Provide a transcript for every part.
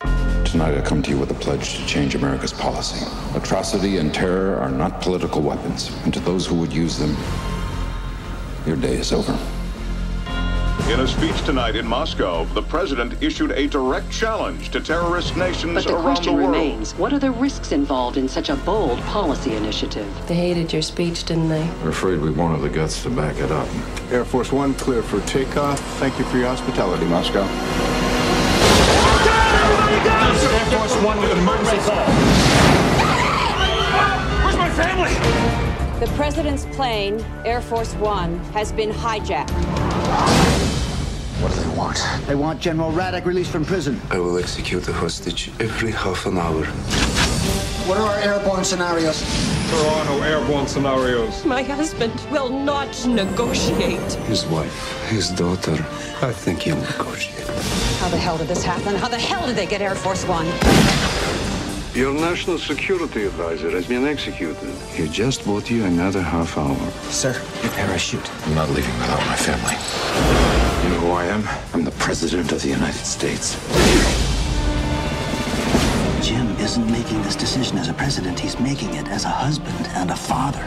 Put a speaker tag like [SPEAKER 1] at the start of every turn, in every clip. [SPEAKER 1] Tonight I come to you with a pledge to change America's policy. Atrocity and terror are not political weapons, and to those who would use them, your day is over.
[SPEAKER 2] In a speech tonight in Moscow, the president issued a direct challenge to terrorist nations
[SPEAKER 3] But the
[SPEAKER 2] around the
[SPEAKER 3] question
[SPEAKER 2] world.
[SPEAKER 3] remains what are the risks involved in such a bold policy initiative?
[SPEAKER 4] They hated your speech, didn't they?
[SPEAKER 5] We're afraid we won't have the guts to back it up.
[SPEAKER 6] Air Force One clear for takeoff. Thank you for your hospitality, Moscow.
[SPEAKER 7] Air Force One with emergency call. Where's my family?
[SPEAKER 8] The president's plane, Air Force One, has been hijacked.
[SPEAKER 1] What do they want?
[SPEAKER 9] They want General Radek released from prison.
[SPEAKER 10] I will execute a hostage every half an hour.
[SPEAKER 9] What are our airborne scenarios?
[SPEAKER 7] There are no airborne scenarios.
[SPEAKER 11] My husband will not negotiate.
[SPEAKER 10] His wife, his daughter. I think he'll negotiate.
[SPEAKER 8] How the hell did this happen? How the hell did they get Air Force One?
[SPEAKER 10] Your national security advisor has been executed. He just bought you another half hour.
[SPEAKER 9] Sir, your parachute.
[SPEAKER 1] I'm not leaving without my family. You know who I am? I'm the President of the United States.
[SPEAKER 9] Jim isn't making this decision as a president. He's making it as a husband and a father.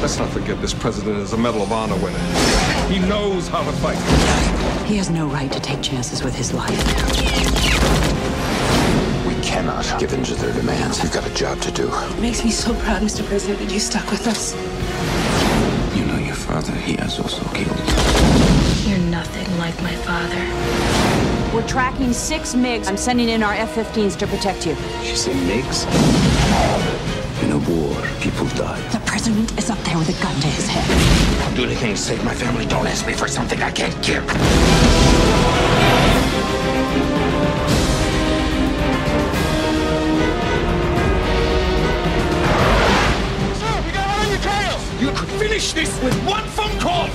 [SPEAKER 7] Let's not forget this president is a Medal of Honor winner. He knows how to fight.
[SPEAKER 3] He has no right to take chances with his life.
[SPEAKER 1] We cannot give in to their demands. We've got a job to do.
[SPEAKER 11] makes me so proud, Mr. President, that you stuck with us.
[SPEAKER 10] You know your father, he has also killed.
[SPEAKER 11] You're nothing like my father.
[SPEAKER 8] We're tracking six MiGs. I'm sending in our F 15s to protect you.
[SPEAKER 10] She said Migs? In a war, people die.
[SPEAKER 3] The president is up there with a gun to his head.
[SPEAKER 1] Do anything to save my family. Don't ask me for something I can't give.
[SPEAKER 7] Sir, we got out on your trails! You could finish this with one phone call!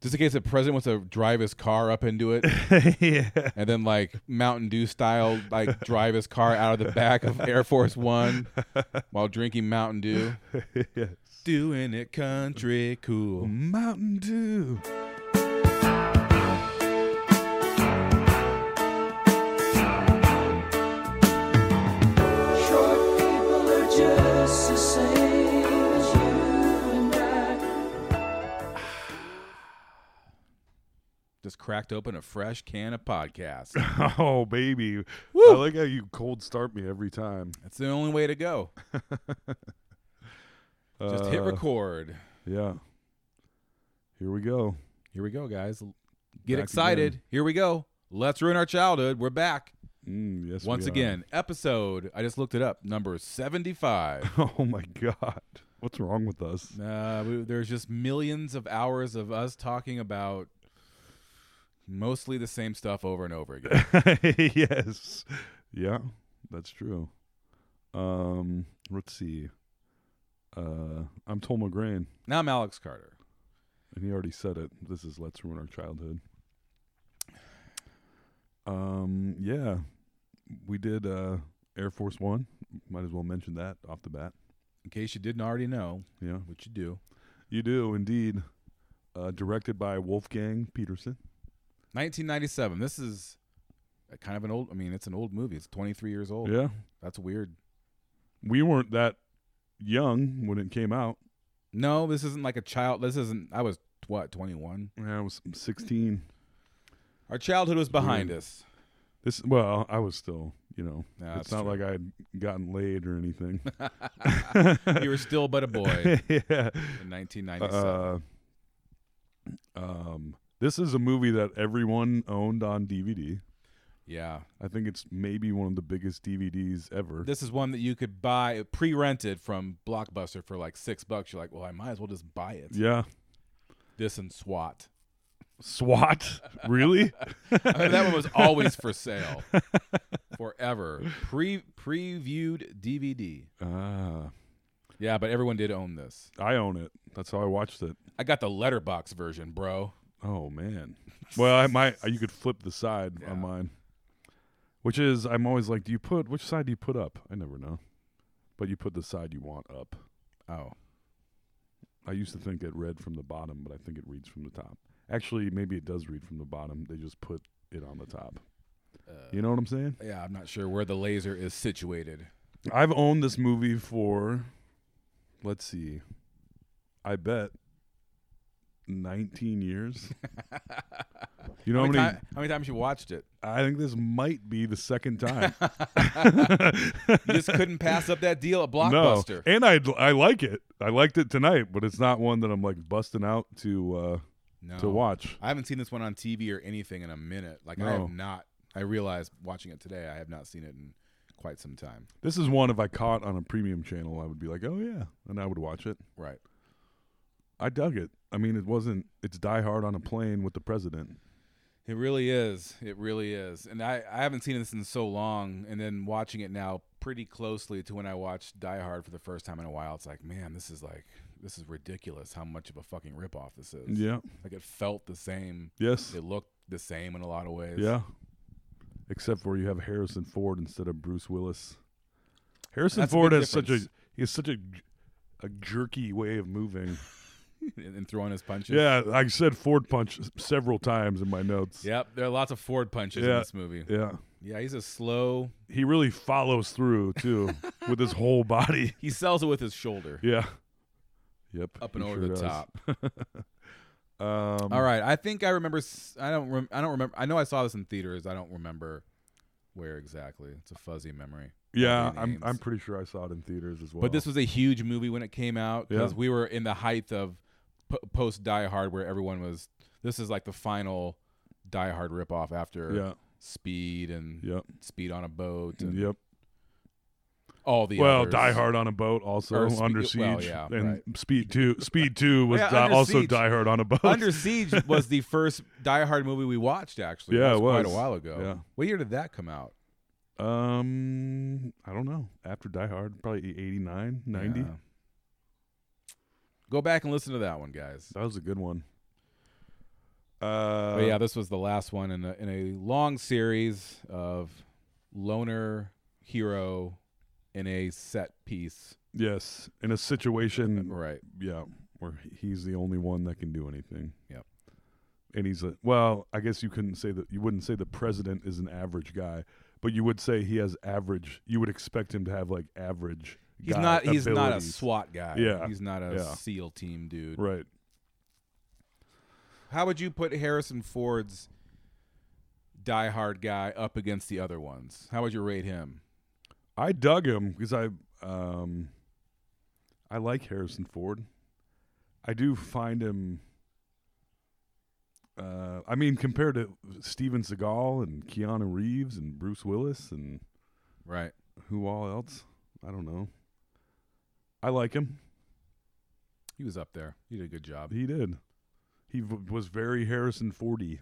[SPEAKER 12] Just in case the president wants to drive his car up into it, and then like Mountain Dew style, like drive his car out of the back of Air Force One while drinking Mountain Dew. Doing it country cool.
[SPEAKER 5] Mountain Dew.
[SPEAKER 12] Just cracked open a fresh can of podcasts.
[SPEAKER 13] Oh, baby. I like how you cold start me every time.
[SPEAKER 12] That's the only way to go. Just hit
[SPEAKER 13] Uh,
[SPEAKER 12] record.
[SPEAKER 13] Yeah. Here we go.
[SPEAKER 12] Here we go, guys. Get
[SPEAKER 13] Back
[SPEAKER 12] excited. Here we go. Let's ruin our childhood. We're back
[SPEAKER 13] Mm, yes. we
[SPEAKER 12] once
[SPEAKER 13] are.
[SPEAKER 12] again. Episode. I just looked it up. Number seventy-five.
[SPEAKER 13] Oh, my God. What's wrong with us?
[SPEAKER 12] Uh, we, there's just millions of hours of us talking about mostly the same stuff over and over again.
[SPEAKER 13] yes. Yeah, that's true. Um, let's see. Uh, I'm Tom McGrain,
[SPEAKER 12] now I'm Alex Carter.
[SPEAKER 13] and he already said it. This is Let's Ruin Our Childhood. Um, yeah. We did uh, Air Force One. Might as well mention that off the bat.
[SPEAKER 12] In case you didn't already know
[SPEAKER 13] Yeah.
[SPEAKER 12] what you do.
[SPEAKER 13] You do indeed. Uh, directed by Wolfgang Peterson.
[SPEAKER 12] 1997. This is a kind of an old. I mean, it's an old movie. It's 23 years old.
[SPEAKER 13] Yeah,
[SPEAKER 12] That's weird.
[SPEAKER 13] we weren't that young when it came out.
[SPEAKER 12] No, this isn't like a child. This isn't. I was what 21.
[SPEAKER 13] Yeah, I was 16.
[SPEAKER 12] Our childhood was behind us.
[SPEAKER 13] This well, I was still, you know,
[SPEAKER 12] Nah,
[SPEAKER 13] it's
[SPEAKER 12] that's
[SPEAKER 13] not
[SPEAKER 12] true.
[SPEAKER 13] like I had gotten laid or anything.
[SPEAKER 12] You were still but a boy
[SPEAKER 13] yeah.
[SPEAKER 12] in 1997.
[SPEAKER 13] Uh, um, this is a movie that everyone owned on DVD.
[SPEAKER 12] yeah.
[SPEAKER 13] I think it's maybe one of the biggest DVDs ever.
[SPEAKER 12] This is one that you could buy pre-rented from Blockbuster for like six bucks. You're like, well, I might as well just buy it.
[SPEAKER 13] yeah.
[SPEAKER 12] This and SWAT.
[SPEAKER 13] SWAT? really?
[SPEAKER 12] I mean, that one was always for sale, forever. Pre previewed DVD.
[SPEAKER 13] ah.
[SPEAKER 12] Yeah, but everyone did own this.
[SPEAKER 13] I own it. That's how I watched it.
[SPEAKER 12] I got the letterbox version, bro.
[SPEAKER 13] Oh man. Well, I might. You could flip the side on mine, which is I'm always like, do you put which side do you put up? I never know, but But you put the side you want up.
[SPEAKER 12] Oh.
[SPEAKER 13] I used to think it read from the bottom, but I think it reads from the top. Actually, maybe it does read from the bottom. They just put it on the top. you know what I'm saying?
[SPEAKER 12] Yeah, I'm not sure where the laser is situated.
[SPEAKER 13] I've owned this movie for, let's see, I bet 19 years. you know
[SPEAKER 12] how
[SPEAKER 13] how many?
[SPEAKER 12] ti- how many times you watched it?
[SPEAKER 13] I think this might be the second time.
[SPEAKER 12] you just couldn't pass up that deal at Blockbuster.
[SPEAKER 13] No. And I I like it. I liked it tonight, but it's not one that I'm like busting out to uh to
[SPEAKER 12] No.
[SPEAKER 13] watch.
[SPEAKER 12] I haven't seen this one on TV or anything in a minute. Like I
[SPEAKER 13] No.
[SPEAKER 12] have not. I realized watching it today, I have not seen it in quite some time.
[SPEAKER 13] This is one if I caught on a premium channel, I would be like, "Oh yeah," and I would watch it.
[SPEAKER 12] Right.
[SPEAKER 13] I dug it. I mean, it wasn't it's Die Hard on a plane with the president.
[SPEAKER 12] It really is. It really is. And I, I haven't seen this in so long. And then watching it now pretty closely to when I watched Die Hard for the first time in a while, it's like, man, this is like, this is ridiculous how much of a fucking ripoff this is.
[SPEAKER 13] Yeah.
[SPEAKER 12] Like it felt the same.
[SPEAKER 13] Yes.
[SPEAKER 12] It looked the same in a lot of ways.
[SPEAKER 13] Yeah. Except for you have Harrison Ford instead of Bruce Willis. Harrison
[SPEAKER 12] That's a
[SPEAKER 13] Ford
[SPEAKER 12] big
[SPEAKER 13] has such a
[SPEAKER 12] difference.
[SPEAKER 13] he has such a a jerky way of moving.
[SPEAKER 12] and and throwing his punches.
[SPEAKER 13] yeah, I said Ford punch s- several times in my notes.
[SPEAKER 12] Yep. There are lots of Ford punches in this movie.
[SPEAKER 13] Yeah.
[SPEAKER 12] Yeah. He's a slow.
[SPEAKER 13] He really follows through too with his whole body.
[SPEAKER 12] He sells it with his shoulder.
[SPEAKER 13] Yeah. Yep.
[SPEAKER 12] Up
[SPEAKER 13] he
[SPEAKER 12] and over
[SPEAKER 13] sure
[SPEAKER 12] the
[SPEAKER 13] does.
[SPEAKER 12] top.
[SPEAKER 13] um,
[SPEAKER 12] All right, I think I remember. s- I don't. Rem- I don't remember. I know I saw this in theaters. I don't remember where exactly. It's a fuzzy memory.
[SPEAKER 13] Yeah,
[SPEAKER 12] Probably
[SPEAKER 13] I'm
[SPEAKER 12] names.
[SPEAKER 13] I'm pretty sure I saw it in theaters as well.
[SPEAKER 12] But this was a huge movie when it came out because
[SPEAKER 13] Yeah.
[SPEAKER 12] we were in the height of p- post Die Hard, where everyone was. This is like the final Die Hard ripoff after
[SPEAKER 13] Yeah.
[SPEAKER 12] Speed and Speed on a Boat. And
[SPEAKER 13] Yep.
[SPEAKER 12] All the
[SPEAKER 13] well,
[SPEAKER 12] others.
[SPEAKER 13] Die Hard on a boat also
[SPEAKER 12] Or Spe-
[SPEAKER 13] Under
[SPEAKER 12] well,
[SPEAKER 13] Siege
[SPEAKER 12] yeah,
[SPEAKER 13] and
[SPEAKER 12] right.
[SPEAKER 13] Speed Two. Speed Two was
[SPEAKER 12] Yeah,
[SPEAKER 13] di-
[SPEAKER 12] Under
[SPEAKER 13] also
[SPEAKER 12] Siege-
[SPEAKER 13] Die Hard on a boat.
[SPEAKER 12] Under Siege was the first Die Hard movie we watched. Actually,
[SPEAKER 13] Yeah,
[SPEAKER 12] That
[SPEAKER 13] it
[SPEAKER 12] quite
[SPEAKER 13] was.
[SPEAKER 12] a while ago.
[SPEAKER 13] Yeah.
[SPEAKER 12] What year did that come out?
[SPEAKER 13] um, I don't know. After Die Hard, probably 89, 90.
[SPEAKER 12] Yeah. Go back and listen to that one, guys.
[SPEAKER 13] That was a good one. Uh,
[SPEAKER 12] But yeah, this was the last one in a, in a long series of loner hero in a set piece.
[SPEAKER 13] Yes, in a situation,
[SPEAKER 12] right?
[SPEAKER 13] Yeah, where he's the only one that can do anything.
[SPEAKER 12] Yep.
[SPEAKER 13] And he's a well, I guess you couldn't say that. You wouldn't say the president is an average guy, but you would say he has average. You would expect him to have like average.
[SPEAKER 12] He's
[SPEAKER 13] guy
[SPEAKER 12] not. He's not a
[SPEAKER 13] abilities.
[SPEAKER 12] SWAT guy.
[SPEAKER 13] Yeah,
[SPEAKER 12] He's not a
[SPEAKER 13] yeah.
[SPEAKER 12] SEAL team dude.
[SPEAKER 13] Right.
[SPEAKER 12] How would you put Harrison Ford's Die Hard guy up against the other ones? How would you rate him?
[SPEAKER 13] I dug him because I um I like Harrison Ford. I do find him uh I mean compared to Steven Seagal and Keanu Reeves and Bruce Willis and
[SPEAKER 12] right
[SPEAKER 13] who all else? I don't know. I like him.
[SPEAKER 12] He was up there. He did a good job.
[SPEAKER 13] He did. He v- was very Harrison Fordy.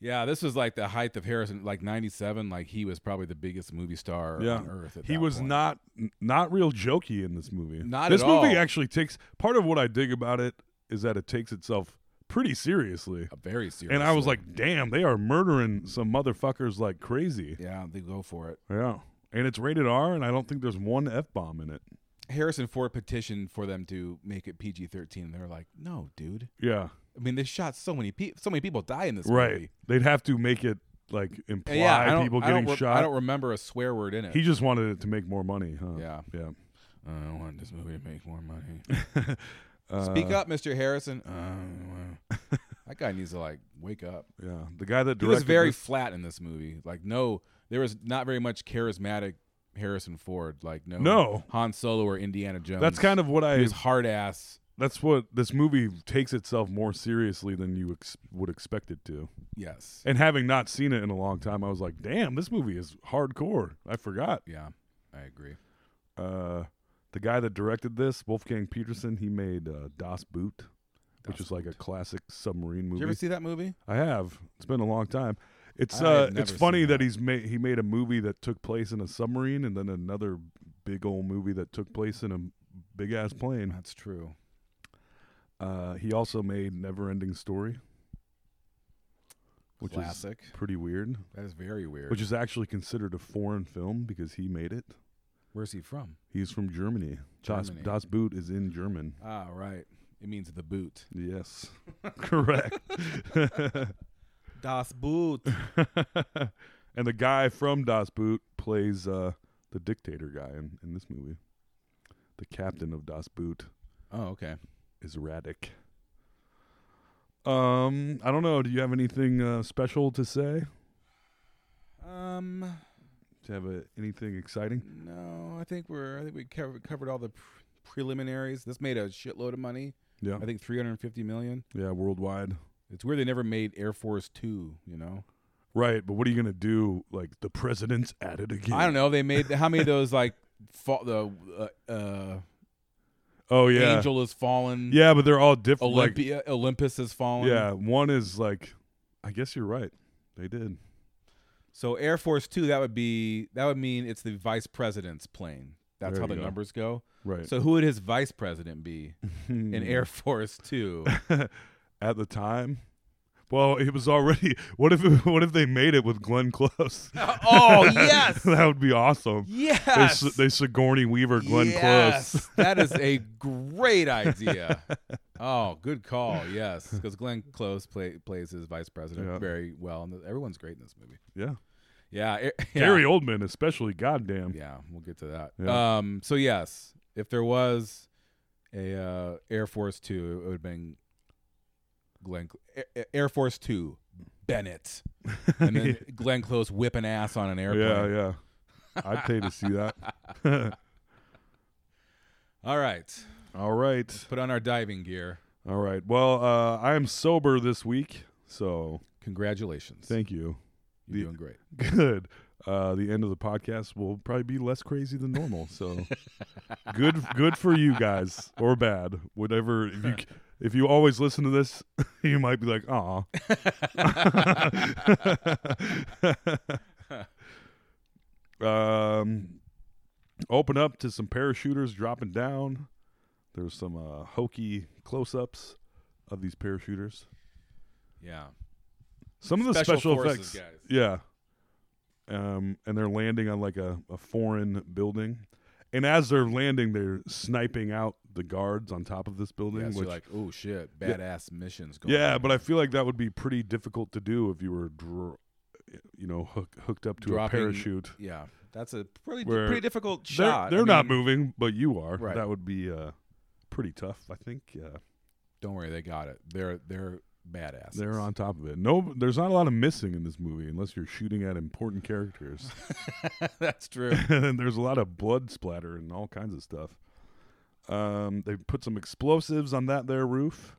[SPEAKER 12] Yeah, this was like the height of Harrison, like '97. Like he was probably the biggest movie star
[SPEAKER 13] yeah.
[SPEAKER 12] on earth. At
[SPEAKER 13] he
[SPEAKER 12] that
[SPEAKER 13] was
[SPEAKER 12] point.
[SPEAKER 13] not n- not real jokey in this movie.
[SPEAKER 12] Not
[SPEAKER 13] this
[SPEAKER 12] at
[SPEAKER 13] movie
[SPEAKER 12] all.
[SPEAKER 13] actually takes part of what I dig about it is that it takes itself pretty seriously.
[SPEAKER 12] very
[SPEAKER 13] And I was
[SPEAKER 12] seriously.
[SPEAKER 13] like, damn, they are murdering some motherfuckers like crazy.
[SPEAKER 12] Yeah, they go for it.
[SPEAKER 13] Yeah. And it's rated R and I don't think there's one F bomb in it.
[SPEAKER 12] Harrison Ford petitioned for them to make it PG-13. They're like, no, dude.
[SPEAKER 13] Yeah.
[SPEAKER 12] I mean, they shot so many people. So many people die in this
[SPEAKER 13] right.
[SPEAKER 12] movie.
[SPEAKER 13] They'd have to make it like imply
[SPEAKER 12] And Uh, yeah, I don't,
[SPEAKER 13] people
[SPEAKER 12] I don't
[SPEAKER 13] getting
[SPEAKER 12] re-
[SPEAKER 13] shot.
[SPEAKER 12] I don't remember a swear word in it.
[SPEAKER 13] He just wanted it to make more money, huh?
[SPEAKER 12] Yeah.
[SPEAKER 13] Yeah.
[SPEAKER 12] I want this movie to make more money.
[SPEAKER 13] Uh,
[SPEAKER 12] Speak up, Mr. Harrison. Uh, well, that guy needs to like wake up.
[SPEAKER 13] Yeah, the guy that
[SPEAKER 12] He was
[SPEAKER 13] directed
[SPEAKER 12] very
[SPEAKER 13] this-
[SPEAKER 12] flat in this movie. Like, no, there was not very much charismatic Harrison Ford. Like, no,
[SPEAKER 13] No.
[SPEAKER 12] Han Solo or Indiana Jones.
[SPEAKER 13] That's kind of what I
[SPEAKER 12] He was hard ass.
[SPEAKER 13] That's what this movie takes itself more seriously than you ex- would expect it to.
[SPEAKER 12] Yes.
[SPEAKER 13] And having not seen it in a long time, I was like, "Damn, this movie is hardcore." I forgot.
[SPEAKER 12] Yeah, I agree.
[SPEAKER 13] Uh, the guy that directed this, Wolfgang Peterson, he made uh, Das Boot, which is like a classic submarine movie.
[SPEAKER 12] you ever see that movie?
[SPEAKER 13] I have. It's been a long time. It's
[SPEAKER 12] I have
[SPEAKER 13] uh, it's
[SPEAKER 12] never
[SPEAKER 13] funny
[SPEAKER 12] seen
[SPEAKER 13] that, he's made he made a movie that took place in a submarine, and then another big old movie that took place in a big ass plane.
[SPEAKER 12] That's true.
[SPEAKER 13] Uh, he also made Never Ending Story, which
[SPEAKER 12] Classic.
[SPEAKER 13] is pretty weird.
[SPEAKER 12] That is very weird.
[SPEAKER 13] Which is actually considered a foreign film because he made it.
[SPEAKER 12] Where's he from?
[SPEAKER 13] He's from Germany. Das,
[SPEAKER 12] Germany.
[SPEAKER 13] das Boot is in German.
[SPEAKER 12] Ah, right. It means the boot.
[SPEAKER 13] Yes. Correct.
[SPEAKER 12] das Boot.
[SPEAKER 13] and the guy from Das Boot plays uh, the dictator guy in, in this movie. The captain of Das Boot.
[SPEAKER 12] Oh, okay.
[SPEAKER 13] Is Radic. Um, I don't know. Do you have anything uh, special to say?
[SPEAKER 12] Um,
[SPEAKER 13] Do you have uh anything exciting?
[SPEAKER 12] no, I think we're. I think we covered, covered all the pre- preliminaries. This made a shitload of money.
[SPEAKER 13] Yeah.
[SPEAKER 12] I think 350 million.
[SPEAKER 13] Yeah, worldwide.
[SPEAKER 12] It's weird they never made Air Force Two. You know.
[SPEAKER 13] Right, but what are you gonna do? Like the president's at it again.
[SPEAKER 12] I don't know. They made how many of those like fa- the uh, uh
[SPEAKER 13] Oh yeah,
[SPEAKER 12] Angel has fallen.
[SPEAKER 13] Yeah, but they're all different. like-
[SPEAKER 12] Olympia, Olympus has fallen.
[SPEAKER 13] yeah, one is like, I guess you're right. They did.
[SPEAKER 12] So Air Force Two, that would be that would mean it's the vice president's plane. That's
[SPEAKER 13] There
[SPEAKER 12] how the
[SPEAKER 13] you go.
[SPEAKER 12] numbers go.
[SPEAKER 13] Right.
[SPEAKER 12] So who would his vice president be in Air Force Two?
[SPEAKER 13] at the time. Well, it was already. What if it, what if they made it with Glenn Close?
[SPEAKER 12] Oh, yes!
[SPEAKER 13] that would be awesome.
[SPEAKER 12] Yes!
[SPEAKER 13] they, Sig- they Sigourney Weaver, Glenn Close.
[SPEAKER 12] Yes, that is a great idea. Oh, good call. Yes, because Glenn Close play, plays his vice president
[SPEAKER 13] Yeah.
[SPEAKER 12] very well, and everyone's great in this movie.
[SPEAKER 13] Yeah.
[SPEAKER 12] yeah, Air- yeah.
[SPEAKER 13] Gary Oldman, especially. Goddamn.
[SPEAKER 12] Yeah, we'll get to that.
[SPEAKER 13] Yeah.
[SPEAKER 12] Um, so yes, if there was a uh, Air Force Two, it would have been Glenn Cl- Air- Air Force Two, Bennett, and then Glenn Close whipping ass on an airplane.
[SPEAKER 13] Yeah, yeah. I'd pay to see that.
[SPEAKER 12] All right,
[SPEAKER 13] All right.
[SPEAKER 12] put on our diving gear.
[SPEAKER 13] All right. Well, uh, I am sober this week, so
[SPEAKER 12] congratulations.
[SPEAKER 13] Thank you.
[SPEAKER 12] You're doing great.
[SPEAKER 13] Good. Uh, the end of the podcast will probably be less crazy than normal. So good, good for you guys, or bad, whatever. If you if you always listen to this, you might be like, "Aw." um, open up to some parachuters dropping down. There's some uh, hokey close-ups of these parachuters.
[SPEAKER 12] Yeah.
[SPEAKER 13] Some of the
[SPEAKER 12] Special
[SPEAKER 13] special,
[SPEAKER 12] forces
[SPEAKER 13] effects,
[SPEAKER 12] guys.
[SPEAKER 13] yeah. Um, and they're landing on like a, a foreign building, and as they're landing, they're sniping out the guards on top of this building.
[SPEAKER 12] Yes,
[SPEAKER 13] which,
[SPEAKER 12] you're like, oh shit,
[SPEAKER 13] Yeah.
[SPEAKER 12] badass missions going.
[SPEAKER 13] yeah, but I feel like that would be pretty difficult to do if you were, dr- you know, hook, hooked up to
[SPEAKER 12] Dropping-
[SPEAKER 13] a parachute.
[SPEAKER 12] Yeah, that's a pretty
[SPEAKER 13] where
[SPEAKER 12] pretty difficult
[SPEAKER 13] they're-
[SPEAKER 12] shot.
[SPEAKER 13] They're
[SPEAKER 12] I
[SPEAKER 13] not
[SPEAKER 12] mean,
[SPEAKER 13] moving, but you are.
[SPEAKER 12] Right.
[SPEAKER 13] That would be uh, pretty tough, I think. Yeah,
[SPEAKER 12] Don't worry, they got it. They're they're badass.
[SPEAKER 13] they're on top of it. No, there's not a lot of missing in this movie unless you're shooting at important characters.
[SPEAKER 12] That's true.
[SPEAKER 13] and then there's a lot of blood splatter and all kinds of stuff. Um, they put some explosives on that there roof.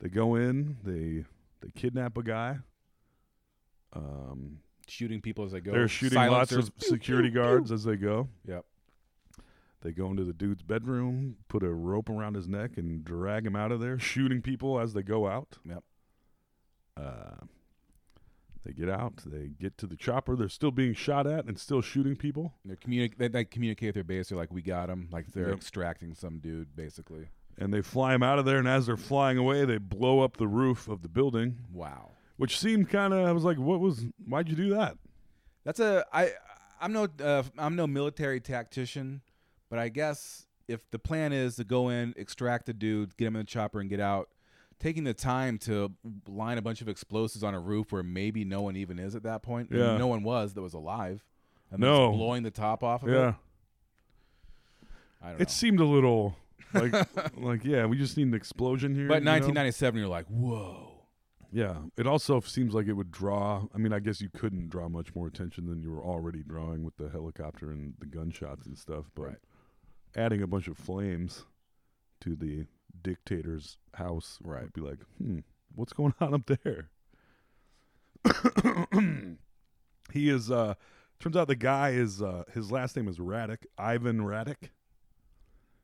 [SPEAKER 13] They go in. They they kidnap a guy. Um,
[SPEAKER 12] shooting people as they go.
[SPEAKER 13] they're shooting lots
[SPEAKER 12] silencers,
[SPEAKER 13] of
[SPEAKER 12] pew,
[SPEAKER 13] security
[SPEAKER 12] pew, pew.
[SPEAKER 13] guards as they go.
[SPEAKER 12] Yep.
[SPEAKER 13] They go into the dude's bedroom, put a rope around his neck, and drag him out of there, shooting people as they go out.
[SPEAKER 12] Yep.
[SPEAKER 13] Uh, they get out. They get to the chopper. They're still being shot at and still shooting people.
[SPEAKER 12] They're communi- they, they communicate with their base. They're like, we got him. Like they're
[SPEAKER 13] Yep.
[SPEAKER 12] extracting some dude, basically.
[SPEAKER 13] and they fly him out of there. And as they're flying away, they blow up the roof of the building.
[SPEAKER 12] Wow,
[SPEAKER 13] which seemed kind of. I was like, "What was? Why'd you do that?"
[SPEAKER 12] That's a I. I'm no uh, I'm no military tactician, but I guess if the plan is to go in, extract the dude, get him in the chopper, and get out, taking the time to line a bunch of explosives on a roof where maybe no one even is at that point, and
[SPEAKER 13] Yeah.
[SPEAKER 12] no one was that was alive, and
[SPEAKER 13] No.
[SPEAKER 12] just blowing the top off of
[SPEAKER 13] Yeah,
[SPEAKER 12] it. I don't know.
[SPEAKER 13] it seemed a little like, like yeah, we just need an explosion here.
[SPEAKER 12] But
[SPEAKER 13] you know?
[SPEAKER 12] 1997, you're like, whoa.
[SPEAKER 13] Yeah, it also seems like it would draw. I mean, I guess you couldn't draw much more attention than you were already drawing with the helicopter and the gunshots and stuff. But adding a bunch of flames to the dictator's house right. would be like, hmm, what's going on up there? he is. uh Turns out the guy is. uh His last name is Radic, Ivan Radic.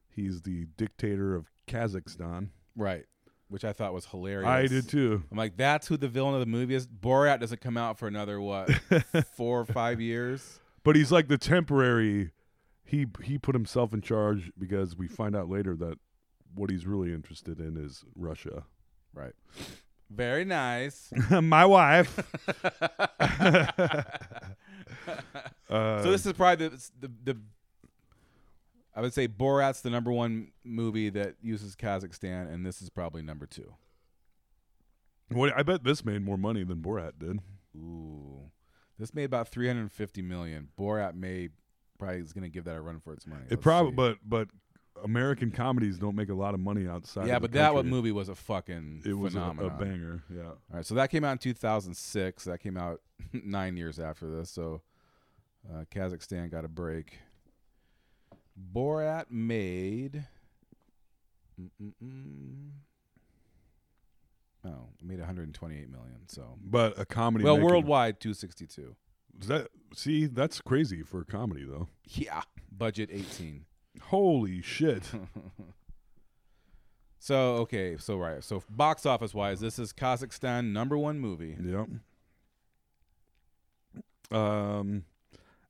[SPEAKER 13] He's the dictator of Kazakhstan.
[SPEAKER 12] Right. Which I thought was hilarious.
[SPEAKER 13] I did too.
[SPEAKER 12] I'm like, that's who the villain of the movie is. Borat doesn't come out for another what, four or five years.
[SPEAKER 13] But he's like the temporary. He he put himself in charge because we find out later that what he's really interested in is Russia.
[SPEAKER 12] Right. Very nice.
[SPEAKER 13] My wife. Uh,
[SPEAKER 12] so this is probably the, the the I would say Borat's the number one movie that uses Kazakhstan, and this is probably number two.
[SPEAKER 13] What I bet this made more money than Borat did.
[SPEAKER 12] Ooh, this made about three hundred fifty million. Borat may probably is going to give that a run for its money.
[SPEAKER 13] It
[SPEAKER 12] Let's
[SPEAKER 13] probably,
[SPEAKER 12] see.
[SPEAKER 13] but but American comedies don't make a lot of money outside.
[SPEAKER 12] yeah,
[SPEAKER 13] of the
[SPEAKER 12] but that what
[SPEAKER 13] country.
[SPEAKER 12] movie was a fucking
[SPEAKER 13] It was a- a
[SPEAKER 12] phenomenon.
[SPEAKER 13] banger, yeah.
[SPEAKER 12] All right, so that came out in two thousand six. That came out nine years after this. So uh, Kazakhstan got a break. Borat made. mm, Mm-mm-mm. Oh, it made 128 million. So,
[SPEAKER 13] But a comedy
[SPEAKER 12] Well,
[SPEAKER 13] making-
[SPEAKER 12] worldwide 262.
[SPEAKER 13] Is that see, that's crazy for a comedy though.
[SPEAKER 12] Yeah, budget 18.
[SPEAKER 13] Holy shit!
[SPEAKER 12] So okay, so right, so box office wise, this is Kazakhstan number one movie.
[SPEAKER 13] Yep. Um,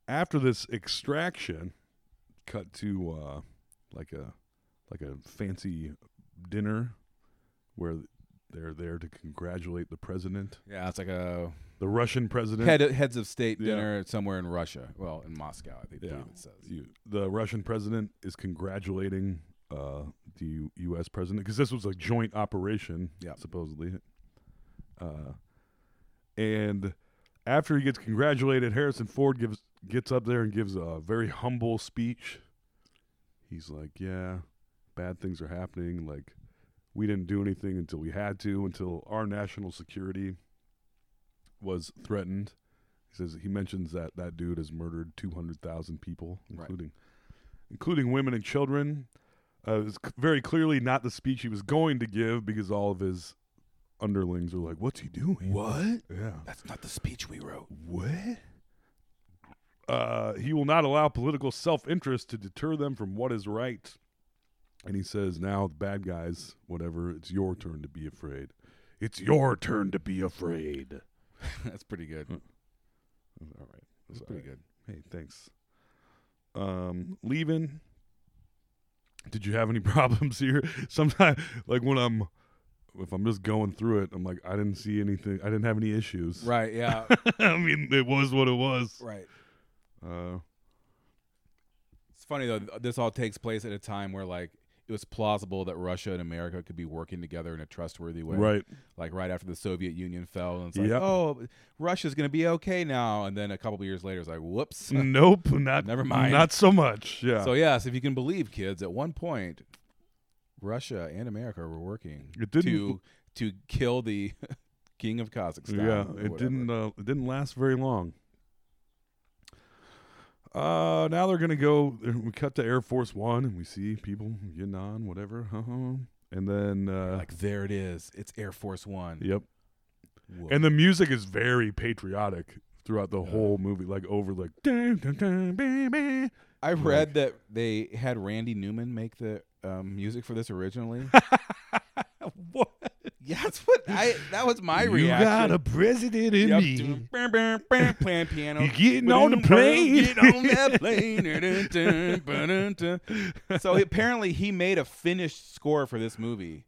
[SPEAKER 13] after this extraction, cut to uh, like a like a fancy dinner where they're there to congratulate the president.
[SPEAKER 12] Yeah, it's like a
[SPEAKER 13] the Russian president
[SPEAKER 12] Head, heads of state
[SPEAKER 13] Yeah.
[SPEAKER 12] dinner somewhere in Russia. Well, in Moscow, I think. believe it says.
[SPEAKER 13] You- the Russian president is congratulating uh, the U- U.S. president because this was a joint operation, supposedly. Uh, and after he gets congratulated, Harrison Ford gives gets up there and gives a very humble speech. He's like, "Yeah, bad things are happening. Like, we didn't do anything until we had to, until our national security." was threatened. He says he mentions that that dude has murdered two hundred thousand people, including including women and children. Uh, it was c- very clearly not the speech he was going to give because all of his underlings were like, "What's he doing? What? Yeah,
[SPEAKER 12] that's not the speech we wrote.
[SPEAKER 13] What?" Uh, he will not allow political self-interest to deter them from what is right. And he says, "Now, the bad guys, whatever, it's your turn to be afraid. It's your turn to be afraid."
[SPEAKER 12] That's pretty good.
[SPEAKER 13] All right.
[SPEAKER 12] That's
[SPEAKER 13] All
[SPEAKER 12] pretty
[SPEAKER 13] right. Hey, thanks. Um, leaving. Did you have any problems here? Sometimes, like when I'm, if I'm just going through it, I'm like, I didn't see anything. I didn't have any issues.
[SPEAKER 12] Right, yeah.
[SPEAKER 13] I mean, it was what it was.
[SPEAKER 12] Right.
[SPEAKER 13] Uh,
[SPEAKER 12] It's funny though. th- This all takes place at a time where like it was plausible that Russia and America could be working together in a trustworthy way.
[SPEAKER 13] Right.
[SPEAKER 12] Like right after the Soviet Union fell, and it's like,
[SPEAKER 13] Yep.
[SPEAKER 12] oh, Russia's gonna be okay now. And then a couple of years later, it's like, whoops.
[SPEAKER 13] Nope, not-
[SPEAKER 12] Never mind.
[SPEAKER 13] not so much, yeah.
[SPEAKER 12] So yes, if you can believe kids, at one point, Russia and America were working
[SPEAKER 13] It didn't-
[SPEAKER 12] to to kill the king of Kazakhstan.
[SPEAKER 13] yeah,
[SPEAKER 12] or
[SPEAKER 13] it
[SPEAKER 12] whatever.
[SPEAKER 13] didn't. Uh, it didn't last very long. Uh, now they're gonna go. uh, We cut to Air Force One, and we see people getting on, whatever. And then, uh,
[SPEAKER 12] like there it is. It's Air Force One.
[SPEAKER 13] Yep.
[SPEAKER 12] Whoa.
[SPEAKER 13] And the music is very patriotic throughout the whole movie, like over like. Dun, dun, dun, baby.
[SPEAKER 12] I
[SPEAKER 13] Like,
[SPEAKER 12] read that they had Randy Newman make the um, music for this originally.
[SPEAKER 13] what?
[SPEAKER 12] Yeah, that's what I. That was my
[SPEAKER 13] You
[SPEAKER 12] reaction.
[SPEAKER 13] got a president in
[SPEAKER 12] Yep.
[SPEAKER 13] me.
[SPEAKER 12] Dun, bam, bam, bam, playing piano.
[SPEAKER 13] You getting on the
[SPEAKER 12] Ba-dum, ba-dum,
[SPEAKER 13] plane.
[SPEAKER 12] Get on that plane. Dun, dun, dun, dun, dun. so apparently he made a finished score for this movie,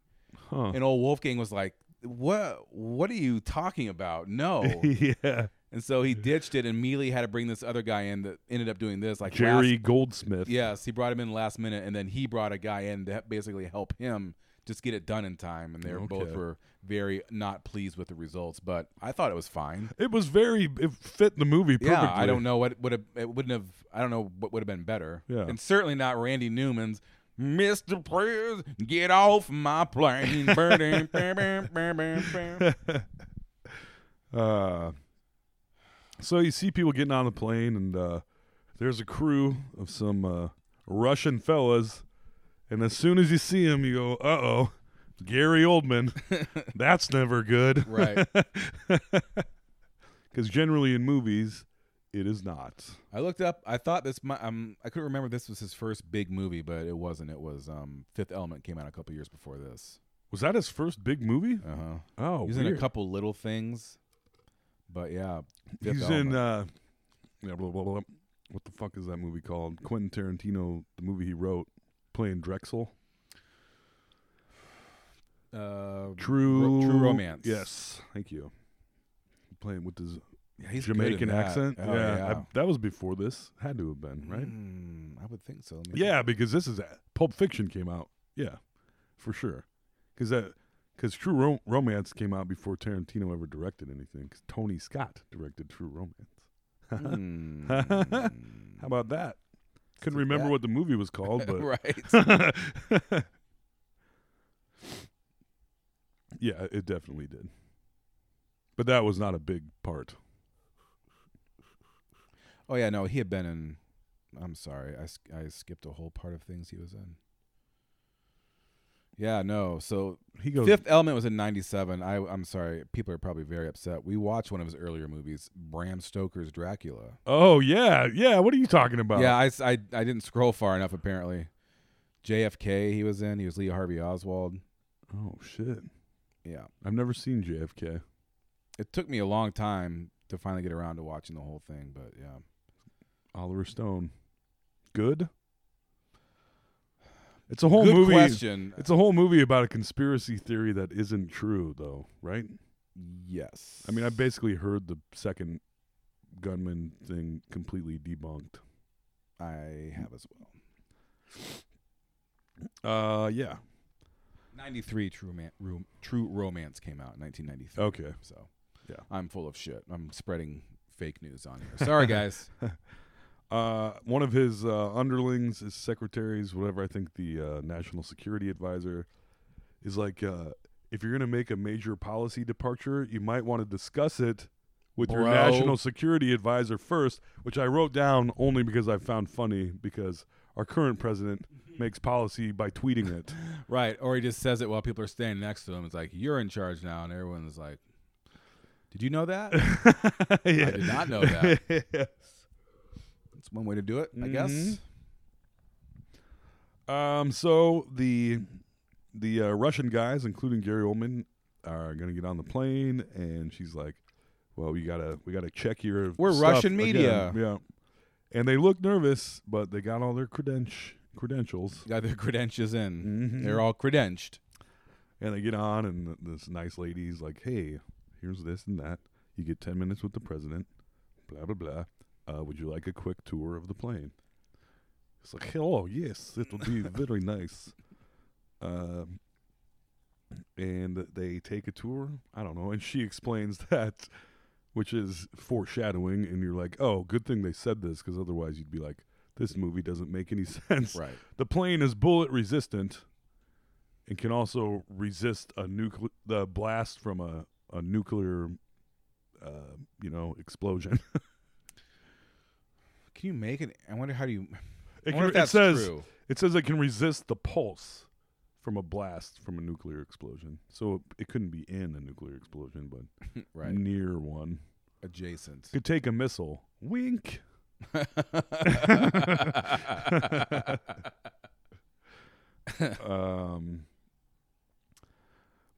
[SPEAKER 13] Huh.
[SPEAKER 12] and old Wolfgang was like, "What? What are you talking about? No."
[SPEAKER 13] yeah.
[SPEAKER 12] And so he ditched it and immediately had to bring this other guy in that ended up doing this, like
[SPEAKER 13] Jerry
[SPEAKER 12] last-
[SPEAKER 13] Goldsmith.
[SPEAKER 12] Yes, he brought him in last minute, and then he brought a guy in to basically help him just get it done in time. And they were both
[SPEAKER 13] Okay.
[SPEAKER 12] were very not pleased with the results, but I thought it was fine.
[SPEAKER 13] It was very. It fit the movie perfectly.
[SPEAKER 12] Yeah, I don't know what would have. It wouldn't have. I don't know what would have been better.
[SPEAKER 13] Yeah.
[SPEAKER 12] and certainly not Randy Newman's. Mr. Prez, get off my plane. Ba-dum, ba-dum, ba-dum, ba-dum.
[SPEAKER 13] Uh, so you see people getting on the plane, and uh, there's a crew of some uh, Russian fellas, and as soon as you see him, you go, "Uh oh, Gary Oldman, that's never good."
[SPEAKER 12] Right.
[SPEAKER 13] Because generally in movies, it is not.
[SPEAKER 12] I looked up. I thought this. mi- Um, I couldn't remember this was his first big movie, but it wasn't. It was um, Fifth Element came out a couple years before this.
[SPEAKER 13] Was that his first big movie?
[SPEAKER 12] Uh huh.
[SPEAKER 13] Oh,
[SPEAKER 12] he's in a
[SPEAKER 13] weird.
[SPEAKER 12] couple little things, but yeah, Fifth
[SPEAKER 13] He's
[SPEAKER 12] Element.
[SPEAKER 13] in. Uh, yeah, blah, blah, blah, blah. What the fuck is that movie called? Quentin Tarantino, the movie he wrote, playing Drexel.
[SPEAKER 12] uh,
[SPEAKER 13] True,
[SPEAKER 12] Ro- True Romance.
[SPEAKER 13] Yes, thank you. Playing with his
[SPEAKER 12] Yeah, he's good in
[SPEAKER 13] Jamaican
[SPEAKER 12] that.
[SPEAKER 13] accent.
[SPEAKER 12] Oh,
[SPEAKER 13] yeah,
[SPEAKER 12] yeah. Mm,
[SPEAKER 13] I- that was before this. Had to have been right.
[SPEAKER 12] I would think so. Let me-
[SPEAKER 13] Yeah, because this is Pulp Fiction came out. Yeah, for sure. Because that because True Rom- Romance came out before Tarantino ever directed anything. 'cause Tony Scott directed True Romance.
[SPEAKER 12] Mm.
[SPEAKER 13] How about that? Couldn't remember what the movie was called, but
[SPEAKER 12] Right.
[SPEAKER 13] yeah, it definitely did. But that was not a big part.
[SPEAKER 12] Oh yeah, no, he had been in. I'm sorry, I sk- I skipped a whole part of things he was in. Yeah, no. So
[SPEAKER 13] he goes.
[SPEAKER 12] Fifth Element was in '97. I I'm sorry, people are probably very upset. We watched one of his earlier movies, Bram Stoker's Dracula.
[SPEAKER 13] Oh yeah, yeah. What are you talking about?
[SPEAKER 12] Yeah, I, s- I I didn't scroll far enough apparently. JFK he was in. He was Lee Harvey Oswald.
[SPEAKER 13] Oh shit.
[SPEAKER 12] Yeah.
[SPEAKER 13] I've never seen JFK.
[SPEAKER 12] It took me a long time to finally get around to watching the whole thing, but yeah.
[SPEAKER 13] Oliver Stone. Good. It's a whole
[SPEAKER 12] Good
[SPEAKER 13] movie.
[SPEAKER 12] question.
[SPEAKER 13] It's a whole movie about a conspiracy theory that isn't true, though, right?
[SPEAKER 12] Yes.
[SPEAKER 13] I mean, I basically heard the second gunman thing completely debunked.
[SPEAKER 12] I have as well.
[SPEAKER 13] Uh, yeah.
[SPEAKER 12] 93 True, Roman- Rom- True Romance came out in 1993.
[SPEAKER 13] Okay.
[SPEAKER 12] So,
[SPEAKER 13] yeah.
[SPEAKER 12] I'm full of shit. I'm spreading fake news on here. Sorry, guys.
[SPEAKER 13] Uh, one of his uh, underlings, his secretaries, whatever. I think the uh, national security advisor is like, uh, if you're going to make a major policy departure, you might want to discuss it with your
[SPEAKER 12] Bro.
[SPEAKER 13] national security advisor first. Which I wrote down only because I found funny because our current president makes policy by tweeting it.
[SPEAKER 12] right. Or he just says it while people are standing next to him. It's like, you're in charge now. And everyone's like, did you know that?
[SPEAKER 13] Yeah.
[SPEAKER 12] I did not know that.
[SPEAKER 13] Yes.
[SPEAKER 12] That's one way to do it, I guess.
[SPEAKER 13] Um, so the the uh, Russian guys, including Gary Oldman, are gonna get on the plane, and she's like, "Well, you gotta we gotta check your
[SPEAKER 12] We're
[SPEAKER 13] stuff
[SPEAKER 12] Russian media.
[SPEAKER 13] again." yeah." And they look nervous, but they got all their credenti- credentials.
[SPEAKER 12] Got their credentials in.
[SPEAKER 13] Mhm.
[SPEAKER 12] They're all credentialed.
[SPEAKER 13] And they get on, and th- this nice lady's like, "Hey, here's this and that. You get ten minutes with the president. Blah blah blah. Uh, would you like a quick tour of the plane?" It's like, "Hello, yes, it'll be very nice." Um, and they take a tour. I don't know, and she explains that, which is foreshadowing. And you're like, "Oh, good thing they said this, because otherwise you'd be like." This movie doesn't make any sense.
[SPEAKER 12] Right.
[SPEAKER 13] The plane is bullet resistant and can also resist a nucle- the blast from a, a nuclear uh, you know explosion.
[SPEAKER 12] Can you make it? I wonder how do you.
[SPEAKER 13] it,
[SPEAKER 12] I wonder
[SPEAKER 13] can,
[SPEAKER 12] if that's
[SPEAKER 13] it says
[SPEAKER 12] true.
[SPEAKER 13] it says it can resist the pulse from a blast from a nuclear explosion. So it, it couldn't be in a nuclear explosion, but
[SPEAKER 12] Right.
[SPEAKER 13] near one.
[SPEAKER 12] Adjacent.
[SPEAKER 13] Could take a missile. Wink. um,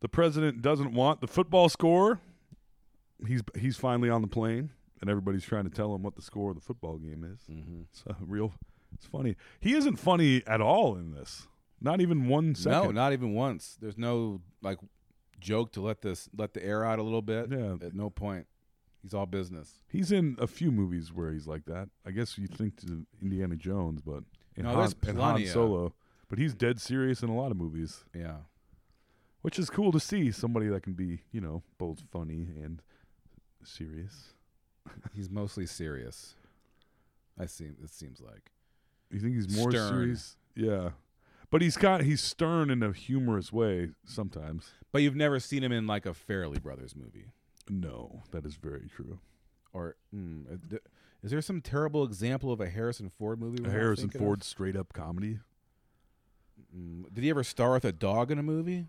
[SPEAKER 13] the president doesn't want the football score. He's he's finally on the plane, and everybody's trying to tell him what the score of the football game is.
[SPEAKER 12] Mm-hmm.
[SPEAKER 13] It's a real. It's funny. He isn't funny at all in this. Not even one second.
[SPEAKER 12] No, not even once. There's no like joke to let this let the air out a little bit.
[SPEAKER 13] Yeah.
[SPEAKER 12] At no point. He's all business.
[SPEAKER 13] He's in a few movies where he's like that. I guess you think to Indiana Jones, but and
[SPEAKER 12] No,
[SPEAKER 13] Han,
[SPEAKER 12] there's
[SPEAKER 13] and Han
[SPEAKER 12] plenty of-
[SPEAKER 13] Solo, but he's dead serious in a lot of movies.
[SPEAKER 12] Yeah,
[SPEAKER 13] which is cool to see somebody that can be you know both funny and serious.
[SPEAKER 12] He's mostly serious. I seem it seems like.
[SPEAKER 13] You think he's more
[SPEAKER 12] Stern.
[SPEAKER 13] serious? Yeah, but he's got he's stern in a humorous way sometimes.
[SPEAKER 12] But you've never seen him in like a Fairly Brothers movie.
[SPEAKER 13] No, that is very true.
[SPEAKER 12] Or mm, uh, th- is there some terrible example of a Harrison Ford movie?
[SPEAKER 13] A
[SPEAKER 12] we're not
[SPEAKER 13] Harrison
[SPEAKER 12] thinking
[SPEAKER 13] Ford
[SPEAKER 12] of?
[SPEAKER 13] straight up comedy.
[SPEAKER 12] Mm, Did he ever star with a dog in a movie?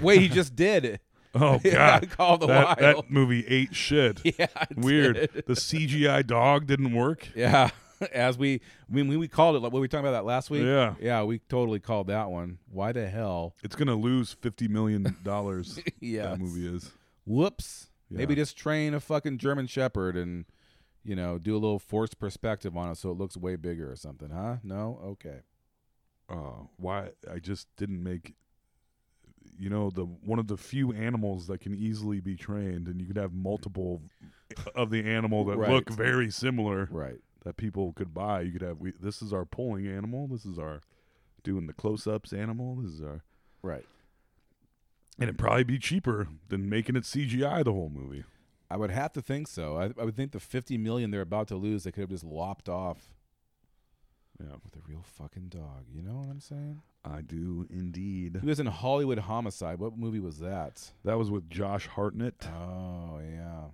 [SPEAKER 12] Wait, he just did.
[SPEAKER 13] Oh
[SPEAKER 12] Yeah,
[SPEAKER 13] God!
[SPEAKER 12] I call the
[SPEAKER 13] that,
[SPEAKER 12] wild.
[SPEAKER 13] that movie ate shit.
[SPEAKER 12] Yeah, it
[SPEAKER 13] weird.
[SPEAKER 12] did.
[SPEAKER 13] The CGI dog didn't work.
[SPEAKER 12] Yeah. As we when we, we called it like what we were talking about that last week.
[SPEAKER 13] Yeah.
[SPEAKER 12] Yeah, we totally called that one. Why the hell?
[SPEAKER 13] It's gonna lose fifty million dollars.
[SPEAKER 12] Yes.
[SPEAKER 13] that movie is.
[SPEAKER 12] Whoops. Maybe
[SPEAKER 13] Yeah.
[SPEAKER 12] just train a fucking German shepherd and you know, do a little forced perspective on it so it looks way bigger or something, huh? No? Okay.
[SPEAKER 13] uh, why I just didn't make you know the one of the few animals that can easily be trained, and you could have multiple of the animal that
[SPEAKER 12] Right.
[SPEAKER 13] look very similar,
[SPEAKER 12] right?
[SPEAKER 13] That people could buy. You could have we, this is our pulling animal. This is our doing the close-ups animal. This is our
[SPEAKER 12] right,
[SPEAKER 13] and it'd probably be cheaper than making it CGI the whole movie.
[SPEAKER 12] I would have to think so. I, I would think the fifty million they're about to lose, they could have just lopped off.
[SPEAKER 13] Yeah,
[SPEAKER 12] with a real fucking dog. You know what I'm saying?
[SPEAKER 13] I do indeed.
[SPEAKER 12] He was in Hollywood Homicide. What movie was that?
[SPEAKER 13] That was with Josh Hartnett.
[SPEAKER 12] Oh yeah.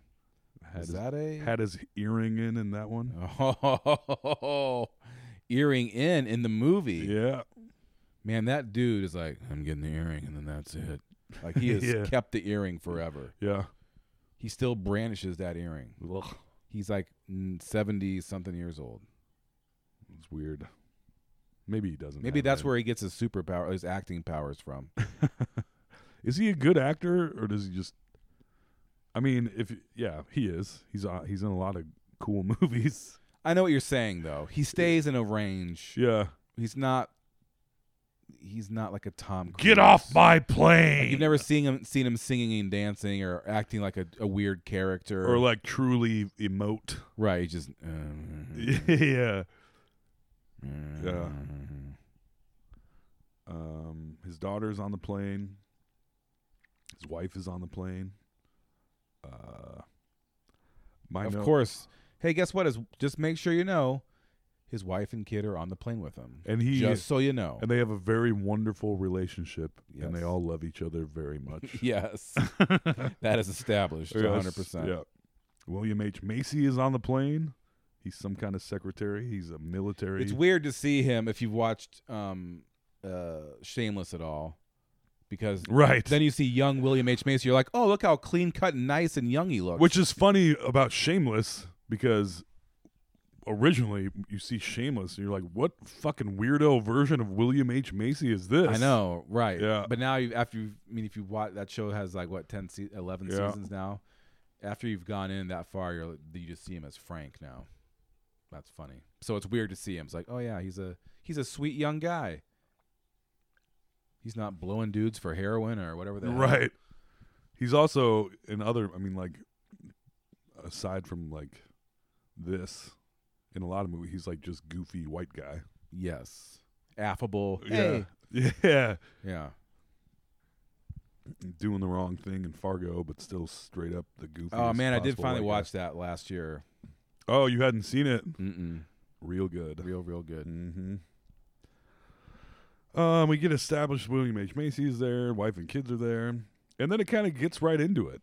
[SPEAKER 13] Had
[SPEAKER 12] Is
[SPEAKER 13] his-
[SPEAKER 12] that a-
[SPEAKER 13] had his earring in in that one?
[SPEAKER 12] Oh, earring in in the movie.
[SPEAKER 13] Yeah.
[SPEAKER 12] Man, that dude is like, I'm getting the earring, and then that's it. Like he has
[SPEAKER 13] Yeah.
[SPEAKER 12] kept the earring forever.
[SPEAKER 13] Yeah.
[SPEAKER 12] He still brandishes that earring. He's like seventy something years old.
[SPEAKER 13] It's weird. Maybe he doesn't.
[SPEAKER 12] Maybe
[SPEAKER 13] have
[SPEAKER 12] that's
[SPEAKER 13] that.
[SPEAKER 12] where he gets his superpower, his acting powers from.
[SPEAKER 13] Is he a good actor or does he just? I mean, if yeah, he is. He's uh, he's in a lot of cool movies.
[SPEAKER 12] I know what you're saying though. He stays in a range.
[SPEAKER 13] Yeah.
[SPEAKER 12] He's not he's not like a Tom Cruise.
[SPEAKER 13] Get off my
[SPEAKER 12] Like,
[SPEAKER 13] plane!
[SPEAKER 12] you've never seen him seen him singing and dancing or acting like a, a weird character.
[SPEAKER 13] Or like truly emote.
[SPEAKER 12] Right, he just uh,
[SPEAKER 13] yeah. Yeah. Um, his daughter's on the plane. His wife is on the plane. Uh, my
[SPEAKER 12] Of
[SPEAKER 13] note-
[SPEAKER 12] course. Hey, guess what? Is just make sure you know his wife and kid are on the plane with him.
[SPEAKER 13] and he
[SPEAKER 12] just so you know.
[SPEAKER 13] and they have a very wonderful relationship, and they all love each other very much.
[SPEAKER 12] Yes. That is established, 100%.
[SPEAKER 13] Yeah. William H Macy is on the plane. He's some kind of secretary. He's a military.
[SPEAKER 12] It's weird to see him if you've watched um, uh, Shameless at all, because
[SPEAKER 13] Right.
[SPEAKER 12] then you see young William H Macy, you're like, oh look how clean cut and nice and young he looks.
[SPEAKER 13] Which is funny about Shameless because originally you see Shameless and you're like, what fucking weirdo version of William H. Macy is this?
[SPEAKER 12] I know, right?
[SPEAKER 13] Yeah.
[SPEAKER 12] But now you after you, I mean, if you watch that show has like what 10, se- 11
[SPEAKER 13] Yeah.
[SPEAKER 12] seasons now. After you've gone in that far, you're like- you just see him as Frank now. That's funny. So it's weird to see him. It's like, oh yeah, he's a he's a sweet young guy. He's not blowing dudes for heroin or whatever. The hell.
[SPEAKER 13] Right. He's also in other, I mean, like, aside from like this, in a lot of movies, he's like just goofy white guy.
[SPEAKER 12] Yes. Affable.
[SPEAKER 13] Yeah.
[SPEAKER 12] Hey.
[SPEAKER 13] Yeah.
[SPEAKER 12] Yeah.
[SPEAKER 13] Doing the wrong thing in Fargo, but still straight up the goofy.
[SPEAKER 12] Oh man, I did finally watch that last year.
[SPEAKER 13] Oh, you hadn't seen it?
[SPEAKER 12] Mm-mm.
[SPEAKER 13] Real good.
[SPEAKER 12] Real, real good.
[SPEAKER 13] Mm-hmm. Um, we get established. William H Macy is there. Wife and kids are there, and then it kind of gets right into it.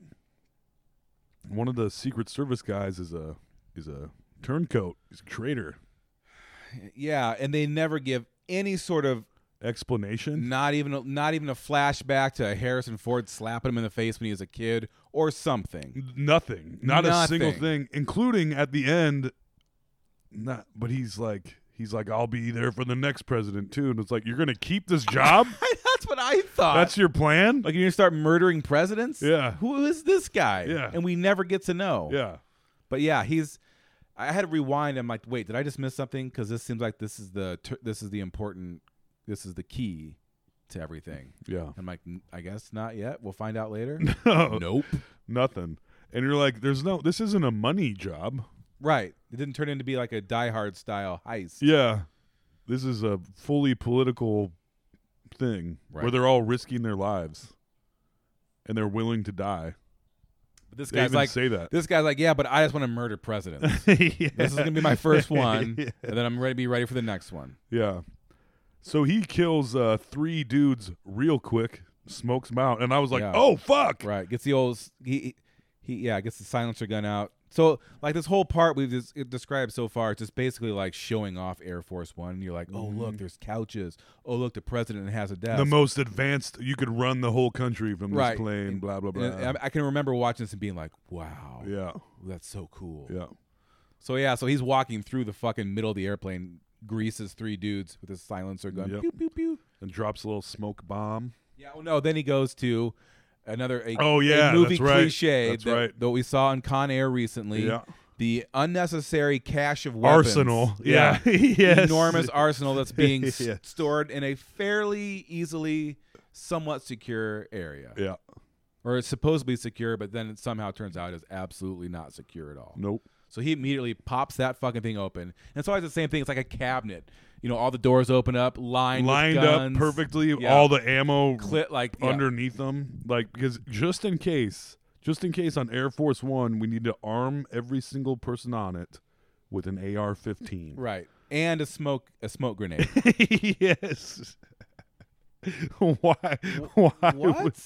[SPEAKER 13] One of the Secret Service guys is a is a turncoat. He's a traitor.
[SPEAKER 12] Yeah, and they never give any sort of
[SPEAKER 13] explanation.
[SPEAKER 12] Not even a, not even a flashback to Harrison Ford slapping him in the face when he was a kid or something.
[SPEAKER 13] Nothing. Not a single
[SPEAKER 12] Nothing.
[SPEAKER 13] thing, including at the end. Not, but he's like, he's like, I'll be there for the next president too, and it's like, you're gonna keep this job?
[SPEAKER 12] That's what I thought.
[SPEAKER 13] That's your plan?
[SPEAKER 12] Like you're gonna start murdering presidents?
[SPEAKER 13] Yeah.
[SPEAKER 12] Who is this guy?
[SPEAKER 13] Yeah.
[SPEAKER 12] And we never get to know.
[SPEAKER 13] Yeah.
[SPEAKER 12] But yeah, he's. I had to rewind. I'm like, wait, did I just miss something? Because this seems like this is the tur- this is the important. This is the key to everything.
[SPEAKER 13] Yeah.
[SPEAKER 12] I'm like, "N- I guess not yet. We'll find out later.
[SPEAKER 13] No.
[SPEAKER 12] Nope.
[SPEAKER 13] Nothing. And you're like, there's no. This isn't a money job.
[SPEAKER 12] Right. It didn't turn into be like a Die Hard style heist.
[SPEAKER 13] Yeah. This is a fully political thing where
[SPEAKER 12] Right.
[SPEAKER 13] they're all risking their lives, and they're willing to die.
[SPEAKER 12] But this
[SPEAKER 13] They
[SPEAKER 12] guy's
[SPEAKER 13] even
[SPEAKER 12] like,
[SPEAKER 13] say that.
[SPEAKER 12] This guy's like, yeah, but I just want to murder presidents. This is gonna be my first one, and then I'm ready to be ready for the next one.
[SPEAKER 13] Yeah. So he kills uh, three dudes real quick, smokes them out, and I was like,
[SPEAKER 12] Yeah.
[SPEAKER 13] "Oh fuck!"
[SPEAKER 12] Right. Gets the old s- he he yeah gets the silencer gun out. So like this whole part we've des- it described so far, it's just basically like showing off Air Force One. You're like, oh look, there's couches. Oh look, the president has a desk.
[SPEAKER 13] Mm-hmm. The most advanced. You could run the whole country from
[SPEAKER 12] Right.
[SPEAKER 13] this plane. Blah blah blah.
[SPEAKER 12] And I, I can remember watching this and being like, wow,
[SPEAKER 13] yeah.
[SPEAKER 12] that's so cool.
[SPEAKER 13] Yeah.
[SPEAKER 12] So yeah, so he's walking through the fucking middle of the airplane, greases three dudes with his silencer gun.
[SPEAKER 13] Yep.
[SPEAKER 12] Pew, pew, pew.
[SPEAKER 13] And drops a little smoke bomb.
[SPEAKER 12] Yeah, well, no. Then he goes to another a,
[SPEAKER 13] Oh,
[SPEAKER 12] a
[SPEAKER 13] yeah,
[SPEAKER 12] movie
[SPEAKER 13] that's right.
[SPEAKER 12] cliche
[SPEAKER 13] That's
[SPEAKER 12] that,
[SPEAKER 13] right.
[SPEAKER 12] that we saw in Con Air recently.
[SPEAKER 13] Yeah.
[SPEAKER 12] The unnecessary cache of weapons.
[SPEAKER 13] Arsenal. Yeah.
[SPEAKER 12] The
[SPEAKER 13] Yes.
[SPEAKER 12] Enormous arsenal that's being s-
[SPEAKER 13] Yes.
[SPEAKER 12] stored in a fairly easily somewhat secure area.
[SPEAKER 13] Yeah.
[SPEAKER 12] Or it's supposedly secure, but then it somehow turns out it's absolutely not secure at all.
[SPEAKER 13] Nope.
[SPEAKER 12] So he immediately pops that fucking thing open. And it's always the same thing. It's like a cabinet. You know, all the doors open up, lined, with
[SPEAKER 13] lined
[SPEAKER 12] guns.
[SPEAKER 13] up perfectly.
[SPEAKER 12] Yeah.
[SPEAKER 13] All the ammo
[SPEAKER 12] Clit- like, yeah.
[SPEAKER 13] underneath them, like because just in case, just in case on Air Force One, we need to arm every single person on it with an AR-15.
[SPEAKER 12] Right. And a smoke a smoke grenade.
[SPEAKER 13] yes. Why? Why?
[SPEAKER 12] What?
[SPEAKER 13] would-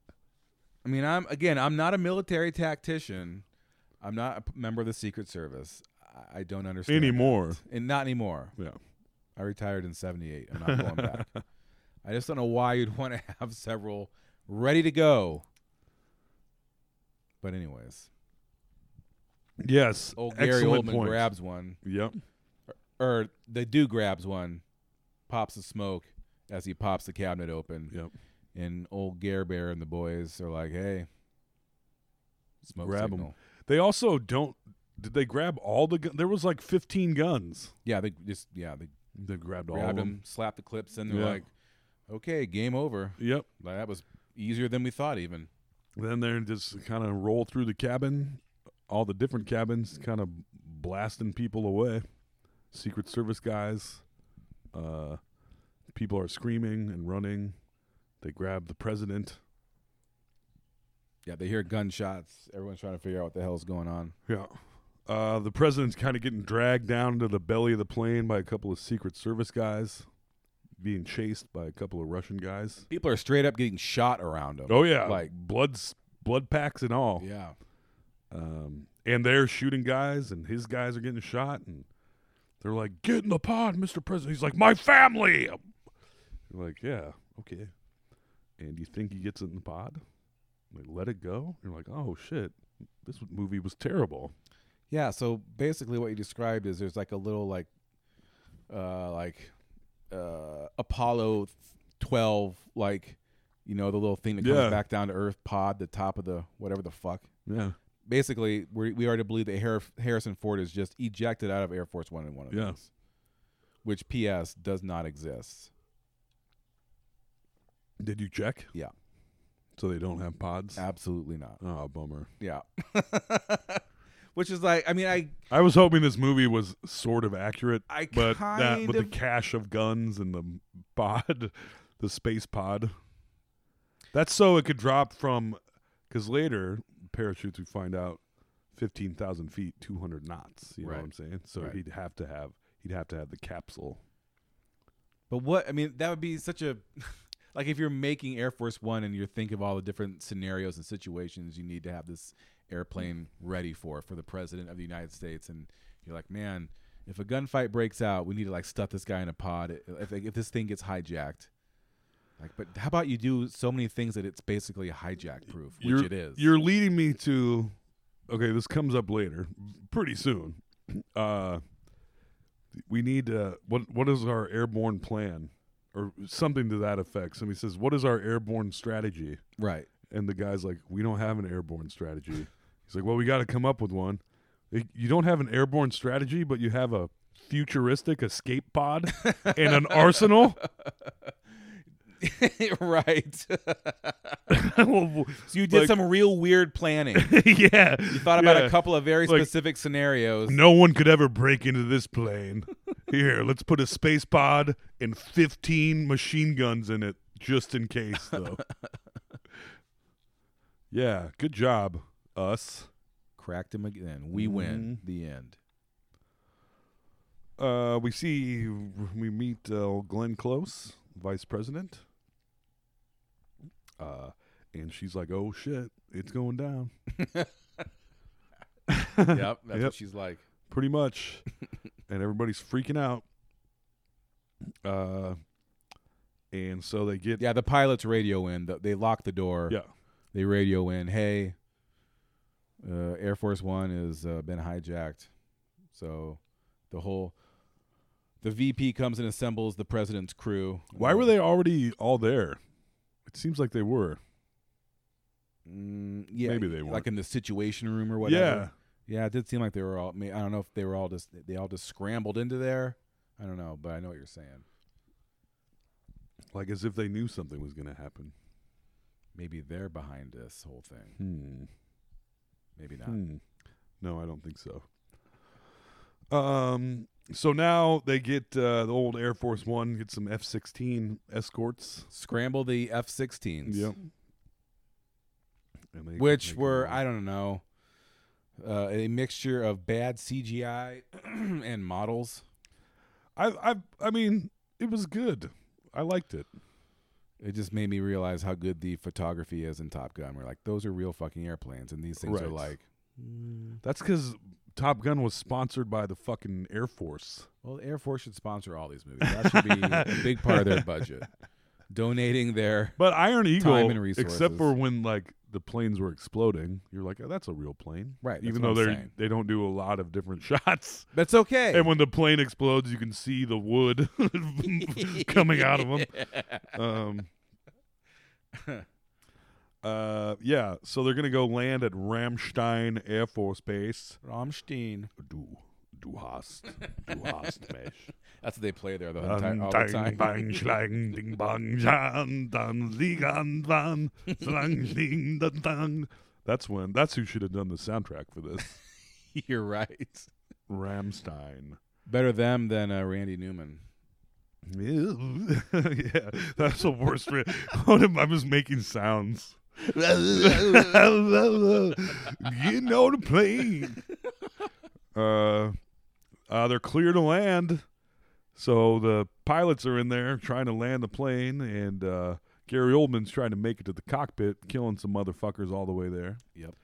[SPEAKER 12] I mean, I'm again, I'm not a military tactician. I'm not a p- member of the Secret Service. I- I don't understand that.
[SPEAKER 13] Anymore.
[SPEAKER 12] and not anymore.
[SPEAKER 13] Yeah,
[SPEAKER 12] I retired in '78. I'm not going back. I just don't know why you'd want to have several ready to go. But anyways,
[SPEAKER 13] Yes.
[SPEAKER 12] old Oh, Gary
[SPEAKER 13] Excellent
[SPEAKER 12] Oldman
[SPEAKER 13] point.
[SPEAKER 12] grabs one.
[SPEAKER 13] Yep.
[SPEAKER 12] Or, or the dude grabs one, pops the smoke as he pops the cabinet open.
[SPEAKER 13] Yep.
[SPEAKER 12] And old Gare Bear and the boys are like, "Hey, smoke
[SPEAKER 13] Grab 'em.
[SPEAKER 12] signal."
[SPEAKER 13] They also don't. Did they grab all the? gun There was like 15 guns.
[SPEAKER 12] Yeah, they just yeah they
[SPEAKER 13] they grabbed, all of
[SPEAKER 12] grabbed
[SPEAKER 13] them.
[SPEAKER 12] him, slapped the clips, and they're
[SPEAKER 13] Yeah.
[SPEAKER 12] like, "Okay, game over."
[SPEAKER 13] Yep.
[SPEAKER 12] Like, that was easier than we thought, even.
[SPEAKER 13] Then they're just kind of roll through the cabin, all the different cabins, kind of blasting people away. Secret Service guys, uh, people are screaming and running. They grab the president.
[SPEAKER 12] Yeah, they hear gunshots. Everyone's trying to figure out what the hell's going on.
[SPEAKER 13] Yeah. Uh, the president's kind of getting dragged down to the belly of the plane by a couple of Secret Service guys, being chased by a couple of Russian guys.
[SPEAKER 12] People are straight up getting shot around them.
[SPEAKER 13] Oh yeah,
[SPEAKER 12] like
[SPEAKER 13] like bloods, blood packs and all.
[SPEAKER 12] Yeah.
[SPEAKER 13] Um, and they're shooting guys, and his guys are getting shot, and they're like, "Get in the pod, Mr. President." He's like, "My family." You're like, "Yeah, okay." And you think he gets in the pod? Like, let it go. You're like, "Oh shit, this movie was terrible."
[SPEAKER 12] yeah. So basically, what you described is there's like a little like, uh, like, uh, Apollo twelve, like, you know, the little thing that comes
[SPEAKER 13] Yeah.
[SPEAKER 12] back down to Earth pod, the top of the whatever the fuck.
[SPEAKER 13] Yeah.
[SPEAKER 12] Basically, we we are to believe that Har- Harrison Ford is just ejected out of Air Force One in one of
[SPEAKER 13] Yeah.
[SPEAKER 12] these, which P.S. does not exist.
[SPEAKER 13] Did you check?
[SPEAKER 12] Yeah.
[SPEAKER 13] So they don't have pods?
[SPEAKER 12] Absolutely not.
[SPEAKER 13] Oh, bummer.
[SPEAKER 12] Yeah. Which is like, I mean, I
[SPEAKER 13] I was hoping this movie was sort of accurate,
[SPEAKER 12] I
[SPEAKER 13] but that with the
[SPEAKER 12] kind of-
[SPEAKER 13] cache of guns and the pod, the space pod. That's so it could drop from, because later parachutes we find out fifteen thousand feet, two hundred knots. You know
[SPEAKER 12] Right.
[SPEAKER 13] what I'm saying? So
[SPEAKER 12] Right.
[SPEAKER 13] he'd have to have he'd have to have the capsule.
[SPEAKER 12] But what I mean, that would be such a like if you're making Air Force One and you think of all the different scenarios and situations you need to have this airplane ready for for the president of the United States, and you're like, man, if a gunfight breaks out, we need to like stuff this guy in a pod. If if this thing gets hijacked. Like, but how about you do so many things that it's basically hijack proof, which
[SPEAKER 13] you're,
[SPEAKER 12] it is.
[SPEAKER 13] You're leading me to okay, this comes up later, pretty soon. Uh we need uh what what is our airborne plan or something to that effect. Somebody says, "What is our airborne strategy?"
[SPEAKER 12] Right.
[SPEAKER 13] And the guy's like, "We don't have an airborne strategy." He's like, "Well, we got to come up with one." Like, You don't have an airborne strategy, but you have a futuristic escape pod and an arsenal?
[SPEAKER 12] right.
[SPEAKER 13] so
[SPEAKER 12] you did
[SPEAKER 13] Like-
[SPEAKER 12] some real weird planning.
[SPEAKER 13] yeah.
[SPEAKER 12] You thought about
[SPEAKER 13] yeah.
[SPEAKER 12] a couple of very
[SPEAKER 13] Like,
[SPEAKER 12] specific scenarios.
[SPEAKER 13] No one could ever break into this plane. Here, let's put a space pod and 15 machine guns in it just in case, though. yeah, good job, us. Mm-hmm.
[SPEAKER 12] Cracked him again. We win. The end.
[SPEAKER 13] Uh, we see, we meet uh, Glenn Close, vice president. Uh, and she's like, oh shit, it's going down.
[SPEAKER 12] yep, that's
[SPEAKER 13] Yep.
[SPEAKER 12] what she's like.
[SPEAKER 13] pretty much and everybody's freaking out uh and so they get
[SPEAKER 12] Yeah, the pilots radio in. The, they lock the door.
[SPEAKER 13] yeah
[SPEAKER 12] They radio in, "Hey, uh, Air Force 1 has uh, been hijacked." So the whole the VP comes and assembles the president's crew.
[SPEAKER 13] why were they already all there it seems like they were
[SPEAKER 12] Mm, yeah,
[SPEAKER 13] Maybe they
[SPEAKER 12] like
[SPEAKER 13] weren't.
[SPEAKER 12] in the situation room or whatever. Yeah, yeah. It did seem like they were all. I, mean, I don't know if they were all just they all just scrambled into there. I don't know, but I know what you're saying.
[SPEAKER 13] Like as if they knew something was going to happen.
[SPEAKER 14] Maybe they're behind this whole thing.
[SPEAKER 13] Hmm.
[SPEAKER 14] Maybe not.
[SPEAKER 13] Hmm. No, I don't think so. Um. So now they get uh, the old Air Force One, get some F sixteen escorts,
[SPEAKER 12] scramble the F sixteens.
[SPEAKER 13] Yep.
[SPEAKER 12] which were I don't know, uh, a mixture of bad CGI and models.
[SPEAKER 13] I I I mean, it was good. I liked it.
[SPEAKER 12] It just made me realize how good the photography is in Top Gun. We're like, those are real fucking airplanes, and these things are
[SPEAKER 13] Right.
[SPEAKER 12] like,
[SPEAKER 13] That's because Top Gun was sponsored by the fucking Air Force.
[SPEAKER 12] well, the Air Force should sponsor all these movies. That should be a big part of their budget, donating their
[SPEAKER 13] But Iron Eagle,
[SPEAKER 12] time and resources.
[SPEAKER 13] except for when like the planes were exploding, you're like, oh, that's a real plane,
[SPEAKER 12] Right, that's
[SPEAKER 13] Even
[SPEAKER 12] what
[SPEAKER 13] though
[SPEAKER 12] I'm
[SPEAKER 13] they
[SPEAKER 12] saying.
[SPEAKER 13] they don't do a lot of different shots.
[SPEAKER 12] That's okay.
[SPEAKER 13] And when the plane explodes, you can see the wood coming out of them. Um, uh, yeah. So they're gonna go land at Ramstein Air Force Base.
[SPEAKER 12] Ramstein.
[SPEAKER 13] Du, du hast, du hast mich.
[SPEAKER 12] That's what they play there the whole time. All the
[SPEAKER 13] Ding,
[SPEAKER 12] time.
[SPEAKER 13] bang, schlagen, ding, bang, jan, dann liegen, dann, slang, schling, dann, dann. That's when. That's who should have done the soundtrack for this.
[SPEAKER 12] You're right.
[SPEAKER 13] Ramstein.
[SPEAKER 12] Better them than uh, Randy Newman.
[SPEAKER 13] yeah, that's the worst. Ra- what am I was making sounds. you know the plane. Uh, uh, they're clear to land, so the pilots are in there trying to land the plane, and uh, Gary Oldman's trying to make it to the cockpit, killing some motherfuckers all the way there.
[SPEAKER 12] Yep.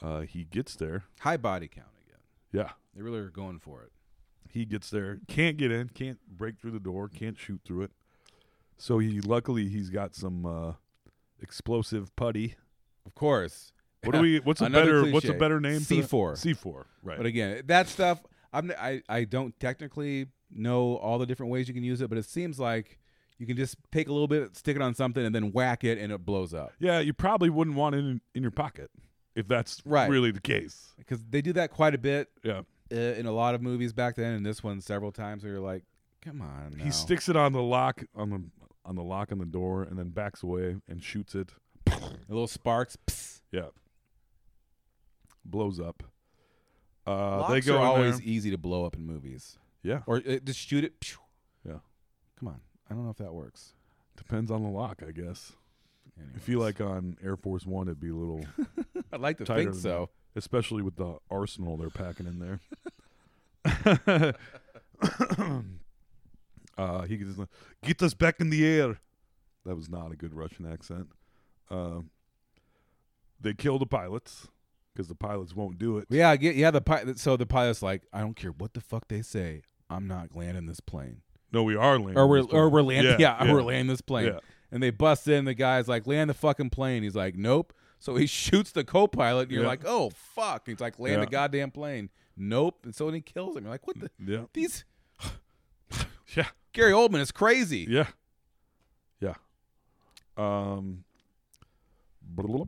[SPEAKER 13] Uh, he gets there.
[SPEAKER 12] High body count again.
[SPEAKER 13] Yeah.
[SPEAKER 12] They really are going for it.
[SPEAKER 13] He gets there, can't get in, can't break through the door, can't shoot through it. So he luckily he's got some uh, explosive putty.
[SPEAKER 12] Of course.
[SPEAKER 13] What do we? What's a
[SPEAKER 12] Another
[SPEAKER 13] better? What's a
[SPEAKER 12] cliche.
[SPEAKER 13] better name?
[SPEAKER 12] C four.
[SPEAKER 13] C four. Right.
[SPEAKER 12] But again, that stuff. I'm. n- I. I don't technically know all the different ways you can use it, but it seems like you can just take a little bit, stick it on something, and then whack it, and it blows up.
[SPEAKER 13] yeah, you probably wouldn't want it in, in your pocket if that's
[SPEAKER 12] Right.
[SPEAKER 13] really the case.
[SPEAKER 12] Because they do that quite a bit.
[SPEAKER 13] Yeah.
[SPEAKER 12] Uh, in a lot of movies back then, and this one several times, where you're like, "Come on."
[SPEAKER 13] He
[SPEAKER 12] now."
[SPEAKER 13] sticks it on the lock on the on the lock on the door and then backs away and shoots it.
[SPEAKER 12] A little sparks. Psst.
[SPEAKER 13] Yeah. Blows up. Uh,
[SPEAKER 12] Locks
[SPEAKER 13] they go
[SPEAKER 12] are
[SPEAKER 13] in
[SPEAKER 12] always
[SPEAKER 13] there.
[SPEAKER 12] easy to blow up in movies.
[SPEAKER 13] Yeah.
[SPEAKER 12] Or uh, just shoot it. phew.
[SPEAKER 13] Yeah.
[SPEAKER 12] Come on. I don't know if that works.
[SPEAKER 13] Depends on the lock, I guess. I feel like on Air Force One, it'd be a little.
[SPEAKER 12] I'd like to
[SPEAKER 13] tighter
[SPEAKER 12] think
[SPEAKER 13] than
[SPEAKER 12] so.
[SPEAKER 13] that, especially with the arsenal they're packing in there. uh, he gets like, get us back in the air. That was not a good Russian accent. Uh, they kill the pilots because the pilots won't do it.
[SPEAKER 12] Yeah, I get yeah. The pi- so the pilot's like, I don't care what the fuck they say, I'm not landing this plane.
[SPEAKER 13] No, we are landing.
[SPEAKER 12] or we're
[SPEAKER 13] this
[SPEAKER 12] or
[SPEAKER 13] plane.
[SPEAKER 12] we're landing. Yeah,
[SPEAKER 13] yeah.
[SPEAKER 12] we're landing this plane.
[SPEAKER 13] Yeah.
[SPEAKER 12] And they bust in. The guy's like, land the fucking plane. He's like, nope. So he shoots the co-pilot. And you're
[SPEAKER 13] Yeah.
[SPEAKER 12] like, oh fuck. He's like, land
[SPEAKER 13] Yeah. Mm,
[SPEAKER 12] the goddamn plane. Nope. And so then he kills him. You're like, what the?
[SPEAKER 13] Yeah.
[SPEAKER 12] These.
[SPEAKER 13] Yeah.
[SPEAKER 12] Gary Oldman is crazy.
[SPEAKER 13] Yeah. Yeah. Um. blah, blah, blah.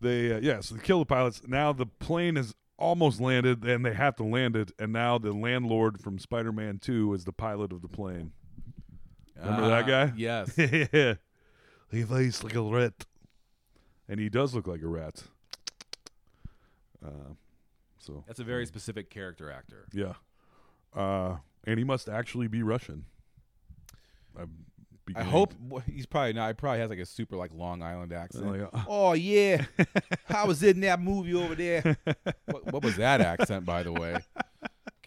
[SPEAKER 13] They uh, yeah, so they kill the pilots. Now the plane is almost landed, and they have to land it. And now the landlord from Spider-Man Two is the pilot of the plane. Remember that
[SPEAKER 12] Ah,
[SPEAKER 13] guy?
[SPEAKER 12] yes.
[SPEAKER 13] yeah. He looks like a rat, and he does look like a rat. Uh, so
[SPEAKER 12] That's a very specific character actor.
[SPEAKER 13] yeah. Uh, and he must actually be Russian. I'm
[SPEAKER 12] I
[SPEAKER 13] beginning
[SPEAKER 12] hope wh- he's probably not. He probably has like a super like Long Island accent.
[SPEAKER 13] Like, uh,
[SPEAKER 12] oh yeah, I was in that movie over there. what, what was that accent, by the way?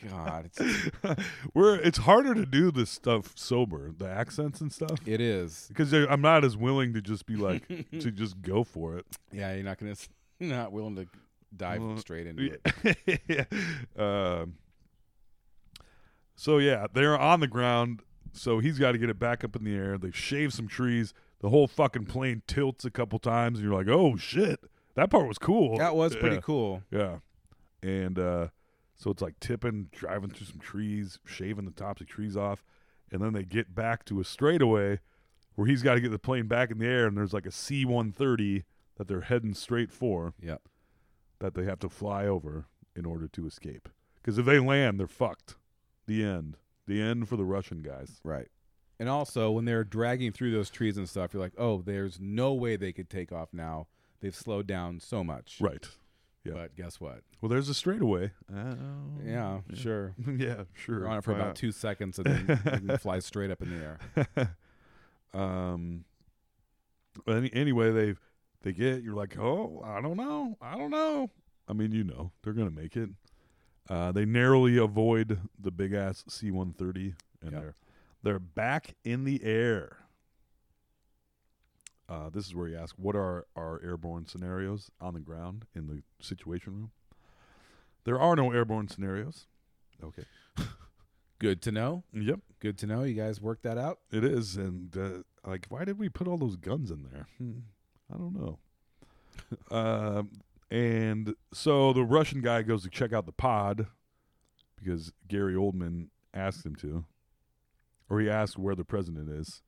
[SPEAKER 12] God, it's,
[SPEAKER 13] We're it's harder to do this stuff sober, the accents and stuff.
[SPEAKER 12] it is.
[SPEAKER 13] Because I'm not as willing to just be like to just go for it.
[SPEAKER 12] Yeah, you're not gonna. s- You're not willing to dive
[SPEAKER 13] Well,
[SPEAKER 12] straight into it.
[SPEAKER 13] yeah. Um, so yeah, they're on the ground. So he's got to get it back up in the air. They shave some trees. The whole fucking plane tilts a couple times, and you're like, "Oh shit, that part was cool."
[SPEAKER 12] That was pretty
[SPEAKER 13] Yeah.
[SPEAKER 12] cool.
[SPEAKER 13] Yeah, and uh, so it's like tipping, driving through some trees, shaving the tops of trees off, and then they get back to a straightaway where he's got to get the plane back in the air, and there's like a C-130 that they're heading straight for
[SPEAKER 12] Yep.
[SPEAKER 13] that they have to fly over in order to escape. Because if they land, they're fucked. The end. The end for the Russian guys.
[SPEAKER 12] Right. And also, when they're dragging through those trees and stuff, you're like, oh, there's no way they could take off now. They've slowed down so much.
[SPEAKER 13] Right.
[SPEAKER 12] Yeah. But guess what?
[SPEAKER 13] Well, there's a straightaway. Uh,
[SPEAKER 12] yeah, sure.
[SPEAKER 13] yeah, sure.
[SPEAKER 12] You're on it for
[SPEAKER 13] Why
[SPEAKER 12] about
[SPEAKER 13] not?
[SPEAKER 12] two seconds and then you can fly straight up in the air.
[SPEAKER 13] um, but any, anyway, they they get you're like, oh, I don't know, I don't know. I mean, you know, they're gonna make it. Uh, they narrowly avoid the big ass C-130, and they're they're back in the air. Uh, this is where you ask, what are our airborne scenarios on the ground in the situation room? There are no airborne scenarios. Okay.
[SPEAKER 12] Good to know.
[SPEAKER 13] Yep.
[SPEAKER 12] Good to know. You guys worked that out.
[SPEAKER 13] It is, and uh, like, why did we put all those guns in there? Hmm, I don't know. um, and so the Russian guy goes to check out the pod because Gary Oldman asked him to, or he asked where the president is,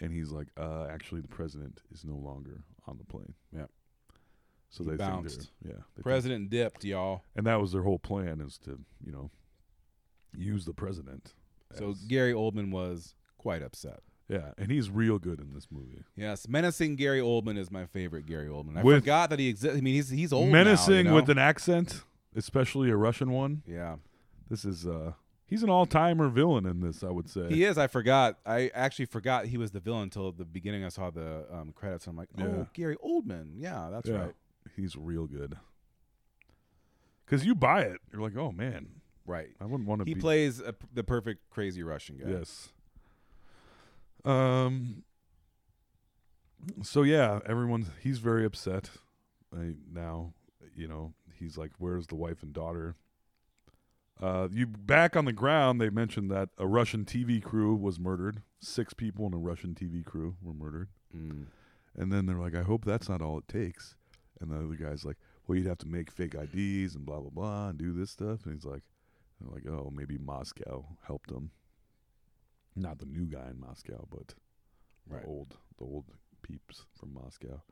[SPEAKER 13] and he's like, uh, "Actually, the president is no longer on the plane."
[SPEAKER 12] Yeah.
[SPEAKER 13] So
[SPEAKER 12] He
[SPEAKER 13] they think
[SPEAKER 12] bounced.
[SPEAKER 13] they're- yeah. they think-
[SPEAKER 12] President dipped, y'all.
[SPEAKER 13] and that was their whole plan is to you know use the president.
[SPEAKER 12] So Gary Oldman was quite upset.
[SPEAKER 13] Yeah, and he's real good in this movie.
[SPEAKER 12] Yes, menacing Gary Oldman is my favorite Gary Oldman. I
[SPEAKER 13] With-
[SPEAKER 12] forgot that he exists. I mean, he's he's old. now, you
[SPEAKER 13] menacing
[SPEAKER 12] know?
[SPEAKER 13] with an accent, especially a Russian one.
[SPEAKER 12] Yeah,
[SPEAKER 13] this is uh he's an all timer villain in this. I would say
[SPEAKER 12] He is. I forgot. I actually forgot he was the villain until the beginning. I saw the um, credits. And I'm like, oh,
[SPEAKER 13] Yeah.
[SPEAKER 12] Gary Oldman. Yeah, that's
[SPEAKER 13] Yeah,
[SPEAKER 12] right.
[SPEAKER 13] He's real good. Because you buy it, you're like, oh man,
[SPEAKER 12] right?
[SPEAKER 13] I wouldn't want to.
[SPEAKER 12] He
[SPEAKER 13] be-
[SPEAKER 12] plays a, the perfect crazy Russian guy.
[SPEAKER 13] Yes. Um. So yeah, everyone's he's very upset. I, now, you know, he's like, "Where's the wife and daughter?" Uh, you back on the ground. They mentioned that a Russian TV crew was murdered. Six people in a Russian TV crew were murdered. And then they're like, "I hope that's not all it takes." And the other guy's like, "Well, you'd have to make fake IDs and blah blah blah and do this stuff." And he's like, they're "Like, oh, maybe Moscow helped them." not the new guy in Moscow, but the old the old peeps from Moscow.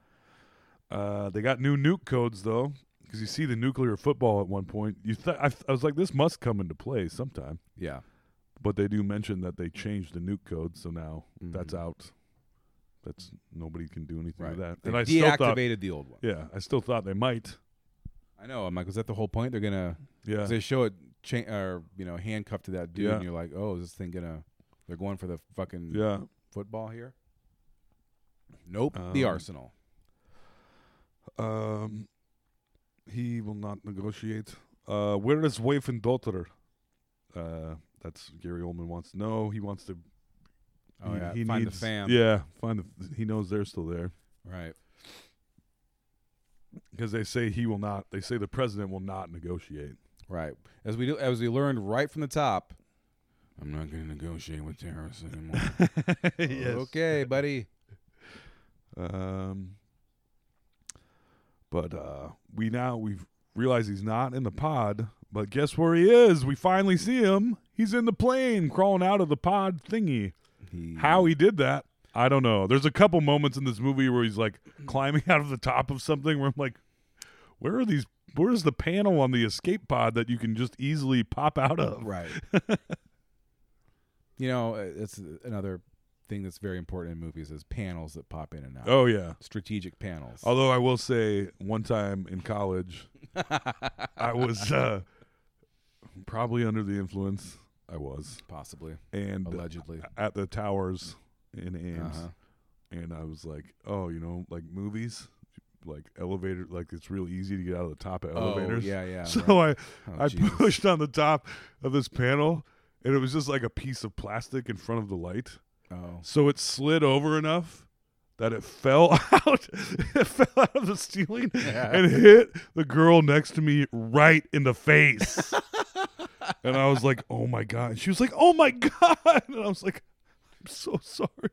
[SPEAKER 13] Uh, they got new nuke codes though, because you see the nuclear football at one point. You, th- I, I was like, this must come into play sometime.
[SPEAKER 12] Yeah.
[SPEAKER 13] but they do mention that they changed the nuke code, so now that's
[SPEAKER 12] Mm-hmm.
[SPEAKER 13] out. That's nobody can do anything with that.
[SPEAKER 12] They
[SPEAKER 13] and I still thought-
[SPEAKER 12] deactivated the old one.
[SPEAKER 13] Yeah, I still thought they might.
[SPEAKER 12] I know. I'm like, is that the whole point? They're gonna.
[SPEAKER 13] Yeah.
[SPEAKER 12] 'cause They show it, cha- or you know, handcuffed to that dude,
[SPEAKER 13] Yeah.
[SPEAKER 12] and you're like, oh, is this thing gonna? They're going for the fucking
[SPEAKER 13] Yeah.
[SPEAKER 12] football here. Nope. the
[SPEAKER 13] Um,
[SPEAKER 12] arsenal.
[SPEAKER 13] Um, he will not negotiate. Uh, where is wife and daughter? Uh, that's Gary Oldman wants to know. He wants to.
[SPEAKER 12] Oh, yeah, find the fam.
[SPEAKER 13] Yeah, find the. He knows they're still there
[SPEAKER 12] Right.
[SPEAKER 13] because they say he will not. They say the president will not negotiate.
[SPEAKER 12] Right. As we do, as we learned right from the top, I'm not going to negotiate with terrorists anymore. Okay, buddy.
[SPEAKER 13] Um, but uh, we now we've realized he's not in the pod. But guess where he is? We finally see him. He's in the plane, crawling out of the pod thingy. How he did that, I don't know. There's a couple moments in this movie where he's like climbing out of the top of something. Where I'm like, where are these? Where's the panel on the escape pod that you can just easily pop out of?
[SPEAKER 12] Right. You know, uh, that's another thing that's very important in movies is panels that pop in and out.
[SPEAKER 13] Oh, yeah.
[SPEAKER 12] strategic panels.
[SPEAKER 13] Although I will say, one time in college, I was uh, probably under the influence. I was
[SPEAKER 12] possibly
[SPEAKER 13] and
[SPEAKER 12] Allegedly.
[SPEAKER 13] at the towers in Ames,
[SPEAKER 12] Uh-huh.
[SPEAKER 13] and I was like, oh, you know, like movies. Like elevator, like it's real easy to get out of the top of
[SPEAKER 12] Oh,
[SPEAKER 13] elevators.
[SPEAKER 12] yeah, yeah,
[SPEAKER 13] So
[SPEAKER 12] right.
[SPEAKER 13] I,
[SPEAKER 12] Oh,
[SPEAKER 13] I
[SPEAKER 12] Jesus.
[SPEAKER 13] pushed on the top of this panel, and it was just like a piece of plastic in front of the light.
[SPEAKER 12] Oh.
[SPEAKER 13] So it slid over enough that it fell out. it fell out of the ceiling and hit the girl next to me right in the face. and I was like, "Oh my god!" And she was like, "Oh my god!" And I was like, "I'm so sorry."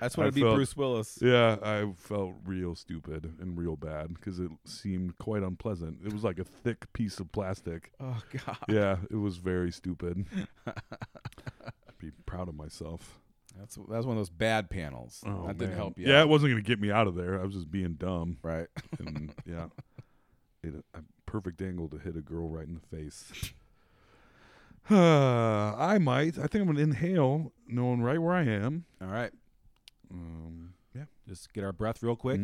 [SPEAKER 12] That's what
[SPEAKER 13] I
[SPEAKER 12] it'd be Bruce Willis.
[SPEAKER 13] Yeah, I felt real stupid and real bad because it seemed quite unpleasant. It was like a thick piece of plastic.
[SPEAKER 12] Oh, God.
[SPEAKER 13] Yeah, it was very stupid. be proud of myself.
[SPEAKER 12] That's that was one of those bad panels.
[SPEAKER 13] Oh,
[SPEAKER 12] that didn't
[SPEAKER 13] man.
[SPEAKER 12] help you.
[SPEAKER 13] Yeah,
[SPEAKER 12] out.
[SPEAKER 13] it wasn't going to get me out of there. I was just being dumb.
[SPEAKER 12] Right.
[SPEAKER 13] And yeah, it a perfect angle to hit a girl right in the face. I might. I think I'm gonna inhale, knowing right where I am.
[SPEAKER 14] All right.
[SPEAKER 13] Um, Mm-hmm.
[SPEAKER 14] yeah. Just get our breath real quick.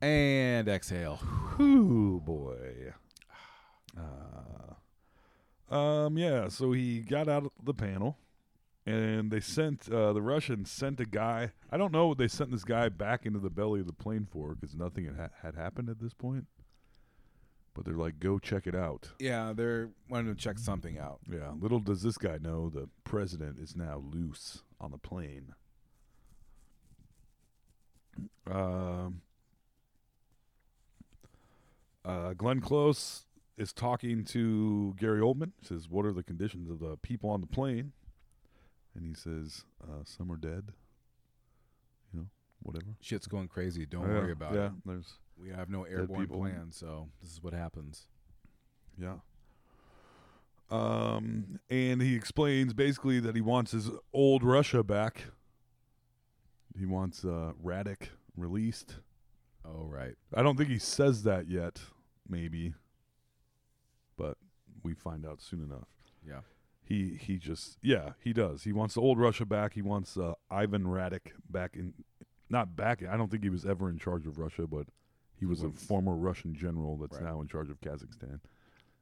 [SPEAKER 14] And exhale.
[SPEAKER 13] Ooh boy. Uh, Ah. um. Yeah. So he got out of the panel, and they sent uh, the Russians sent a guy. I don't know what they sent this guy back into the belly of the plane for because nothing had, ha- had happened at this point. But they're like, go check it out.
[SPEAKER 14] Yeah, they're wanting to check something out.
[SPEAKER 13] Yeah. Little does this guy know the president is now loose on the plane. Um. Uh, Glenn Close is talking to Gary Oldman. Says, "What are the conditions of the people on the plane?" And he says, uh, "Some are dead. You know, whatever.
[SPEAKER 14] Shit's going crazy. Don't
[SPEAKER 13] Yeah,
[SPEAKER 14] worry about
[SPEAKER 13] yeah,
[SPEAKER 14] it.
[SPEAKER 13] there's
[SPEAKER 14] we have no
[SPEAKER 13] dead
[SPEAKER 14] airborne
[SPEAKER 13] people.
[SPEAKER 14] plan, so this is what happens.
[SPEAKER 13] Yeah. Um, and he explains basically that he wants his old Russia back. He wants uh, Radek released.
[SPEAKER 14] Oh right.
[SPEAKER 13] I don't think he says that yet. Maybe, but we find out soon enough.
[SPEAKER 14] Yeah.
[SPEAKER 13] He he just yeah he does. He wants the old Russia back. He wants uh, Ivan Radek back in, not back. in- I don't think he was ever in charge of Russia, but he was a
[SPEAKER 14] was.
[SPEAKER 13] former Russian general that's now in charge of Kazakhstan.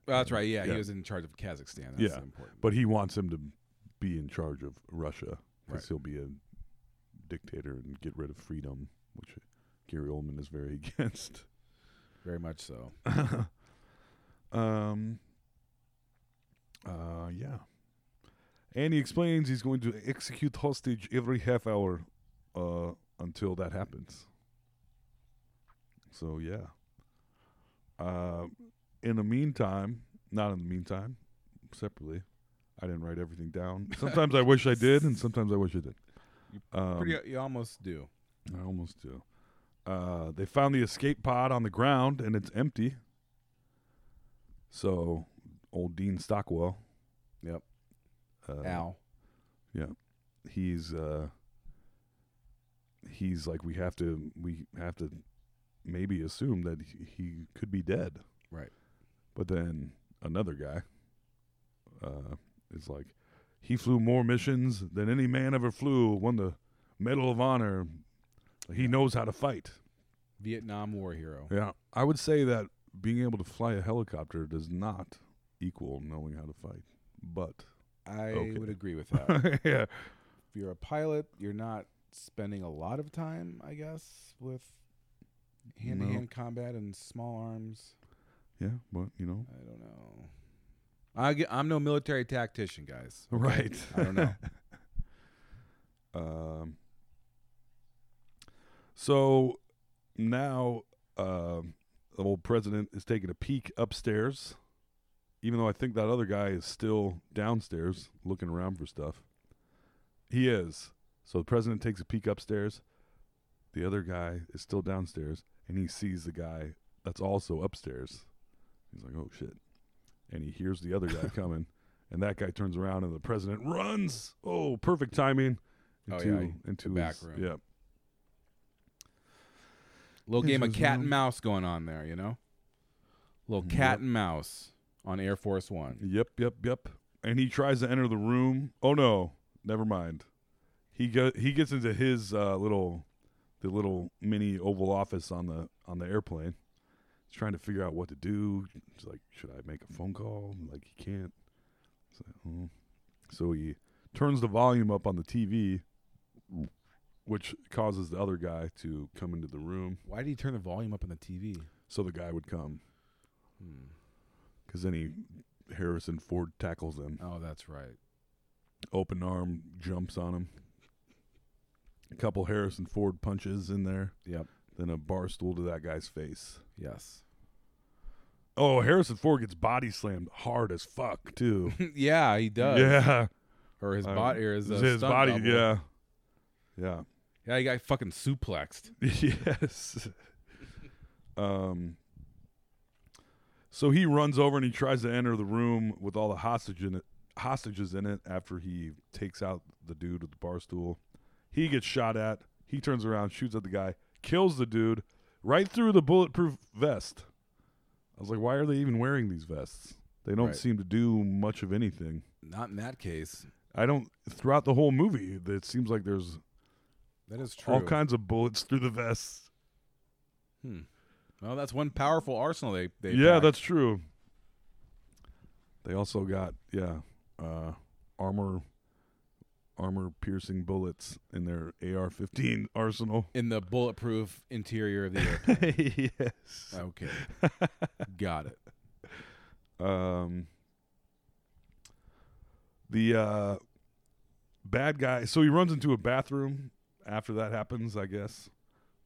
[SPEAKER 14] Well, that's right. Yeah,
[SPEAKER 13] Yeah.
[SPEAKER 14] he was in charge of Kazakhstan. That's
[SPEAKER 13] yeah,
[SPEAKER 14] important.
[SPEAKER 13] but he wants him to be in charge of Russia because
[SPEAKER 14] Right.
[SPEAKER 13] he'll be a dictator and get rid of freedom, which Gary Oldman is very against.
[SPEAKER 14] Very much so.
[SPEAKER 13] um. Uh, yeah. And he explains he's going to execute hostage every half hour uh, until that happens. So yeah. Uh, in the meantime, not in the meantime, separately, I didn't write everything down. Sometimes I wish I did, and sometimes I wish I did. Um,
[SPEAKER 14] Pretty, you almost do.
[SPEAKER 13] I almost do. Uh, they found the escape pod on the ground and it's empty. So, old Dean Stockwell.
[SPEAKER 14] Yep.
[SPEAKER 13] Uh,
[SPEAKER 14] Al.
[SPEAKER 13] Yeah. He's uh, he's like we have to we have to maybe assume that he- he could be dead.
[SPEAKER 14] Right.
[SPEAKER 13] But then another guy uh, is like, he flew more missions than any man ever flew, won the Medal of Honor. He knows how to fight.
[SPEAKER 14] Vietnam War hero.
[SPEAKER 13] Yeah. I would say that being able to fly a helicopter does not equal knowing how to fight. But
[SPEAKER 14] I
[SPEAKER 13] okay.
[SPEAKER 14] would agree with that.
[SPEAKER 13] yeah.
[SPEAKER 14] If you're a pilot, you're not spending a lot of time, I guess, with hand to hand combat and small arms.
[SPEAKER 13] Yeah, but you know.
[SPEAKER 14] I don't know. I get, I'm no military tactician, guys. okay?
[SPEAKER 13] Right.
[SPEAKER 14] I don't know.
[SPEAKER 13] Um, so now um the old president is taking a peek upstairs, even though I think that other guy is still downstairs looking around for stuff. He is. So the president takes a peek upstairs. The other guy is still downstairs, and he sees the guy that's also upstairs. He's like, oh shit. And he hears the other guy coming, and that guy turns around, and the president runs. Oh, perfect timing.
[SPEAKER 14] Oh,
[SPEAKER 13] Into,
[SPEAKER 14] yeah, the
[SPEAKER 13] into
[SPEAKER 14] back
[SPEAKER 13] his,
[SPEAKER 14] room.
[SPEAKER 13] Yeah.
[SPEAKER 14] Little game of
[SPEAKER 13] Into his
[SPEAKER 14] cat and
[SPEAKER 13] room.
[SPEAKER 14] mouse going on there, you know? Little cat and mouse on Air Force One.
[SPEAKER 13] Yep, yep, yep. And he tries to enter the room. Oh no, never mind. He go, he gets into his uh, little the little mini Oval Office on the on the airplane. He's trying to figure out what to do. He's like, should I make a phone call? Like he can't. He's like, "Oh." So he turns the volume up on the TV, which causes the other guy to come into the room.
[SPEAKER 14] Why did he turn the volume up on the Hmm. TV?
[SPEAKER 13] So the guy would come. Because then he Harrison Ford tackles him.
[SPEAKER 14] Oh, that's right.
[SPEAKER 13] Open arm jumps on him. A couple Harrison Ford punches in there.
[SPEAKER 14] Yep.
[SPEAKER 13] Then a bar stool to that guy's face.
[SPEAKER 14] Yes.
[SPEAKER 13] Oh, Harrison Ford gets body slammed hard as fuck too.
[SPEAKER 14] yeah, he does.
[SPEAKER 13] Yeah.
[SPEAKER 14] Or his
[SPEAKER 13] Uh,
[SPEAKER 14] body, or his, uh,
[SPEAKER 13] his
[SPEAKER 14] stunt
[SPEAKER 13] body.
[SPEAKER 14] double.
[SPEAKER 13] Yeah. Yeah.
[SPEAKER 14] Yeah, he got fucking suplexed.
[SPEAKER 13] yes. um. So he runs over and he tries to enter the room with all the hostage in it, hostages in it. After he takes out the dude with the bar stool, he gets shot at. He turns around, shoots at the guy, kills the dude right through the bulletproof vest. I was like, why are they even wearing these vests? They don't
[SPEAKER 12] Right.
[SPEAKER 13] seem to do much of anything.
[SPEAKER 14] Not in that case.
[SPEAKER 13] I don't. Throughout the whole movie, it seems like there's
[SPEAKER 14] That is
[SPEAKER 13] all
[SPEAKER 14] true.
[SPEAKER 13] kinds of bullets through the vests.
[SPEAKER 12] Hmm. Well, that's one powerful arsenal they. they
[SPEAKER 13] yeah,
[SPEAKER 12] pack.
[SPEAKER 13] that's true. They also got yeah, uh, armor, armor piercing bullets in their AR-15 arsenal.
[SPEAKER 12] in the bulletproof interior of the airplane. yes. Okay. Got it.
[SPEAKER 13] um the uh bad guy so he runs into a bathroom after that happens i guess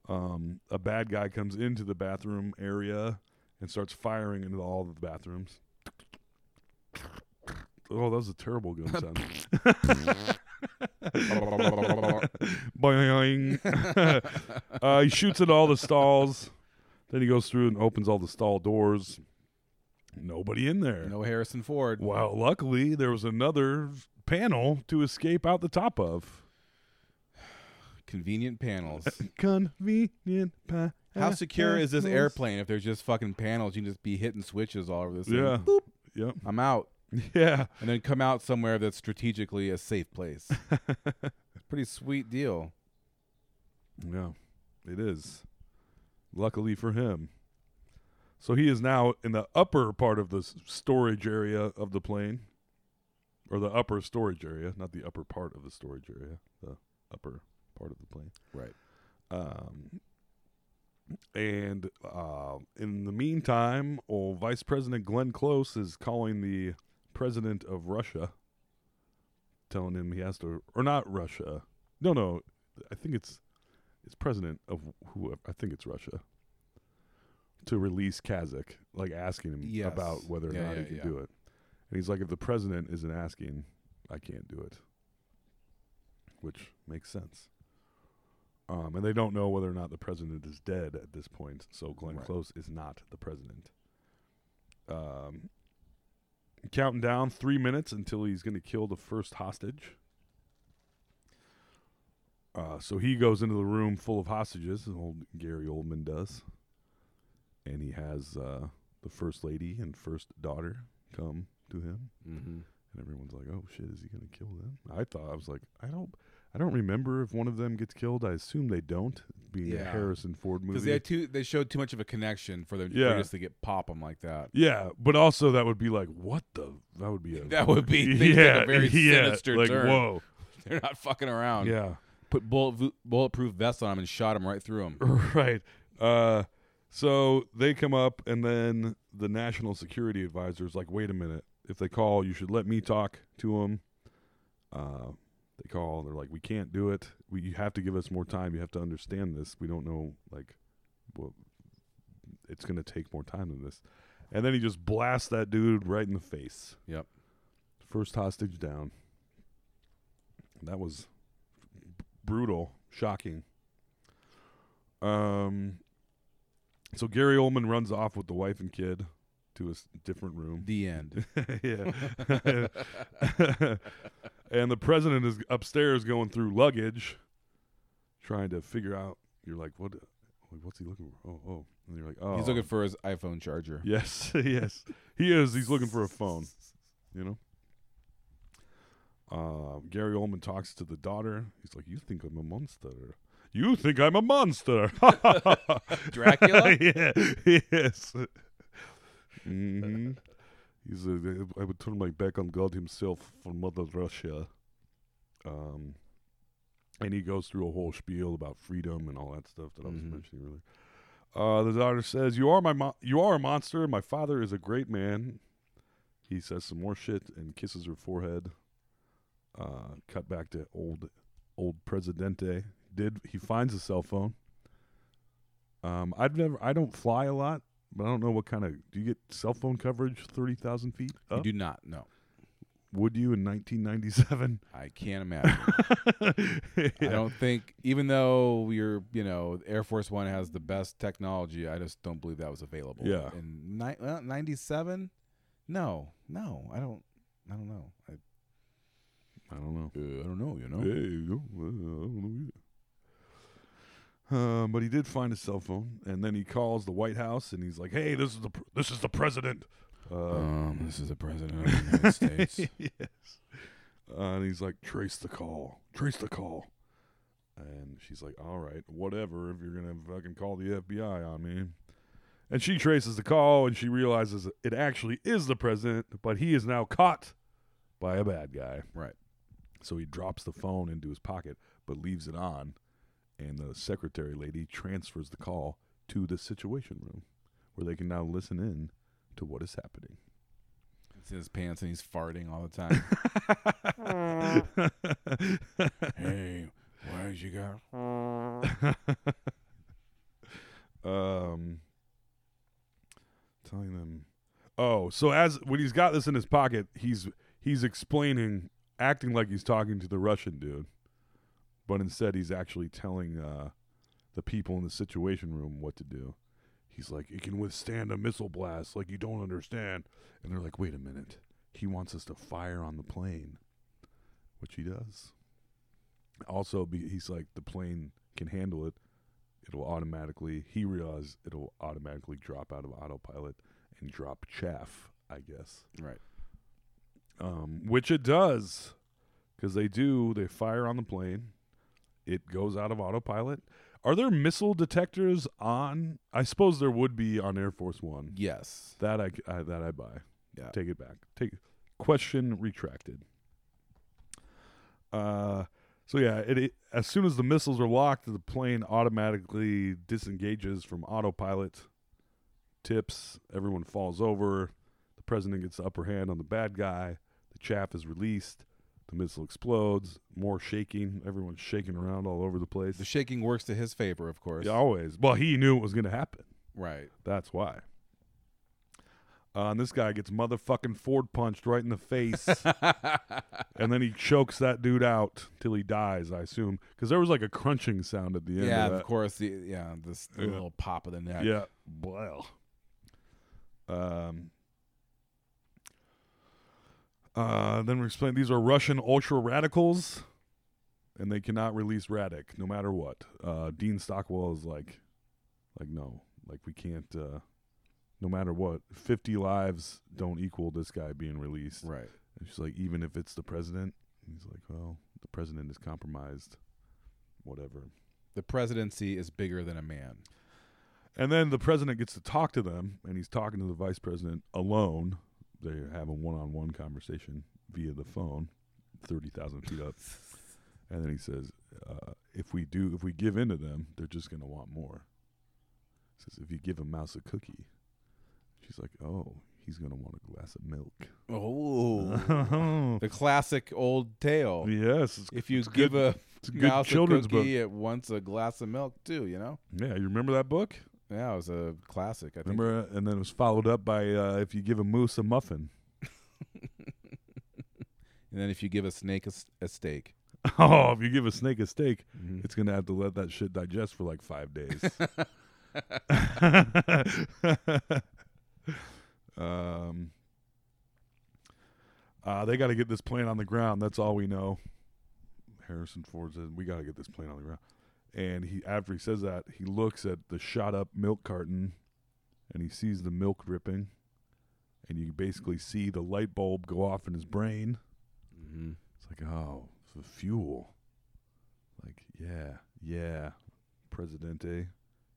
[SPEAKER 13] um a bad guy comes into the bathroom area and starts firing into all of the bathrooms oh that was a terrible gun sound Boing. uh, he shoots at all the stalls then he goes through and opens all the stall doors Nobody in there.
[SPEAKER 12] No Harrison Ford.
[SPEAKER 13] Well, luckily there was another panel to escape out the top of.
[SPEAKER 12] Convenient panels.
[SPEAKER 13] Convenient pa-
[SPEAKER 12] How secure is this
[SPEAKER 13] panels.
[SPEAKER 12] airplane if there's just fucking panels? You can just be hitting switches all over this. thing.
[SPEAKER 13] Yeah.
[SPEAKER 12] Boop.
[SPEAKER 13] Yep.
[SPEAKER 12] I'm out.
[SPEAKER 13] Yeah.
[SPEAKER 12] And then come out somewhere that's strategically a safe place. Pretty sweet deal.
[SPEAKER 13] Yeah, it is. Luckily for him. So he is now in the upper part of the s- storage area of the plane, or the upper storage area, not the upper part of the storage area, the upper part of the plane.
[SPEAKER 12] Right.
[SPEAKER 13] Um, and uh, in the meantime, old Vice President Glenn Close is calling the president of Russia, telling him he has to, or not Russia. No, no, I think it's it's president of whoever. I think it's Russia to release Kazakh, like asking him
[SPEAKER 12] Yes.
[SPEAKER 13] about whether or
[SPEAKER 12] Yeah,
[SPEAKER 13] not he
[SPEAKER 12] yeah,
[SPEAKER 13] can
[SPEAKER 12] yeah.
[SPEAKER 13] do it. And he's like, if the president isn't asking, I can't do it, which makes sense. Um, and they don't know whether or not the president is dead at this point, so Glenn
[SPEAKER 12] Right.
[SPEAKER 13] Close is not the president. Um, counting down three minutes until he's going to kill the first hostage. Uh, so he goes into the room full of hostages, and old Gary Oldman does. And he has uh, the first lady and first daughter come to him,
[SPEAKER 12] mm-hmm.
[SPEAKER 13] and everyone's like, "Oh shit, is he going to kill them?" I thought I was like, "I don't, I don't remember if one of them gets killed. I assume they don't, being a
[SPEAKER 12] Yeah.
[SPEAKER 13] Harrison Ford movie."
[SPEAKER 12] Because they had too, they showed too much of a connection for them for
[SPEAKER 13] Yeah.
[SPEAKER 12] just to get pop them like that.
[SPEAKER 13] Yeah, but also that would be like, what the? That would be a
[SPEAKER 12] That would be they yeah, a very
[SPEAKER 13] yeah,
[SPEAKER 12] sinister
[SPEAKER 13] like,
[SPEAKER 12] turn.
[SPEAKER 13] Whoa,
[SPEAKER 12] they're not fucking around.
[SPEAKER 13] Yeah.
[SPEAKER 12] put bullet, bulletproof vests on him and shot him right through him.
[SPEAKER 13] right. Uh, so they come up, and then the national security advisor is like, wait a minute. If they call, you should let me talk to them. Uh, they call, and they're like, we can't do it. We you have to give us more time. You have to understand this. We don't know like what it's going to take more time than this. And then he just blasts that dude right in the face.
[SPEAKER 12] Yep.
[SPEAKER 13] First hostage down. That was brutal, shocking. Um, so Gary Oldman runs off with the wife and kid to a s- different room.
[SPEAKER 12] The end.
[SPEAKER 13] yeah. and the president is upstairs going through luggage, trying to figure out. You're like, what? Like, what's he looking for? Oh, oh. And you're like, oh,
[SPEAKER 12] He's looking for his iPhone charger.
[SPEAKER 13] Yes, yes, he is. He's looking for a phone. You know. Uh, Gary Oldman talks to the daughter. He's like, "You think I'm a monster? You think I'm a monster?
[SPEAKER 12] Dracula?
[SPEAKER 13] yeah. Yes. hmm He's. A, I would turn my back on God Himself for Mother Russia. Um, and he goes through a whole spiel about freedom and all that stuff that I was mentioning earlier. Uh, the daughter says, "You are my mo- you are a monster. My father is a great man." He says some more shit and kisses her forehead. Uh, cut back to old old Presidente. Did he finds a cell phone? Um, I've never. I don't fly a lot, but I don't know what kind of. Do you get cell phone coverage thirty thousand feet?
[SPEAKER 12] You
[SPEAKER 13] up?
[SPEAKER 12] do not. No,
[SPEAKER 13] Would you in nineteen ninety seven?
[SPEAKER 12] I can't imagine. I don't think, even though you're, you know, Air Force One has the best technology, I just don't believe that was available.
[SPEAKER 13] Yeah.
[SPEAKER 12] In ni- well, 97? No, no, I don't, I don't know. I, Uh,
[SPEAKER 13] I don't know.
[SPEAKER 12] I don't know. You know.
[SPEAKER 13] Yeah, you know, I don't know either. Um, but he did find his cell phone, and then he calls the White House, and he's like, "Hey, this is the pr- this is the president. Uh,
[SPEAKER 12] um, this is the president of the United States.
[SPEAKER 13] yes. Uh, and he's like, trace the call, trace the call. And she's like, all right, whatever, if you're going to fucking call the FBI on me. And she traces the call and she realizes it actually is the president, but he is now caught by a bad guy. Right. So he drops the phone into his pocket, but leaves it on. And the secretary lady transfers the call to the situation room where they can now listen in to what is happening.
[SPEAKER 12] It's in his pants and he's farting all the time. hey, why did you go?
[SPEAKER 13] um, telling them. Oh, so as when he's got this in his pocket, he's he's explaining, acting like he's talking to the Russian dude, but instead he's actually telling uh, the people in the situation room what to do. He's like, it can withstand a missile blast, like you don't understand. And they're like, wait a minute, he wants us to fire on the plane, which he does. Also, be, he's like, the plane can handle it. It'll automatically. He realized it'll automatically drop out of autopilot and drop chaff. I guess.
[SPEAKER 12] Right.
[SPEAKER 13] Um, which it does, because they do. They fire on the plane. It goes out of autopilot. Are there missile detectors on? I suppose there would be on Air Force One.
[SPEAKER 12] Yes,
[SPEAKER 13] that I, I that I buy.
[SPEAKER 12] Yeah.
[SPEAKER 13] take it back. Take question retracted. Uh, so yeah, it, it as soon as the missiles are locked, the plane automatically disengages from autopilot. Tips, everyone falls over. The president gets the upper hand on the bad guy. The chaff is released. The missile explodes. More shaking. Everyone's shaking around all over the place.
[SPEAKER 12] The shaking works to his favor, of course.
[SPEAKER 13] Yeah, always. Well, he knew it was going to happen.
[SPEAKER 12] Right.
[SPEAKER 13] That's why. Uh, and this guy gets motherfucking Ford punched right in the face, and then he chokes that dude out till he dies. I assume because there was like a crunching sound at the end.
[SPEAKER 12] Yeah,
[SPEAKER 13] of,
[SPEAKER 12] of,
[SPEAKER 13] that.
[SPEAKER 12] course. The, yeah, this the
[SPEAKER 13] Yeah.
[SPEAKER 12] little pop of the neck.
[SPEAKER 13] Yeah. Well. Um. Uh, then we're explaining these are Russian ultra radicals, and they cannot release Radic no matter what. Uh, Dean Stockwell is like, like no, like we can't. Uh, no matter what, fifty lives don't equal this guy being released.
[SPEAKER 12] Right.
[SPEAKER 13] And she's like, even if it's the president, And he's like, well, the president is compromised. Whatever.
[SPEAKER 12] The presidency is bigger than a man.
[SPEAKER 13] And then the president gets to talk to them, and he's talking to the vice president alone. They have a one on one conversation via the phone, 30,000 feet up. And then he says, uh, if we do, if we give in to them, they're just going to want more. He says, if you give a mouse a cookie, she's like, oh, he's going to want a glass of milk.
[SPEAKER 12] Oh, the classic old tale.
[SPEAKER 13] Yes, it's-
[SPEAKER 12] if you
[SPEAKER 13] it's
[SPEAKER 12] give
[SPEAKER 13] good-
[SPEAKER 12] a
[SPEAKER 13] it's a good
[SPEAKER 12] mouse
[SPEAKER 13] children's
[SPEAKER 12] a cookie, it wants a glass of milk too. You know.
[SPEAKER 13] Yeah, you remember that book?
[SPEAKER 12] Yeah, it was a classic. I think.
[SPEAKER 13] Remember, uh, and then it was followed up by uh, if you give a moose a muffin.
[SPEAKER 12] And then if you give a snake a, s- a steak, Mm-hmm.
[SPEAKER 13] Oh, if you give a snake a steak, it's gonna have to let that shit digest for like five days. um, uh, they got to get this plane on the ground. That's all we know. Harrison Ford says we got to get this plane on the ground. And he, after he says that, he looks at the shot up milk carton, and he sees the milk dripping, and you basically see the light bulb go off in his brain. It's like, oh, for fuel. Like, yeah, yeah, Presidente,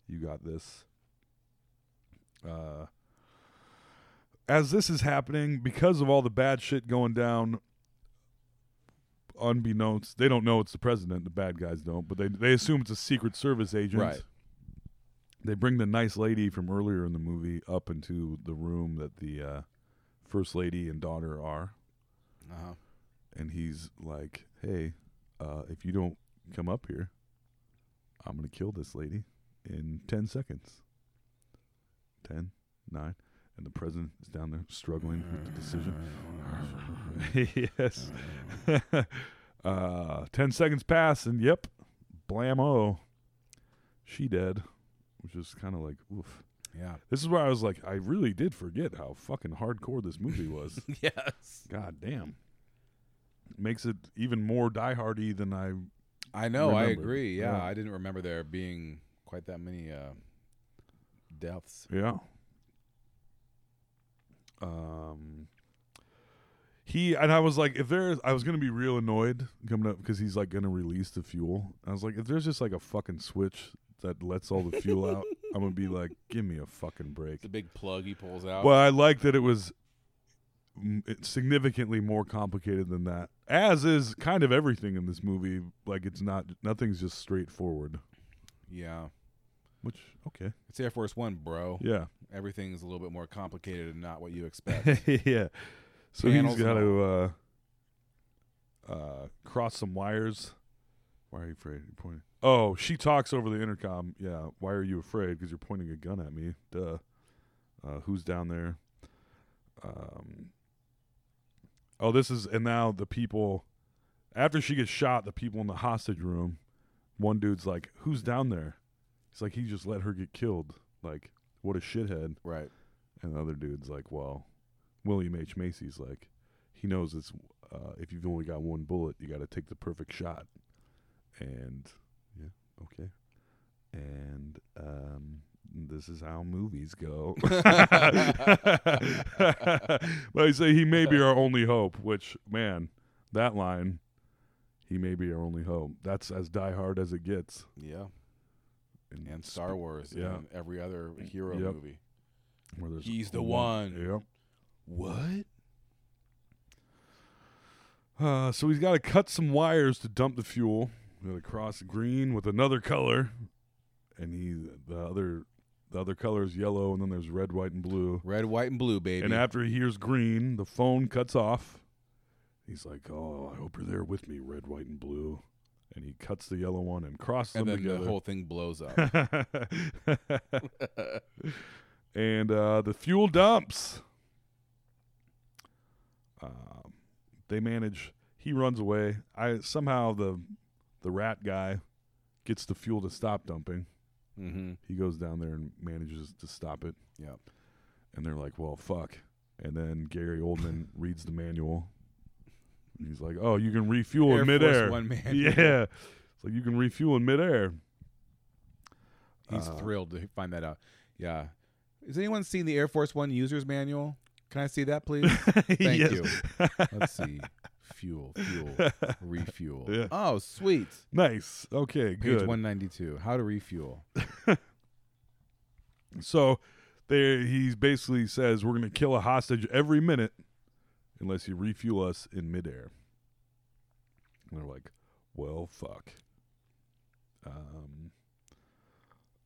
[SPEAKER 13] you got this. Uh, as this is happening, because of all the bad shit going down, unbeknownst, they don't know it's the president. The bad guys don't, but they they assume it's a Secret Service agent.
[SPEAKER 12] Right.
[SPEAKER 13] They bring the nice lady from earlier in the movie up into the room that the uh, first lady and daughter are
[SPEAKER 12] uh-huh.
[SPEAKER 13] and he's like, "Hey, uh, if you don't come up here, I'm gonna kill this lady in ten seconds." Ten, nine, and the president is down there struggling with the decision. yes. uh, ten seconds pass, and yep, blammo, she dead, which is kind of like oof.
[SPEAKER 12] Yeah.
[SPEAKER 13] This is where I was like, I really did forget how fucking hardcore this movie was.
[SPEAKER 12] yes.
[SPEAKER 13] God damn. Makes it even more diehardy than I.
[SPEAKER 12] I know. I
[SPEAKER 13] remembered.
[SPEAKER 12] agree. Yeah, I didn't remember there being quite that many uh, deaths.
[SPEAKER 13] Yeah. um, he and I was like, if there's, I was gonna be real annoyed coming up because he's like gonna release the fuel. I was like, if there's just like a fucking switch that lets all the fuel out, I'm gonna be like, give me a fucking break.
[SPEAKER 12] The big plug he pulls out.
[SPEAKER 13] Well, I like that it was m- it's significantly more complicated than that. As is kind of everything in this movie. Like it's not nothing's just straightforward.
[SPEAKER 14] Yeah.
[SPEAKER 13] Which okay.
[SPEAKER 14] It's Air Force One,
[SPEAKER 12] Oh.
[SPEAKER 14] bro.
[SPEAKER 13] Yeah.
[SPEAKER 14] Everything's a little bit more complicated and not what you expect.
[SPEAKER 13] yeah. So
[SPEAKER 14] Channels
[SPEAKER 13] he's
[SPEAKER 14] and
[SPEAKER 13] got to uh, uh, cross some wires. Why are you afraid? You're pointing. Oh, she talks over the intercom. Yeah. Why are you afraid? Because you're pointing a gun at me. Duh. Uh, who's down there? Um. Oh, this is and now the people. After she gets shot, the people in the hostage room. One dude's like, "Who's down there?" He's like, "He just let her get killed. Like, what a shithead."
[SPEAKER 14] Right.
[SPEAKER 13] And the other dude's like, "Well, William H. Macy's like, he knows it's uh, if you've only got one bullet, you got to take the perfect shot. And yeah, okay. And um, this is how movies go. but I say he may be our only hope. Which man, that line, he may be our only hope. That's as diehard as it gets.
[SPEAKER 14] Yeah.
[SPEAKER 13] And,
[SPEAKER 14] Star Wars
[SPEAKER 13] yeah.
[SPEAKER 14] and every other hero
[SPEAKER 13] Yep.
[SPEAKER 14] movie.
[SPEAKER 13] Where there's
[SPEAKER 14] He's the
[SPEAKER 13] Yep.
[SPEAKER 14] What?
[SPEAKER 13] Uh, so he's got to cut some wires to dump the fuel. Got to cross green with another color, and he the other the other color is yellow, and then there's red, white, and blue.
[SPEAKER 12] Red, white, and blue, baby.
[SPEAKER 13] And after he hears green, the phone cuts off. He's like, "Oh, I hope you're there with me, red, white, and blue." And he cuts the yellow one and crosses
[SPEAKER 12] and
[SPEAKER 13] them
[SPEAKER 12] then
[SPEAKER 13] together.
[SPEAKER 12] the whole thing blows up.
[SPEAKER 13] and uh, the fuel dumps. Um, they manage. He runs away. I somehow the the rat guy gets the fuel to stop dumping.
[SPEAKER 14] Mm-hmm.
[SPEAKER 13] He goes down there and manages to stop it.
[SPEAKER 14] Yep.
[SPEAKER 13] And they're like, "Well, fuck." And then Gary Oldman reads the manual. And he's like, "Oh, you can refuel
[SPEAKER 14] Air
[SPEAKER 13] in
[SPEAKER 14] Force
[SPEAKER 13] midair."
[SPEAKER 14] One man.
[SPEAKER 13] Yeah. It's like you can refuel in midair.
[SPEAKER 14] He's
[SPEAKER 13] Uh,
[SPEAKER 14] thrilled to find that out. Yeah. Has anyone seen the Air Force One user's manual? Can I see that, please? Thank
[SPEAKER 13] Yes.
[SPEAKER 14] you. Let's see. Fuel, fuel, refuel.
[SPEAKER 13] Yeah.
[SPEAKER 14] Oh, sweet.
[SPEAKER 13] Nice. Okay,
[SPEAKER 14] Page
[SPEAKER 13] good.
[SPEAKER 14] 192. How to refuel.
[SPEAKER 13] So there he basically says we're going to kill a hostage every minute unless you refuel us in midair. And they're like, "Well, fuck." Um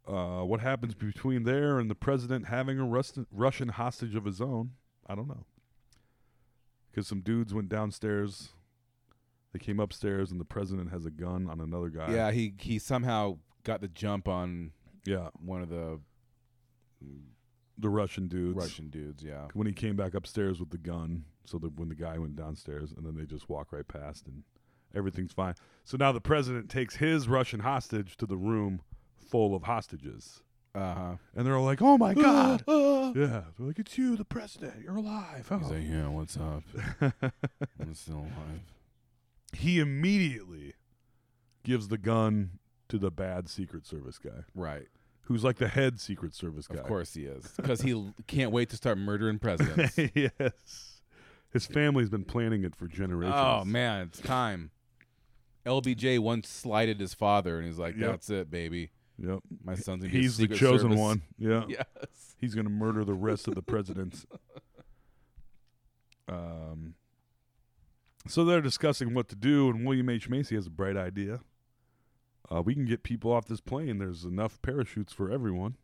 [SPEAKER 13] uh, what happens between there and the president having a Rus- Russian hostage of his own? I don't know. Because some dudes went downstairs, they came upstairs, and the president has a gun on another guy.
[SPEAKER 14] yeah, he he somehow got the jump on
[SPEAKER 13] yeah
[SPEAKER 14] one of the
[SPEAKER 13] the Russian dudes.
[SPEAKER 14] Russian dudes, yeah.
[SPEAKER 13] When he came back upstairs with the gun, so that when the guy went downstairs, and then they just walk right past, and everything's fine. So now the president takes his Russian hostage to the room full of hostages.
[SPEAKER 14] Uh huh.
[SPEAKER 13] And they're all like, "Oh my god!"
[SPEAKER 14] Ah,
[SPEAKER 13] yeah, they're like, "It's you, the president. You're alive." Oh.
[SPEAKER 14] He's like, yeah, what's up? I'm still alive.
[SPEAKER 13] he immediately gives the gun to the bad Secret Service guy,
[SPEAKER 14] Right.
[SPEAKER 13] who's like the head Secret Service guy.
[SPEAKER 14] Of course he is. Because he l- can't wait to start murdering presidents.
[SPEAKER 13] yes, his family's been planning it for generations.
[SPEAKER 14] Oh man, it's time. LBJ once slighted his father, and he's like,
[SPEAKER 13] Yep.
[SPEAKER 14] "That's it, baby.
[SPEAKER 13] Yep.
[SPEAKER 14] My son's gonna be a
[SPEAKER 13] He's the
[SPEAKER 14] Secret
[SPEAKER 13] chosen
[SPEAKER 14] Service."
[SPEAKER 13] one. Yeah.
[SPEAKER 14] Yes.
[SPEAKER 13] He's going to murder the rest of the presidents. Um, so they're discussing what to do, and William H. Macy has a bright idea. Uh, we can get people off this plane. There's enough parachutes for everyone.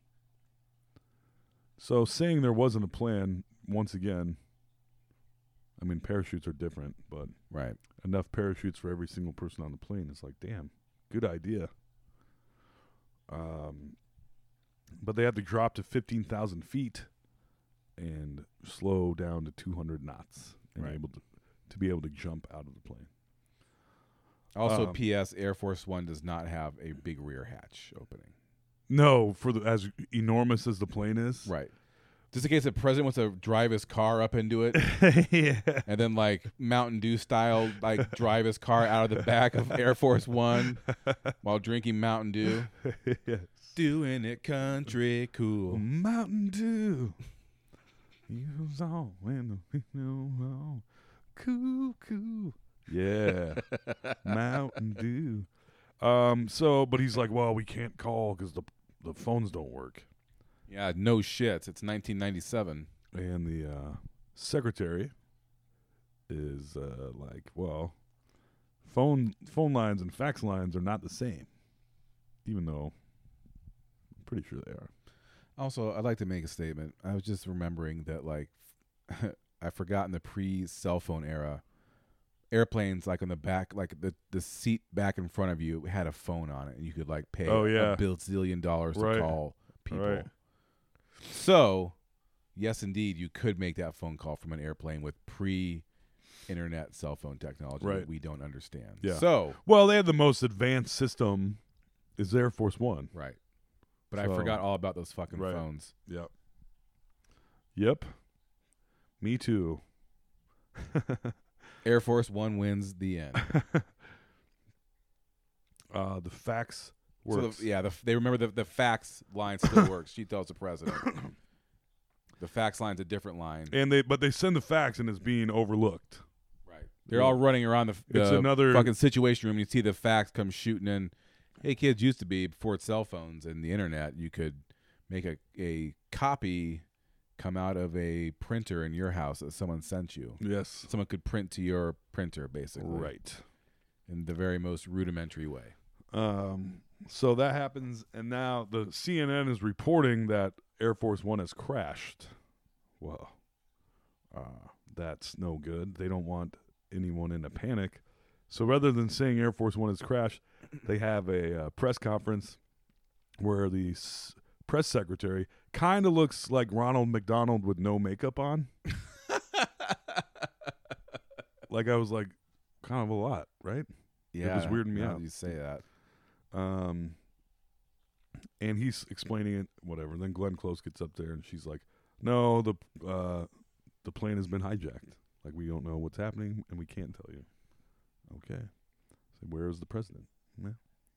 [SPEAKER 13] So saying there wasn't a plan, once again, I mean, parachutes are different, but
[SPEAKER 14] right
[SPEAKER 13] enough parachutes for every single person on the plane. It's like, damn, good idea. Um, but they have to drop to fifteen thousand feet and slow down to two hundred knots, and
[SPEAKER 14] Right.
[SPEAKER 13] able to, to be able to jump out of the plane.
[SPEAKER 14] Also,
[SPEAKER 13] Um,
[SPEAKER 14] P.S. Air Force One does not have a big rear hatch opening.
[SPEAKER 13] No, for the as enormous as the plane is,
[SPEAKER 14] Right. Just in case the president wants to drive his car up into it, and then like Mountain Dew style, like drive his car out of the back of Air Force One while drinking Mountain Dew, doing it country cool.
[SPEAKER 13] Mountain Dew. He was all in the window. Cuckoo. Yeah. Mountain Dew. Um, so, but he's like, well, we can't call because the, the phones don't work.
[SPEAKER 12] Yeah, no shit. It's 1997.
[SPEAKER 13] And the uh, secretary is uh, like, well, phone phone lines and fax lines are not the same, even though I'm pretty sure they are.
[SPEAKER 12] Also, I'd like to make a statement. I was just remembering that, like, I forgot in the pre cell phone era, airplanes, like, on the back, like, the, the seat back in front of you had a phone on it, and you could, like, pay
[SPEAKER 13] Oh, yeah.
[SPEAKER 12] a bazillion dollars
[SPEAKER 13] Right.
[SPEAKER 12] to call people.
[SPEAKER 13] Right.
[SPEAKER 12] So, yes, indeed, you could make that phone call from an airplane with pre internet cell phone technology
[SPEAKER 13] Right.
[SPEAKER 12] that we don't understand.
[SPEAKER 13] Yeah.
[SPEAKER 12] So,
[SPEAKER 13] well, they had the most advanced system. Is Air Force One?
[SPEAKER 12] Right. But I
[SPEAKER 13] So-
[SPEAKER 12] forgot all about those fucking
[SPEAKER 13] Right.
[SPEAKER 12] phones.
[SPEAKER 13] Yep. Yep. Me too.
[SPEAKER 12] Air Force One wins the end.
[SPEAKER 13] uh, the fax
[SPEAKER 12] So the-
[SPEAKER 13] works.
[SPEAKER 12] yeah, the, they remember the, the fax line still works. She tells the president. the fax line's a different line.
[SPEAKER 13] and they but they send the fax and it's being overlooked.
[SPEAKER 12] Right. They're all running around the, the
[SPEAKER 13] It's another-
[SPEAKER 12] fucking situation room. You see the fax come shooting in. Hey, kids, used to be before it's cell phones and the internet, you could make a, a copy come out of a printer in your house that someone sent you.
[SPEAKER 13] Yes.
[SPEAKER 12] Someone could print to your printer, basically.
[SPEAKER 13] Right.
[SPEAKER 12] In the very most rudimentary way.
[SPEAKER 13] Um, so that happens, and now the CNN is reporting that Air Force One has crashed. Well, uh, that's no good. They don't want anyone in a panic. So rather than saying Air Force One has crashed, they have a uh, press conference where the s- press secretary kind of looks like Ronald McDonald with no makeup on. like I was like, kind of a lot, right? it was
[SPEAKER 12] Yeah,
[SPEAKER 13] weirding me
[SPEAKER 12] now
[SPEAKER 13] out.
[SPEAKER 12] that you say that.
[SPEAKER 13] Um, and he's explaining it, whatever. then Glenn Close gets up there, and she's like, "No, the uh, the plane has been hijacked. Like we don't know what's happening, and we can't tell you." Okay. So where is the president? Yeah.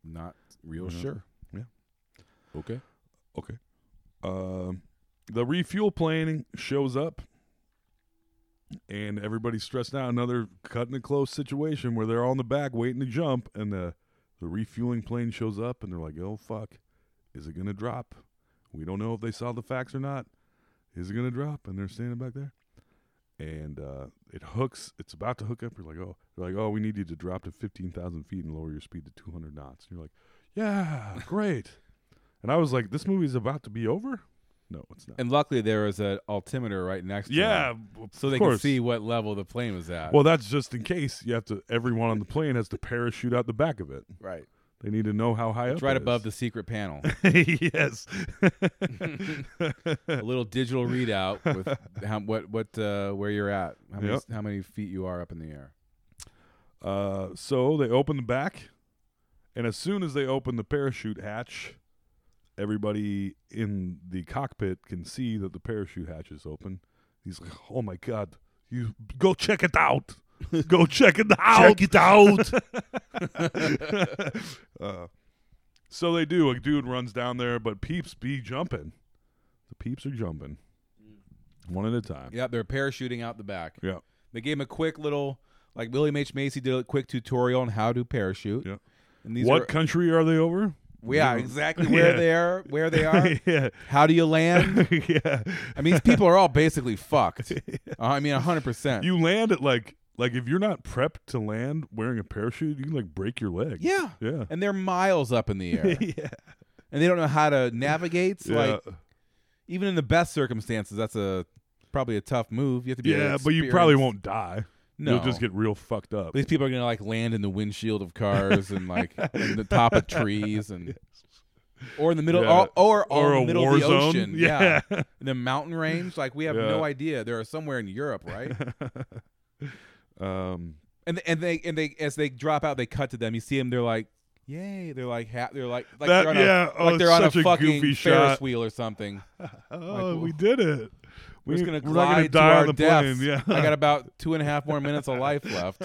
[SPEAKER 12] Not real
[SPEAKER 13] Yeah.
[SPEAKER 12] sure.
[SPEAKER 13] Yeah.
[SPEAKER 12] Okay.
[SPEAKER 13] Okay. Um, the refuel plane shows up, and everybody's stressed out. Another cutting it close situation where they're all in the back waiting to jump, and the the refueling plane shows up, and they're like, "Oh fuck, is it gonna drop? We don't know if they saw the facts or not. Is it gonna drop?" And they're standing back there, and uh, it hooks. It's about to hook up. You're like, "Oh, they're like, oh, we need you to drop to fifteen thousand feet and lower your speed to two hundred knots." And you're like, "Yeah, great." And I was like, this movie's about to be over? No, it's not.
[SPEAKER 12] And luckily there was an altimeter right next to
[SPEAKER 13] Yeah,
[SPEAKER 12] him,
[SPEAKER 13] of
[SPEAKER 12] so they
[SPEAKER 13] course.
[SPEAKER 12] could see what level the plane was at.
[SPEAKER 13] Well, that's just in case you have to everyone on the plane has to parachute out the back of it.
[SPEAKER 12] Right.
[SPEAKER 13] They need to know how high
[SPEAKER 12] it's
[SPEAKER 13] up
[SPEAKER 12] right
[SPEAKER 13] it is.
[SPEAKER 12] above the secret panel.
[SPEAKER 13] yes.
[SPEAKER 12] a little digital readout with how, what what uh, where you're at, how many,
[SPEAKER 13] Yep.
[SPEAKER 12] how many feet you are up in the air.
[SPEAKER 13] Uh, so they open the back, and as soon as they open the parachute hatch, everybody in the cockpit can see that the parachute hatch is open. He's like, "Oh my god, you go check it out! Go check it out!
[SPEAKER 7] Check it out!"
[SPEAKER 13] uh, so they do. A dude runs down there, but peeps be jumping. The peeps are jumping, one at a time.
[SPEAKER 12] Yeah, they're parachuting out the back.
[SPEAKER 13] Yeah.
[SPEAKER 12] They gave him a quick little like William H Macy did a quick tutorial on how to parachute.
[SPEAKER 13] Yeah.
[SPEAKER 12] And these
[SPEAKER 13] what
[SPEAKER 12] are,
[SPEAKER 13] country are they over?
[SPEAKER 12] Yeah, exactly where they are, where they are.
[SPEAKER 13] Yeah.
[SPEAKER 12] How do you land?
[SPEAKER 13] yeah.
[SPEAKER 12] I mean, these people are all basically fucked. Uh, I mean, 100%.
[SPEAKER 13] You land at like like if you're not prepped to land wearing a parachute, you can like break your leg.
[SPEAKER 12] Yeah.
[SPEAKER 13] Yeah.
[SPEAKER 12] And they're miles up in the air.
[SPEAKER 13] yeah.
[SPEAKER 12] And they don't know how to navigate. So
[SPEAKER 13] Yeah.
[SPEAKER 12] Like, even in the best circumstances, that's a probably a tough move. You have to be
[SPEAKER 13] Yeah, but you probably
[SPEAKER 12] experienced.
[SPEAKER 13] won't die.
[SPEAKER 12] No.
[SPEAKER 13] You'll just get real fucked up.
[SPEAKER 12] These people are gonna like land in the windshield of cars and like in the top of trees and or in the middle
[SPEAKER 13] Yeah.
[SPEAKER 12] or or,
[SPEAKER 13] Or
[SPEAKER 12] or in
[SPEAKER 13] a
[SPEAKER 12] the middle
[SPEAKER 13] war
[SPEAKER 12] of the
[SPEAKER 13] zone.
[SPEAKER 12] ocean. Yeah.
[SPEAKER 13] Yeah.
[SPEAKER 12] in the mountain range. Like we have
[SPEAKER 13] Yeah.
[SPEAKER 12] no idea. There are somewhere in Europe, right?
[SPEAKER 13] um
[SPEAKER 12] and and they and they as they drop out, they cut to them. You see them. They're like. Yay! They're like ha- they're like like
[SPEAKER 13] That-
[SPEAKER 12] they're on
[SPEAKER 13] yeah,
[SPEAKER 12] a
[SPEAKER 13] oh,
[SPEAKER 12] like they're on a
[SPEAKER 13] such a
[SPEAKER 12] fucking
[SPEAKER 13] goofy
[SPEAKER 12] Ferris
[SPEAKER 13] shot.
[SPEAKER 12] wheel or something.
[SPEAKER 13] Oh, we did it.
[SPEAKER 12] We're just gonna
[SPEAKER 13] we're not gonna
[SPEAKER 12] glide
[SPEAKER 13] die
[SPEAKER 12] to
[SPEAKER 13] on
[SPEAKER 12] our
[SPEAKER 13] the
[SPEAKER 12] deaths.
[SPEAKER 13] plane. Yeah.
[SPEAKER 12] I got about two and a half more minutes of life left.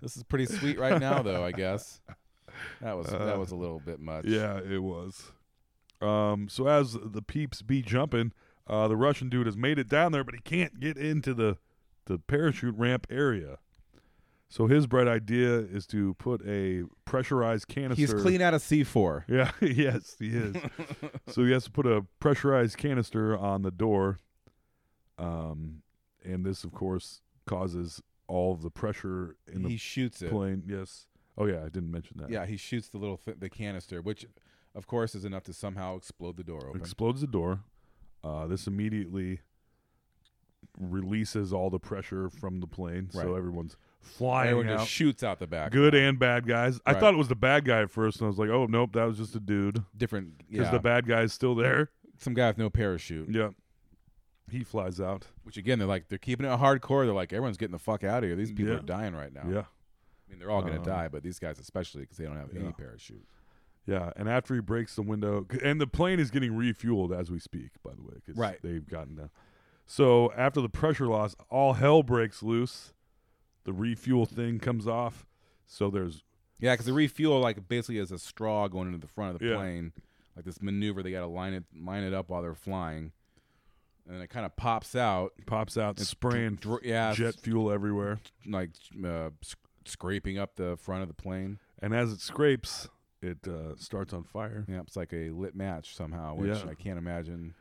[SPEAKER 12] This is pretty sweet right now, though. I guess that was
[SPEAKER 13] Uh,
[SPEAKER 12] that was a little bit much.
[SPEAKER 13] Yeah, it was. Um, so as the peeps be jumping, Uh, the Russian dude has made it down there, but he can't get into the the parachute ramp area. So his bright idea is to put a pressurized canister.
[SPEAKER 12] He's clean out of C4.
[SPEAKER 13] Yeah, yes, he is. so he has to put a pressurized canister on the door. Um, and this, of course, causes all of the pressure in the
[SPEAKER 12] He shoots it.
[SPEAKER 13] plane. Yes. Oh yeah, I didn't mention that.
[SPEAKER 12] Yeah, he shoots the little th- the canister, which of course is enough to somehow explode the door open.
[SPEAKER 13] explodes the door. Uh, this immediately releases all the pressure from the plane, so
[SPEAKER 12] Right.
[SPEAKER 13] everyone's flying.
[SPEAKER 12] Everyone
[SPEAKER 13] out.
[SPEAKER 12] just shoots out the back.
[SPEAKER 13] Good and bad guys. I
[SPEAKER 12] Right.
[SPEAKER 13] thought it was the bad guy at first, and I was like, "Oh nope, that was just a dude."
[SPEAKER 12] Different,
[SPEAKER 13] because
[SPEAKER 12] yeah.
[SPEAKER 13] the bad guy's still there.
[SPEAKER 12] Some guy with no parachute.
[SPEAKER 13] Yeah, he flies out.
[SPEAKER 12] Which again, they're like they're keeping it hardcore. They're like everyone's getting the fuck out of here. These people
[SPEAKER 13] Yeah.
[SPEAKER 12] are dying right now.
[SPEAKER 13] Yeah.
[SPEAKER 12] I mean they're all gonna
[SPEAKER 13] Um,
[SPEAKER 12] die, but these guys especially because they don't have
[SPEAKER 13] yeah.
[SPEAKER 12] any parachute.
[SPEAKER 13] Yeah, and after he breaks the window, and the plane is getting refueled as we speak, by the way, 'cause
[SPEAKER 12] Right.
[SPEAKER 13] they've gotten down. So after the pressure loss, all hell breaks loose. The refuel thing comes off, so there's
[SPEAKER 12] Yeah, because the refuel like basically is a straw going into the front of the
[SPEAKER 13] Yeah.
[SPEAKER 12] plane, like this maneuver. They got to line it line it up while they're flying, and then it kind of pops out,
[SPEAKER 13] pops out spraying
[SPEAKER 12] dr- yeah,
[SPEAKER 13] jet fuel everywhere,
[SPEAKER 12] like uh, sc- scraping up the front of the plane.
[SPEAKER 13] and as it scrapes, it uh, starts on fire.
[SPEAKER 12] Yeah, it's like a lit match somehow, which
[SPEAKER 13] Yeah.
[SPEAKER 12] I can't imagine.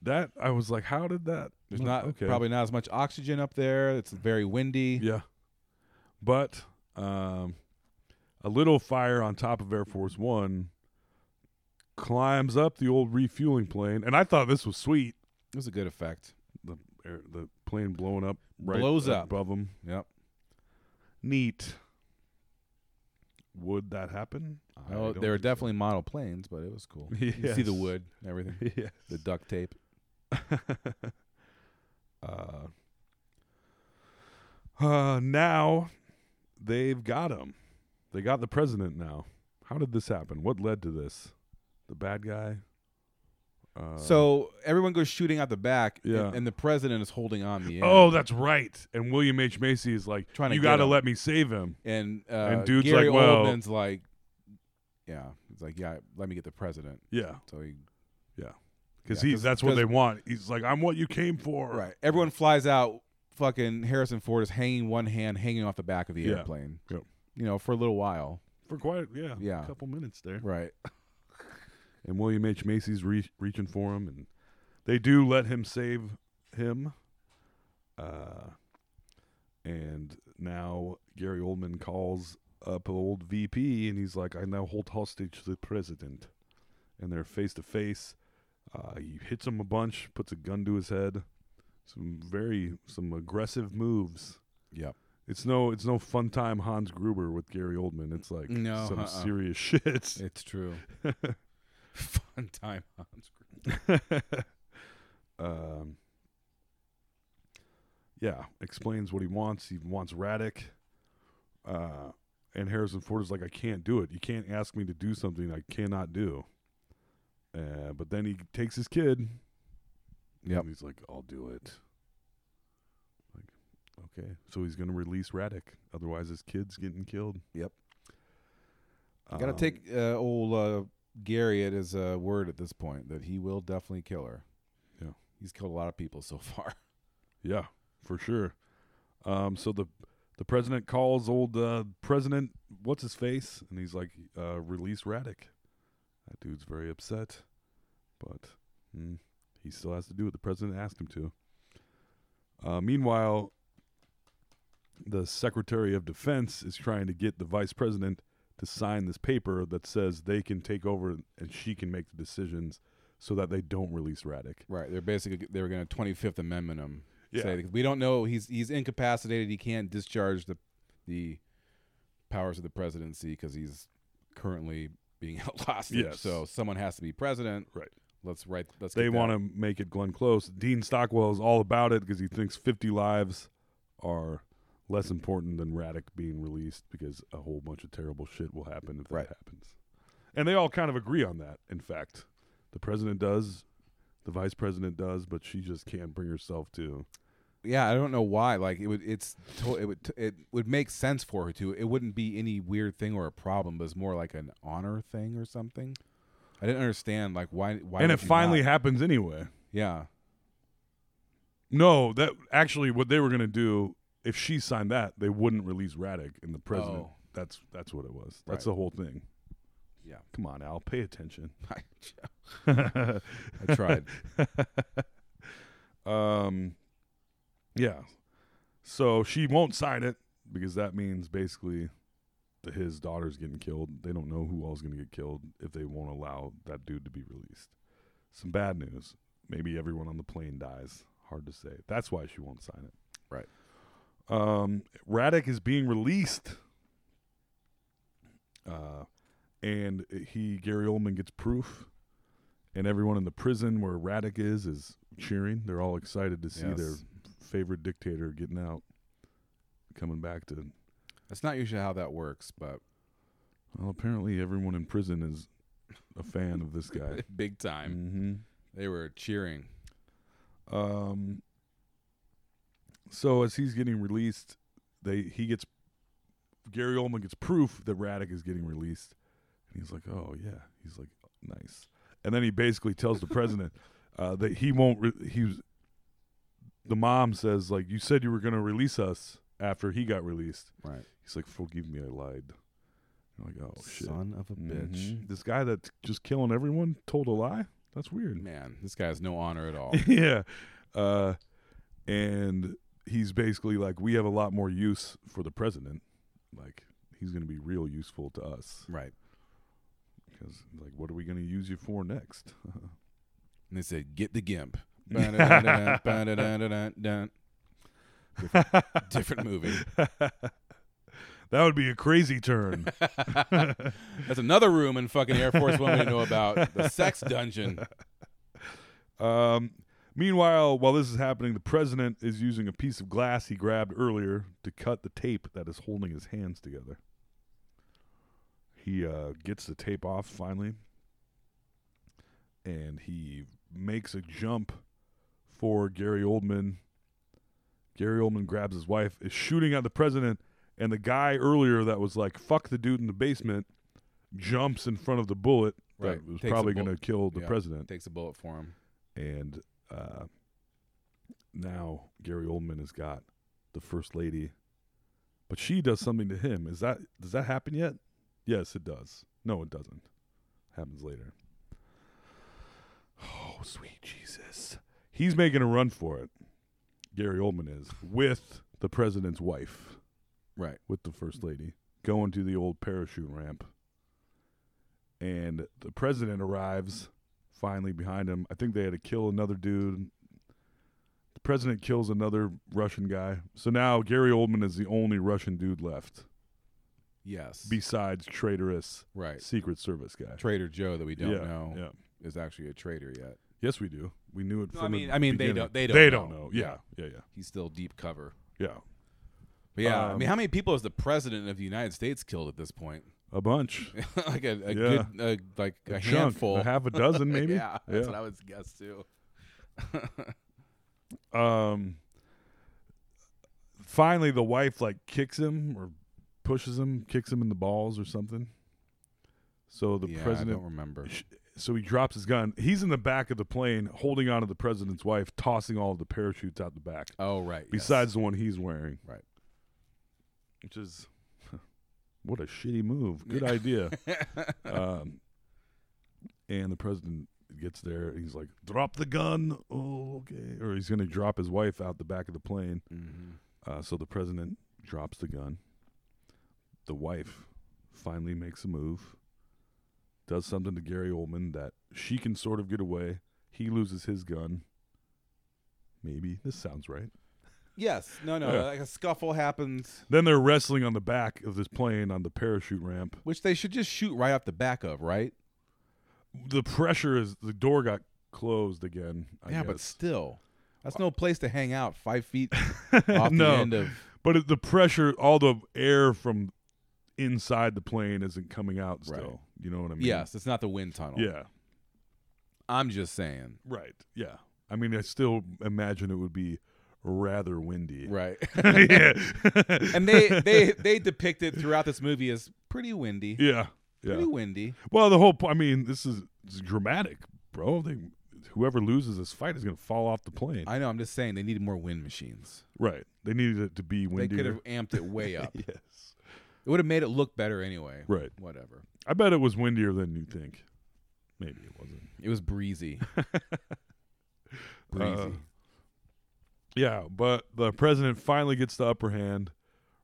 [SPEAKER 13] That I was like, how did that?
[SPEAKER 12] There's not
[SPEAKER 13] look-
[SPEAKER 12] probably not as much oxygen up there. It's very windy.
[SPEAKER 13] Yeah. But um, a little fire on top of Air Force One climbs up the old refueling plane, and I thought this was sweet.
[SPEAKER 12] It was a good effect.
[SPEAKER 13] The air, the plane blowing up right
[SPEAKER 12] Blows up.
[SPEAKER 13] above them.
[SPEAKER 12] Yep.
[SPEAKER 13] Neat. Would that happen? I
[SPEAKER 12] Oh,
[SPEAKER 13] don't
[SPEAKER 12] they were
[SPEAKER 13] think so.
[SPEAKER 12] definitely model planes, but it was cool. You see
[SPEAKER 13] Yes.
[SPEAKER 12] the wood and everything.
[SPEAKER 13] Yes.
[SPEAKER 12] The duct tape.
[SPEAKER 13] uh, uh, now they've got him. They got the president now. How did this happen? What led to this? The bad guy. Uh,
[SPEAKER 12] so everyone goes shooting out the back, and-
[SPEAKER 13] Yeah.
[SPEAKER 12] and, the president is holding on the end.
[SPEAKER 13] Oh, that's right. And William H Macy is like,
[SPEAKER 12] Trying to
[SPEAKER 13] you
[SPEAKER 12] get
[SPEAKER 13] got to
[SPEAKER 12] him."
[SPEAKER 13] let me save him.
[SPEAKER 12] and uh,
[SPEAKER 13] and dude's
[SPEAKER 12] Gary
[SPEAKER 13] like, well,
[SPEAKER 12] Oldman's like, yeah, it's like, yeah, let me get the president.
[SPEAKER 13] Yeah.
[SPEAKER 12] So he,
[SPEAKER 13] yeah, because
[SPEAKER 12] Yeah,
[SPEAKER 13] he's
[SPEAKER 12] 'cause-
[SPEAKER 13] that's what they
[SPEAKER 12] 'cause-
[SPEAKER 13] want. He's like, I'm what you came for.
[SPEAKER 12] right. Everyone flies out. Fucking Harrison Ford is hanging one hand, hanging off the back of the
[SPEAKER 13] Yeah.
[SPEAKER 12] airplane.
[SPEAKER 13] Yep.
[SPEAKER 12] You know, for a little while.
[SPEAKER 13] For quite yeah,
[SPEAKER 12] Yeah.
[SPEAKER 13] a couple minutes there.
[SPEAKER 12] Right.
[SPEAKER 13] and William H. Macy's re- reaching for him, and they do let him save him. Uh, and now Gary Oldman calls up old VP, and he's like, "I now hold hostage the president," and they're face to face. Uh, He hits him a bunch, puts a gun to his head. Some very some aggressive moves.
[SPEAKER 12] Yep.
[SPEAKER 13] It's no it's no fun time Hans Gruber with Gary Oldman. It's like
[SPEAKER 12] No,
[SPEAKER 13] some
[SPEAKER 12] uh-uh.
[SPEAKER 13] serious shit.
[SPEAKER 12] It's true. Fun time Hans Gruber.
[SPEAKER 13] um, yeah, explains what he wants. He wants Raddick. Uh, and Harrison Ford is like, I can't do it. You can't ask me to do something I cannot do. Uh, but then he takes his kid.
[SPEAKER 12] Yep.
[SPEAKER 13] And he's like, I'll do it. Like, okay. So he's going to release Raddick. Otherwise, his kid's getting killed.
[SPEAKER 12] Yep. Got to
[SPEAKER 13] Um,
[SPEAKER 12] take uh, old uh, Gary at his uh, word at this point that he will definitely kill her.
[SPEAKER 13] Yeah.
[SPEAKER 12] He's killed a lot of people so far.
[SPEAKER 13] Yeah, for sure. Um, so the the president calls old uh, president, what's his face, and he's like, uh, "Release Raddick." That dude's very upset, but mm, he still has to do what the president asked him to. Uh, meanwhile, the secretary of defense is trying to get the vice president to sign this paper that says they can take over and she can make the decisions, so that they don't release Raddick.
[SPEAKER 12] Right. They're basically they were going to 25th Amendment him.
[SPEAKER 13] Yeah.
[SPEAKER 12] Say, we don't know he's he's incapacitated. He can't discharge the the powers of the presidency because he's currently being held hostage.
[SPEAKER 13] Yes.
[SPEAKER 12] So someone has to be president.
[SPEAKER 13] Right.
[SPEAKER 12] Let's write. Let's.
[SPEAKER 13] they want to make it Glenn Close. Dean Stockwell is all about it because he thinks 50 lives are less important than Raddick being released because a whole bunch of terrible shit will happen if that
[SPEAKER 12] Right.
[SPEAKER 13] happens. And they all kind of agree on that, in fact. The president does, the vice president does, but she just can't bring herself to.
[SPEAKER 12] Yeah, I don't know why. Like it would, it's to, it would it would make sense for her to. It wouldn't be any weird thing or a problem, but it's more like an honor thing or something. I didn't understand like why why.
[SPEAKER 13] and
[SPEAKER 12] would
[SPEAKER 13] it
[SPEAKER 12] you
[SPEAKER 13] finally
[SPEAKER 12] not-
[SPEAKER 13] happens anyway.
[SPEAKER 12] Yeah,
[SPEAKER 13] No, that actually what they were gonna do if she signed that, they wouldn't release Raddick and the president.
[SPEAKER 12] Oh.
[SPEAKER 13] That's that's what it was. That's
[SPEAKER 12] Right.
[SPEAKER 13] the whole thing.
[SPEAKER 12] Yeah.
[SPEAKER 13] Come on, Al, pay attention.
[SPEAKER 12] I tried.
[SPEAKER 13] um, yeah. So she won't sign it because that means basically that his daughter's getting killed. They don't know who all's going to get killed if they won't allow that dude to be released. Some bad news. Maybe everyone on the plane dies. Hard to say. That's why she won't sign it.
[SPEAKER 12] Right.
[SPEAKER 13] Um, Raddick is being released. Uh, and he Gary Oldman gets proof, and everyone in the prison where Raddick is is cheering. They're all excited to see their
[SPEAKER 12] Yes.
[SPEAKER 13] favorite dictator getting out, coming back to.
[SPEAKER 12] That's not usually how that works, but
[SPEAKER 13] Well, apparently everyone in prison is a fan of this guy. Mm-hmm.
[SPEAKER 12] big time. They were cheering.
[SPEAKER 13] Um. So as he's getting released, they he gets Gary Oldman gets proof that Raddick is getting released, and he's like, "Oh yeah." He's like, "Nice." And then he basically tells the president uh, that he won't. Re- he was. The mom says, "Like you said, you were going to release us after he got released."
[SPEAKER 12] Right.
[SPEAKER 13] He's like, "Forgive me, I lied." I'm like, "Oh shit,
[SPEAKER 12] Son of a bitch.
[SPEAKER 13] Mhm. This guy that's just killing everyone told a lie. That's weird."
[SPEAKER 12] Man, this guy has no honor at all.
[SPEAKER 13] yeah. Uh, and he's basically like, we have a lot more use for the president. Like, he's going to be real useful to us.
[SPEAKER 12] Right.
[SPEAKER 13] Because, like, what are we going to use you for next?
[SPEAKER 12] And they said, "Get the gimp." Ba-da-da-da-da, ba-da-da-da-da-da. different, different movie.
[SPEAKER 13] that would be a crazy turn.
[SPEAKER 12] That's another room in fucking Air Force One we know about. The sex dungeon.
[SPEAKER 13] Um, meanwhile, while this is happening, the president is using a piece of glass he grabbed earlier to cut the tape that is holding his hands together. He uh, gets the tape off finally, and he makes a jump for Gary Oldman. Gary Oldman grabs his wife, is shooting at the president, and the guy earlier that was like, fuck the dude in the basement, jumps in front of the bullet that was
[SPEAKER 12] Takes a
[SPEAKER 13] probably
[SPEAKER 12] bullet-
[SPEAKER 13] going to kill the
[SPEAKER 12] yeah,
[SPEAKER 13] president
[SPEAKER 12] Takes a bullet for him.
[SPEAKER 13] and uh, now Gary Oldman has got the first lady, but she does something to him. Is that does that happen yet? Yes, it does. No, it doesn't. Happens later. Oh, sweet Jesus! He's making a run for it. Gary Oldman is with the president's wife,
[SPEAKER 12] right?
[SPEAKER 13] With the first lady going to the old parachute ramp, and the president arrives finally behind him. I think they had to kill another dude. The president kills another Russian guy. So now Gary Oldman is the only Russian dude left
[SPEAKER 12] Yes.
[SPEAKER 13] besides traitorous
[SPEAKER 12] Right.
[SPEAKER 13] Secret Service guy.
[SPEAKER 12] Trader Joe that we don't
[SPEAKER 13] Yeah,
[SPEAKER 12] know
[SPEAKER 13] yeah.
[SPEAKER 12] is actually a traitor yet.
[SPEAKER 13] yes, we do. We knew it
[SPEAKER 12] No,
[SPEAKER 13] from
[SPEAKER 12] I
[SPEAKER 13] the
[SPEAKER 12] mean, I mean, they
[SPEAKER 13] beginning.
[SPEAKER 12] don't. They don't.
[SPEAKER 13] They
[SPEAKER 12] know.
[SPEAKER 13] don't know. Yeah. Yeah. Yeah.
[SPEAKER 12] He's still deep cover.
[SPEAKER 13] Yeah.
[SPEAKER 12] But yeah, I
[SPEAKER 13] Um,
[SPEAKER 12] mean, how many people has the president of the United States killed at this point?
[SPEAKER 13] A bunch.
[SPEAKER 12] like a, a
[SPEAKER 13] Yeah.
[SPEAKER 12] good, uh, like a,
[SPEAKER 13] A chunk, a
[SPEAKER 12] handful,
[SPEAKER 13] half a dozen, maybe?
[SPEAKER 12] yeah, that's
[SPEAKER 13] Yeah.
[SPEAKER 12] what I would guess too.
[SPEAKER 13] um finally the wife like kicks him or pushes him kicks him in the balls or something so the
[SPEAKER 12] Yeah, I
[SPEAKER 13] president
[SPEAKER 12] don't remember.
[SPEAKER 13] sh- so he drops his gun he's in the back of the plane holding onto the president's wife tossing all the parachutes out the back
[SPEAKER 12] Oh, right, yes.
[SPEAKER 13] besides the one he's wearing
[SPEAKER 12] right
[SPEAKER 13] which is what a shitty move good idea um and the president gets there and he's like drop the gun oh okay or he's going to drop his wife out the back of the plane
[SPEAKER 12] Mm-hmm.
[SPEAKER 13] uh, so the president drops the gun the wife finally makes a move does something to gary oldman that she can sort of get away he loses his gun maybe this sounds right
[SPEAKER 12] Yes, no, no,
[SPEAKER 13] Yeah.
[SPEAKER 12] like a scuffle happens,
[SPEAKER 13] then they're wrestling on the back of this plane on the parachute ramp
[SPEAKER 12] which they should just shoot right off the back of, right?
[SPEAKER 13] the pressure is the door got closed again. I
[SPEAKER 12] yeah, but
[SPEAKER 13] guess.
[SPEAKER 12] still, that's no place to hang out. Five feet off
[SPEAKER 13] no.
[SPEAKER 12] the end of
[SPEAKER 13] but it, the pressure, all the air from inside the plane isn't coming out. Still,
[SPEAKER 12] Right.
[SPEAKER 13] you know what I mean?
[SPEAKER 12] yes, it's not the wind tunnel.
[SPEAKER 13] Yeah.
[SPEAKER 12] I'm just saying.
[SPEAKER 13] Right. Yeah. I mean, I still imagine it would be rather windy.
[SPEAKER 12] Right.
[SPEAKER 13] yeah.
[SPEAKER 12] and they they they depict it throughout this movie as pretty windy.
[SPEAKER 13] Yeah. Yeah.
[SPEAKER 12] pretty windy.
[SPEAKER 13] Well, the whole. po- I mean, this is, this is dramatic, bro. They whoever loses this fight is going to fall off the plane.
[SPEAKER 12] I know. I'm just saying they need more wind machines.
[SPEAKER 13] Right. They needed it to be windier.
[SPEAKER 12] They could have amped it way up.
[SPEAKER 13] yes.
[SPEAKER 12] It would have made it look better anyway.
[SPEAKER 13] Right.
[SPEAKER 12] Whatever.
[SPEAKER 13] I bet it was windier than you think. Maybe it wasn't.
[SPEAKER 12] It was breezy. breezy.
[SPEAKER 13] Uh, yeah, but the president finally gets the upper hand,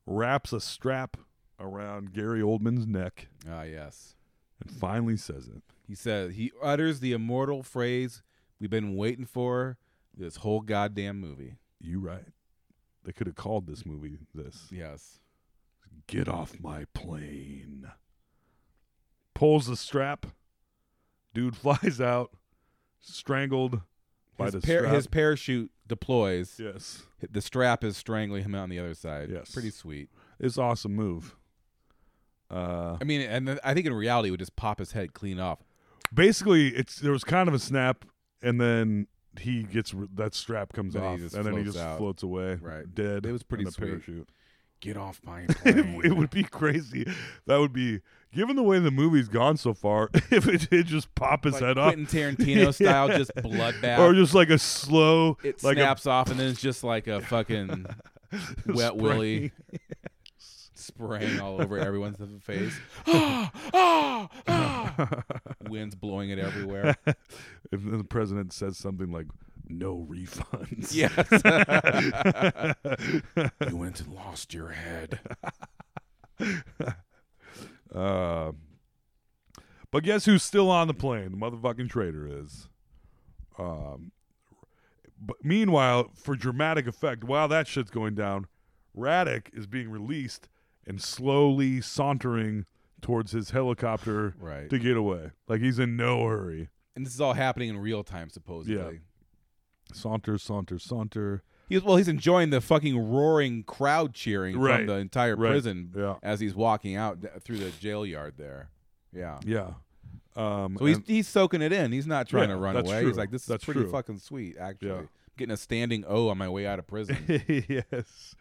[SPEAKER 13] wraps a strap around Gary Oldman's neck,
[SPEAKER 12] ah, yes.
[SPEAKER 13] and finally says it.
[SPEAKER 12] He says he utters the immortal phrase we've been waiting for this whole goddamn movie.
[SPEAKER 13] You right. They could have called this movie this.
[SPEAKER 12] Yes.
[SPEAKER 13] Get off my plane. Pulls the strap. Dude flies out, strangled by
[SPEAKER 12] his,
[SPEAKER 13] the
[SPEAKER 12] par-
[SPEAKER 13] strap.
[SPEAKER 12] his parachute deploys.
[SPEAKER 13] Yes.
[SPEAKER 12] The strap is strangling him out on the other side.
[SPEAKER 13] Yes.
[SPEAKER 12] Pretty sweet.
[SPEAKER 13] it's an awesome move. Uh,
[SPEAKER 12] I mean, and then I think in reality, it would just pop his head clean off.
[SPEAKER 13] basically it's there was kind of a snap and then he gets r- that strap comes
[SPEAKER 12] Then he
[SPEAKER 13] off
[SPEAKER 12] just
[SPEAKER 13] and then he
[SPEAKER 12] floats
[SPEAKER 13] just
[SPEAKER 12] out.
[SPEAKER 13] floats away
[SPEAKER 12] Right.
[SPEAKER 13] dead
[SPEAKER 12] It was pretty
[SPEAKER 13] in a
[SPEAKER 12] sweet.
[SPEAKER 13] parachute
[SPEAKER 12] Get off my
[SPEAKER 13] it,
[SPEAKER 12] plane.
[SPEAKER 13] it would be crazy that would be given the way the movie's gone so far if it did just pop his
[SPEAKER 12] Like
[SPEAKER 13] head off
[SPEAKER 12] Quentin Tarantino style, just bloodbath.
[SPEAKER 13] or just like a slow
[SPEAKER 12] it
[SPEAKER 13] like a-
[SPEAKER 12] snaps off, and then it's just like a fucking wet
[SPEAKER 13] Spraying.
[SPEAKER 12] willy spraying all over everyone's face.
[SPEAKER 13] Ah!
[SPEAKER 12] Winds blowing it everywhere.
[SPEAKER 13] if the president says something like no refunds
[SPEAKER 12] Yes. you went and lost your head.
[SPEAKER 13] Uh, but guess who's still on the plane? The motherfucking traitor is. Um, but meanwhile, for dramatic effect, while that shit's going down, Raddick is being released and slowly sauntering towards his helicopter
[SPEAKER 12] Right.
[SPEAKER 13] to get away. Like he's in no hurry.
[SPEAKER 12] And this is all happening in real time, supposedly.
[SPEAKER 13] Yeah. Saunter, saunter, saunter.
[SPEAKER 12] He He's, well, he's enjoying the fucking roaring crowd cheering
[SPEAKER 13] Right.
[SPEAKER 12] from the entire
[SPEAKER 13] Right.
[SPEAKER 12] prison
[SPEAKER 13] Yeah.
[SPEAKER 12] as he's walking out d- through the jail yard there. Yeah.
[SPEAKER 13] Yeah. Um,
[SPEAKER 12] So he's,
[SPEAKER 13] and-
[SPEAKER 12] he's soaking it in. He's not trying
[SPEAKER 13] Yeah,
[SPEAKER 12] to run
[SPEAKER 13] that's
[SPEAKER 12] away.
[SPEAKER 13] true.
[SPEAKER 12] He's like, this
[SPEAKER 13] That's
[SPEAKER 12] is pretty
[SPEAKER 13] true.
[SPEAKER 12] fucking sweet, actually.
[SPEAKER 13] Yeah.
[SPEAKER 12] Getting a standing O on my way out of prison.
[SPEAKER 13] yes.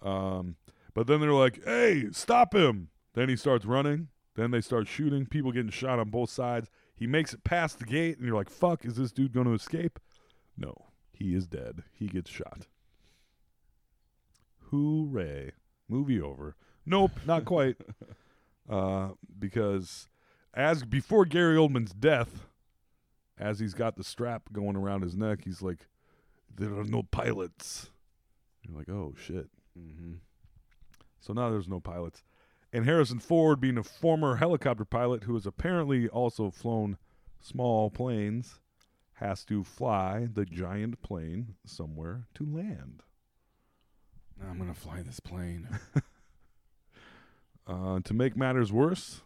[SPEAKER 13] Um, but then they're like, "Hey, stop him!" Then he starts running. Then they start shooting. People getting shot on both sides. He makes it past the gate, and you're like, "Fuck, is this dude going to escape?" No, he is dead. He gets shot. Hooray! Movie over. Nope, not quite. uh, because as before Gary Oldman's death, as he's got the strap going around his neck, he's like, "There are no pilots." You're like, "Oh shit!"
[SPEAKER 12] mm-hmm.
[SPEAKER 13] So now there's no pilots, and Harrison Ford, being a former helicopter pilot who has apparently also flown small planes, has to fly the giant plane somewhere to land.
[SPEAKER 12] I'm going to fly this plane.
[SPEAKER 13] Uh, to make matters worse,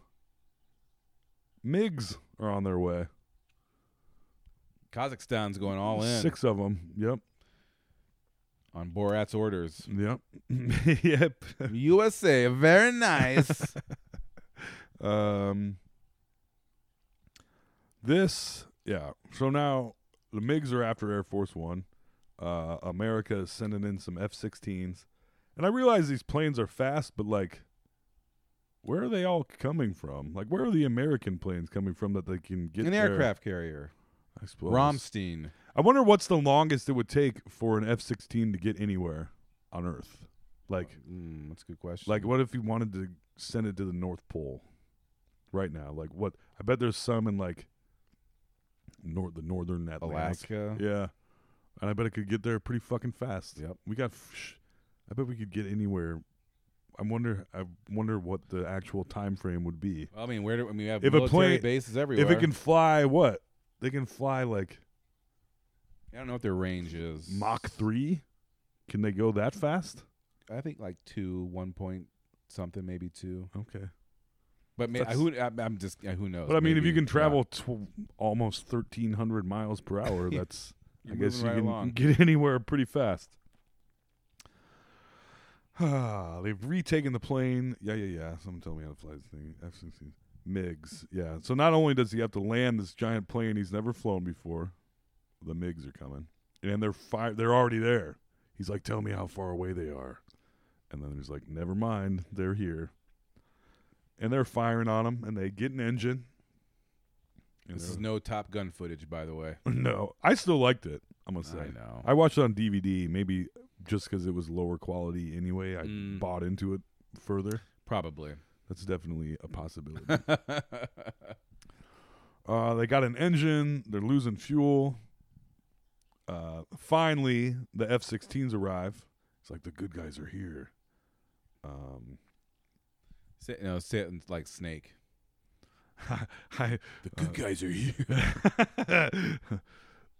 [SPEAKER 13] MiGs are on their way.
[SPEAKER 12] Kazakhstan's going all in
[SPEAKER 13] Six of them. Yep.
[SPEAKER 12] on Borat's orders.
[SPEAKER 13] Yep. yep.
[SPEAKER 12] USA, very nice.
[SPEAKER 13] Um, this, yeah. So now the MiGs are after Air Force One. Uh, America is sending in some F 16s. And I realize these planes are fast, but like, where are they all coming from? Like, where are the American planes coming from that they can get
[SPEAKER 12] An
[SPEAKER 13] there?
[SPEAKER 12] aircraft carrier.
[SPEAKER 13] I suppose.
[SPEAKER 12] Romstein.
[SPEAKER 13] I wonder what's the longest it would take for an F 16 to get anywhere on Earth. Like,
[SPEAKER 12] Mm, that's a good question.
[SPEAKER 13] like, what if you wanted to send it to the North Pole right now? Like, what? I bet there's some in like nor- the northern Atlantic.
[SPEAKER 12] Alaska.
[SPEAKER 13] Yeah, and I bet it could get there pretty fucking fast.
[SPEAKER 12] Yep.
[SPEAKER 13] we got. f- sh- I bet we could get anywhere. I wonder. I wonder what the actual time frame would be.
[SPEAKER 12] I mean, where do I mean, we have
[SPEAKER 13] If a
[SPEAKER 12] military
[SPEAKER 13] plane-
[SPEAKER 12] bases everywhere?
[SPEAKER 13] If it can fly, what they can fly like
[SPEAKER 12] I don't know what their range is.
[SPEAKER 13] Mach three. Can they go that fast?
[SPEAKER 12] I think like two, one point something, maybe two.
[SPEAKER 13] Okay.
[SPEAKER 12] But may,
[SPEAKER 13] That's-
[SPEAKER 12] who I, I'm just uh, who knows.
[SPEAKER 13] But I mean, if
[SPEAKER 12] Maybe
[SPEAKER 13] you can
[SPEAKER 12] not.
[SPEAKER 13] travel tw- almost thirteen hundred miles per hour, that's I
[SPEAKER 12] You're moving
[SPEAKER 13] guess you
[SPEAKER 12] right
[SPEAKER 13] can
[SPEAKER 12] along.
[SPEAKER 13] get anywhere pretty fast. Ah, they've retaken the plane. Yeah, yeah, yeah. Someone tell me how to fly this thing. F-16s. MiGs. Yeah. So not only does he have to land this giant plane he's never flown before, the MiGs are coming, and they're fi- They're already there. He's like, "Tell me how far away they are," and then he's like, "Never mind, they're here." And they're firing on him, and they get an engine, you
[SPEAKER 12] This
[SPEAKER 13] know?
[SPEAKER 12] is no Top Gun footage, by the way.
[SPEAKER 13] No, I still liked it. I'm gonna say.
[SPEAKER 12] I know.
[SPEAKER 13] I watched it on DVD, maybe just because it was lower quality anyway. I
[SPEAKER 12] Mm.
[SPEAKER 13] bought into it further.
[SPEAKER 12] Probably.
[SPEAKER 13] That's definitely a possibility. uh, they got an engine. They're losing fuel. Uh, finally, the F-16s arrive. It's like the good guys are here. Um,
[SPEAKER 12] Say, no, say it in, like Snake.
[SPEAKER 13] I, uh,
[SPEAKER 12] the good guys are here.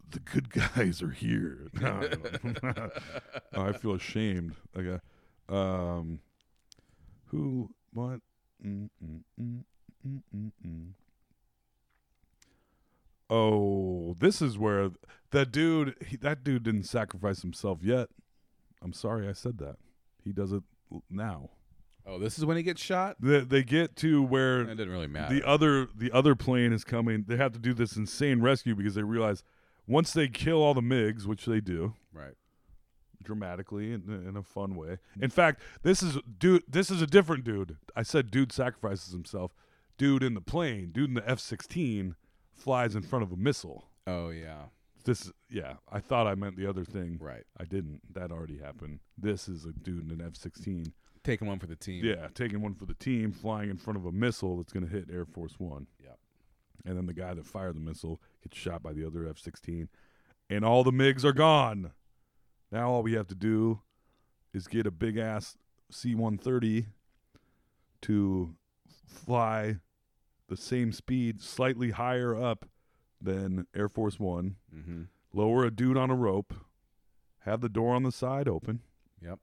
[SPEAKER 13] the good guys are here. No, I don't. Oh, I feel ashamed. Like, uh, um, who, what? Mm, mm, mm, mm, mm, mm. Oh, this is where th- that dude, he, that dude didn't sacrifice himself yet. I'm sorry I said that. He does it l- now.
[SPEAKER 12] Oh, this is when he gets shot.
[SPEAKER 13] They, they get to where
[SPEAKER 12] That didn't really matter.
[SPEAKER 13] the other the other plane is coming. They have to do this insane rescue because they realize once they kill all the MIGs, which they do,
[SPEAKER 12] right?
[SPEAKER 13] Dramatically and in a fun way. In fact, this is dude. This is a different dude. I said dude sacrifices himself. Dude in the plane, dude in the F sixteen, flies in front of a missile.
[SPEAKER 12] Oh yeah.
[SPEAKER 13] This yeah. I thought I meant the other thing.
[SPEAKER 12] Right.
[SPEAKER 13] I didn't. That already happened. This is a dude in an F sixteen.
[SPEAKER 12] Taking one for the team.
[SPEAKER 13] Yeah, taking one for the team, flying in front of a missile that's going to hit Air Force One.
[SPEAKER 12] Yep.
[SPEAKER 13] And then the guy that fired the missile gets shot by the other F 16, and all the MiGs are gone. Now all we have to do is get a big ass C 130 to fly the same speed, slightly higher up than Air Force One,
[SPEAKER 12] Mhm.
[SPEAKER 13] lower a dude on a rope, have the door on the side open
[SPEAKER 12] Yep.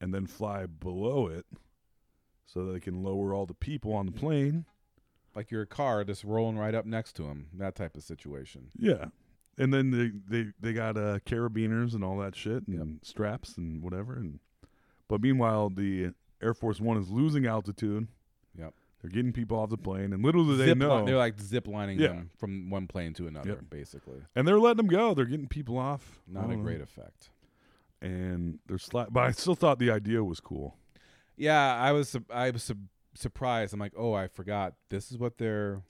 [SPEAKER 13] and then fly below it so that they can lower all the people on the plane.
[SPEAKER 12] Like your car just rolling right up next to him. That type of situation.
[SPEAKER 13] Yeah. And then they they, they got uh, carabiners and all that shit and straps and whatever and but meanwhile the Air Force 1 is losing altitude.
[SPEAKER 12] Yep.
[SPEAKER 13] They're getting people off the plane and little do they
[SPEAKER 12] Zip li-
[SPEAKER 13] know
[SPEAKER 12] they're like zip lining
[SPEAKER 13] Yeah.
[SPEAKER 12] them from one plane to another,
[SPEAKER 13] Yep.
[SPEAKER 12] basically.
[SPEAKER 13] and they're letting them go. They're getting people off. I
[SPEAKER 12] Not a
[SPEAKER 13] don't know.
[SPEAKER 12] great e- effect.
[SPEAKER 13] and they're sla- but I still thought the idea was cool.
[SPEAKER 12] Yeah, I was su- I was su- surprised. I'm like, oh, I forgot. This is what they're.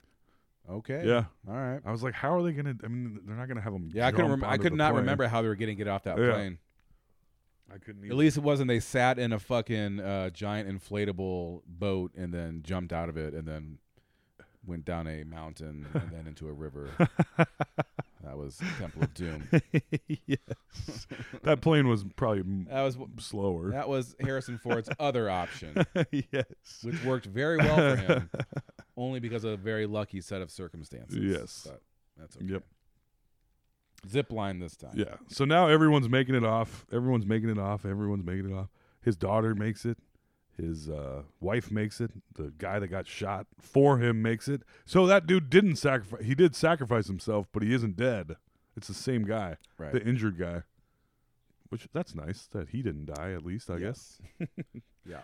[SPEAKER 12] Okay.
[SPEAKER 13] Yeah.
[SPEAKER 12] All right.
[SPEAKER 13] I was like how are they going to I mean they're not going to have them
[SPEAKER 12] Yeah, I couldn't.
[SPEAKER 13] jump
[SPEAKER 12] Rem- I
[SPEAKER 13] onto
[SPEAKER 12] could
[SPEAKER 13] the
[SPEAKER 12] not
[SPEAKER 13] plane.
[SPEAKER 12] remember how they were getting it off that
[SPEAKER 13] Yeah.
[SPEAKER 12] plane.
[SPEAKER 13] I couldn't
[SPEAKER 12] At least it wasn't they sat in a fucking uh, giant inflatable boat and then jumped out of it and then went down a mountain and then into a river. that was Temple of Doom.
[SPEAKER 13] yes. That plane was probably m-
[SPEAKER 12] That was w-
[SPEAKER 13] slower.
[SPEAKER 12] That was Harrison Ford's other option.
[SPEAKER 13] Yes.
[SPEAKER 12] Which worked very well for him, only because of a very lucky set of circumstances.
[SPEAKER 13] Yes.
[SPEAKER 12] But that's okay.
[SPEAKER 13] Yep.
[SPEAKER 12] Zip line this time.
[SPEAKER 13] Yeah. So now everyone's making it off. Everyone's making it off. Everyone's making it off. His daughter makes it. His uh, wife makes it. The guy that got shot for him makes it. So that dude didn't sacrifice. He did sacrifice himself, but he isn't dead. It's the same guy,
[SPEAKER 12] Right.
[SPEAKER 13] the injured guy. Which that's nice that he didn't die. At least I guess.
[SPEAKER 12] Yeah.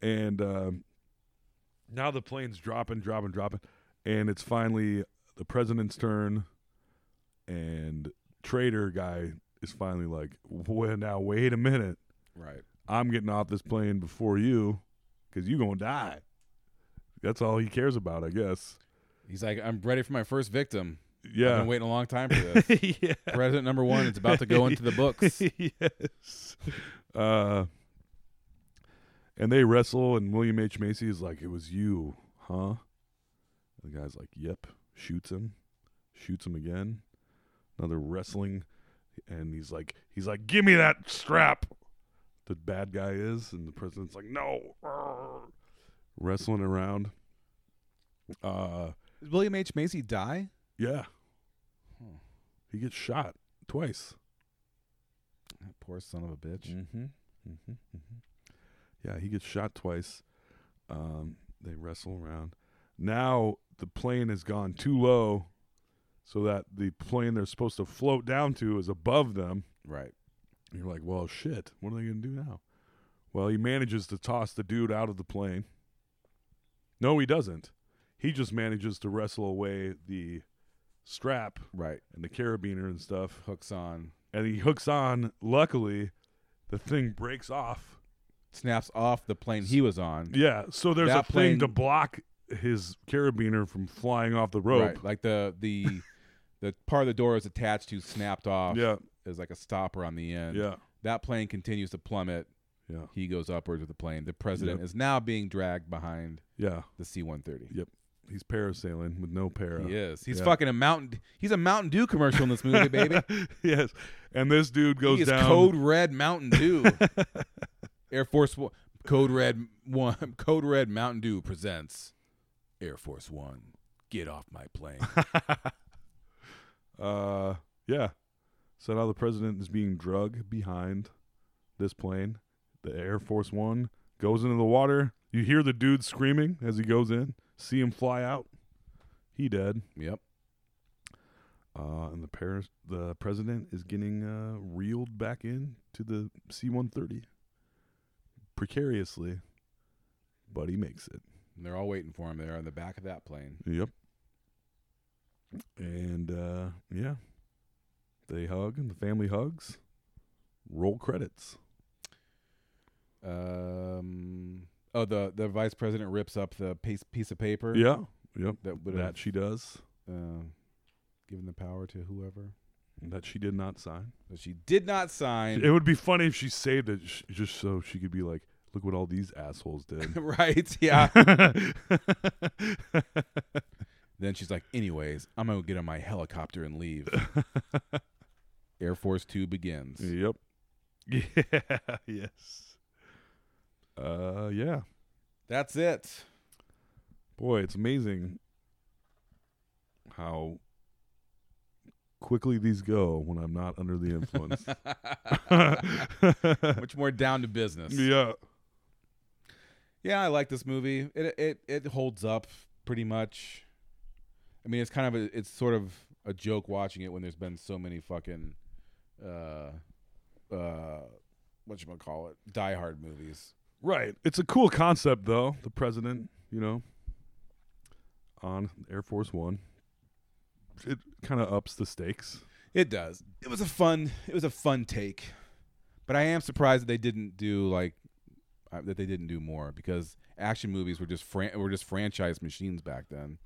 [SPEAKER 13] and um, now the plane's dropping, dropping, dropping, and it's finally the president's turn, and trader guy is finally like, "Well, now wait a minute,
[SPEAKER 12] Right.
[SPEAKER 13] I'm getting off this plane before you, because you gonna die." That's all he cares about, I guess.
[SPEAKER 12] He's like, I'm ready for my first victim. I've
[SPEAKER 13] Yeah.
[SPEAKER 12] been waiting a long time for this.
[SPEAKER 13] yeah.
[SPEAKER 12] President number one is about to go into the books.
[SPEAKER 13] yes. Uh, and they wrestle, and William H. Macy is like, It was you, huh? And the guy's like, Yep. Shoots him. Shoots him again. Another wrestling. And he's like, He's like, Give me that strap. The bad guy is. And the president's like, No. Arr. Wrestling around. Uh,
[SPEAKER 12] Did William H. Macy die?
[SPEAKER 13] yeah.
[SPEAKER 12] Hmm.
[SPEAKER 13] He gets shot twice.
[SPEAKER 12] That poor son of a bitch.
[SPEAKER 13] Mm-hmm. Mm-hmm. Yeah, he gets shot twice. Um, they wrestle around. Now the plane has gone too low, so that the plane they're supposed to float down to is above them.
[SPEAKER 12] Right.
[SPEAKER 13] And you're like, well, shit. What are they gonna do now? Well, he manages to toss the dude out of the plane. No, he doesn't. He just manages to wrestle away the strap
[SPEAKER 12] Right.
[SPEAKER 13] and the carabiner and stuff
[SPEAKER 12] Hooks on.
[SPEAKER 13] and he hooks on. Luckily, the thing breaks off.
[SPEAKER 12] Snaps off the plane he was on.
[SPEAKER 13] Yeah, so there's
[SPEAKER 12] That
[SPEAKER 13] a
[SPEAKER 12] plane-
[SPEAKER 13] thing to block his carabiner from flying off the rope.
[SPEAKER 12] Right, like the the the part of the door is attached to snapped off.
[SPEAKER 13] Yeah.
[SPEAKER 12] There's like a stopper on the end.
[SPEAKER 13] Yeah.
[SPEAKER 12] That plane continues to plummet.
[SPEAKER 13] Yeah.
[SPEAKER 12] He goes upwards with the plane. The president
[SPEAKER 13] Yep.
[SPEAKER 12] is now being dragged behind
[SPEAKER 13] Yeah.
[SPEAKER 12] the C one thirty.
[SPEAKER 13] Yep. He's parasailing with no para.
[SPEAKER 12] He is. He's
[SPEAKER 13] Yeah.
[SPEAKER 12] fucking a mountain he's a Mountain Dew commercial in this movie, baby.
[SPEAKER 13] yes. And this dude goes
[SPEAKER 12] he is
[SPEAKER 13] down.
[SPEAKER 12] code red Mountain Dew. Air Force One Code Red One Code Red Mountain Dew presents Air Force One. Get off my plane.
[SPEAKER 13] Uh, yeah. So now the president is being drugged behind this plane. The Air Force One goes into the water. You hear the dude screaming as he goes in. See him fly out. He dead.
[SPEAKER 12] yep.
[SPEAKER 13] Uh, and the Paris, the president is getting uh, reeled back in to the C-130 precariously, but he makes it.
[SPEAKER 12] And they're all waiting for him there on the back of that plane.
[SPEAKER 13] Yep. And uh, yeah, they hug and the family hugs. Roll credits.
[SPEAKER 12] Um. Oh, the the vice president rips up the piece piece of paper.
[SPEAKER 13] Yeah. Yep.
[SPEAKER 12] That would
[SPEAKER 13] That
[SPEAKER 12] have
[SPEAKER 13] she does.
[SPEAKER 12] uh, given the power to whoever
[SPEAKER 13] That she did not sign.
[SPEAKER 12] that she did not sign.
[SPEAKER 13] It would be funny if she saved it sh- just so she could be like, look what all these assholes did.
[SPEAKER 12] right. Yeah. then she's like, anyways, I'm gonna get on my helicopter and leave. Air Force Two begins.
[SPEAKER 13] yep. Yeah. Yes. Uh. Yeah.
[SPEAKER 12] That's it.
[SPEAKER 13] Boy, it's amazing how quickly these go when I'm not under the influence.
[SPEAKER 12] Much more down to business.
[SPEAKER 13] yeah.
[SPEAKER 12] Yeah, I like this movie. It it it holds up pretty much. I mean, it's kind of a, it's sort of a joke watching it when there's been so many fucking uh uh what you call it? Die Hard movies.
[SPEAKER 13] Right. It's a cool concept though, the president, you know, on Air Force 1. It kind of ups the stakes.
[SPEAKER 12] It does. It was a fun it was a fun take. But I am surprised that they didn't do like uh, that they didn't do more because action movies were just fran- were just franchise machines back then.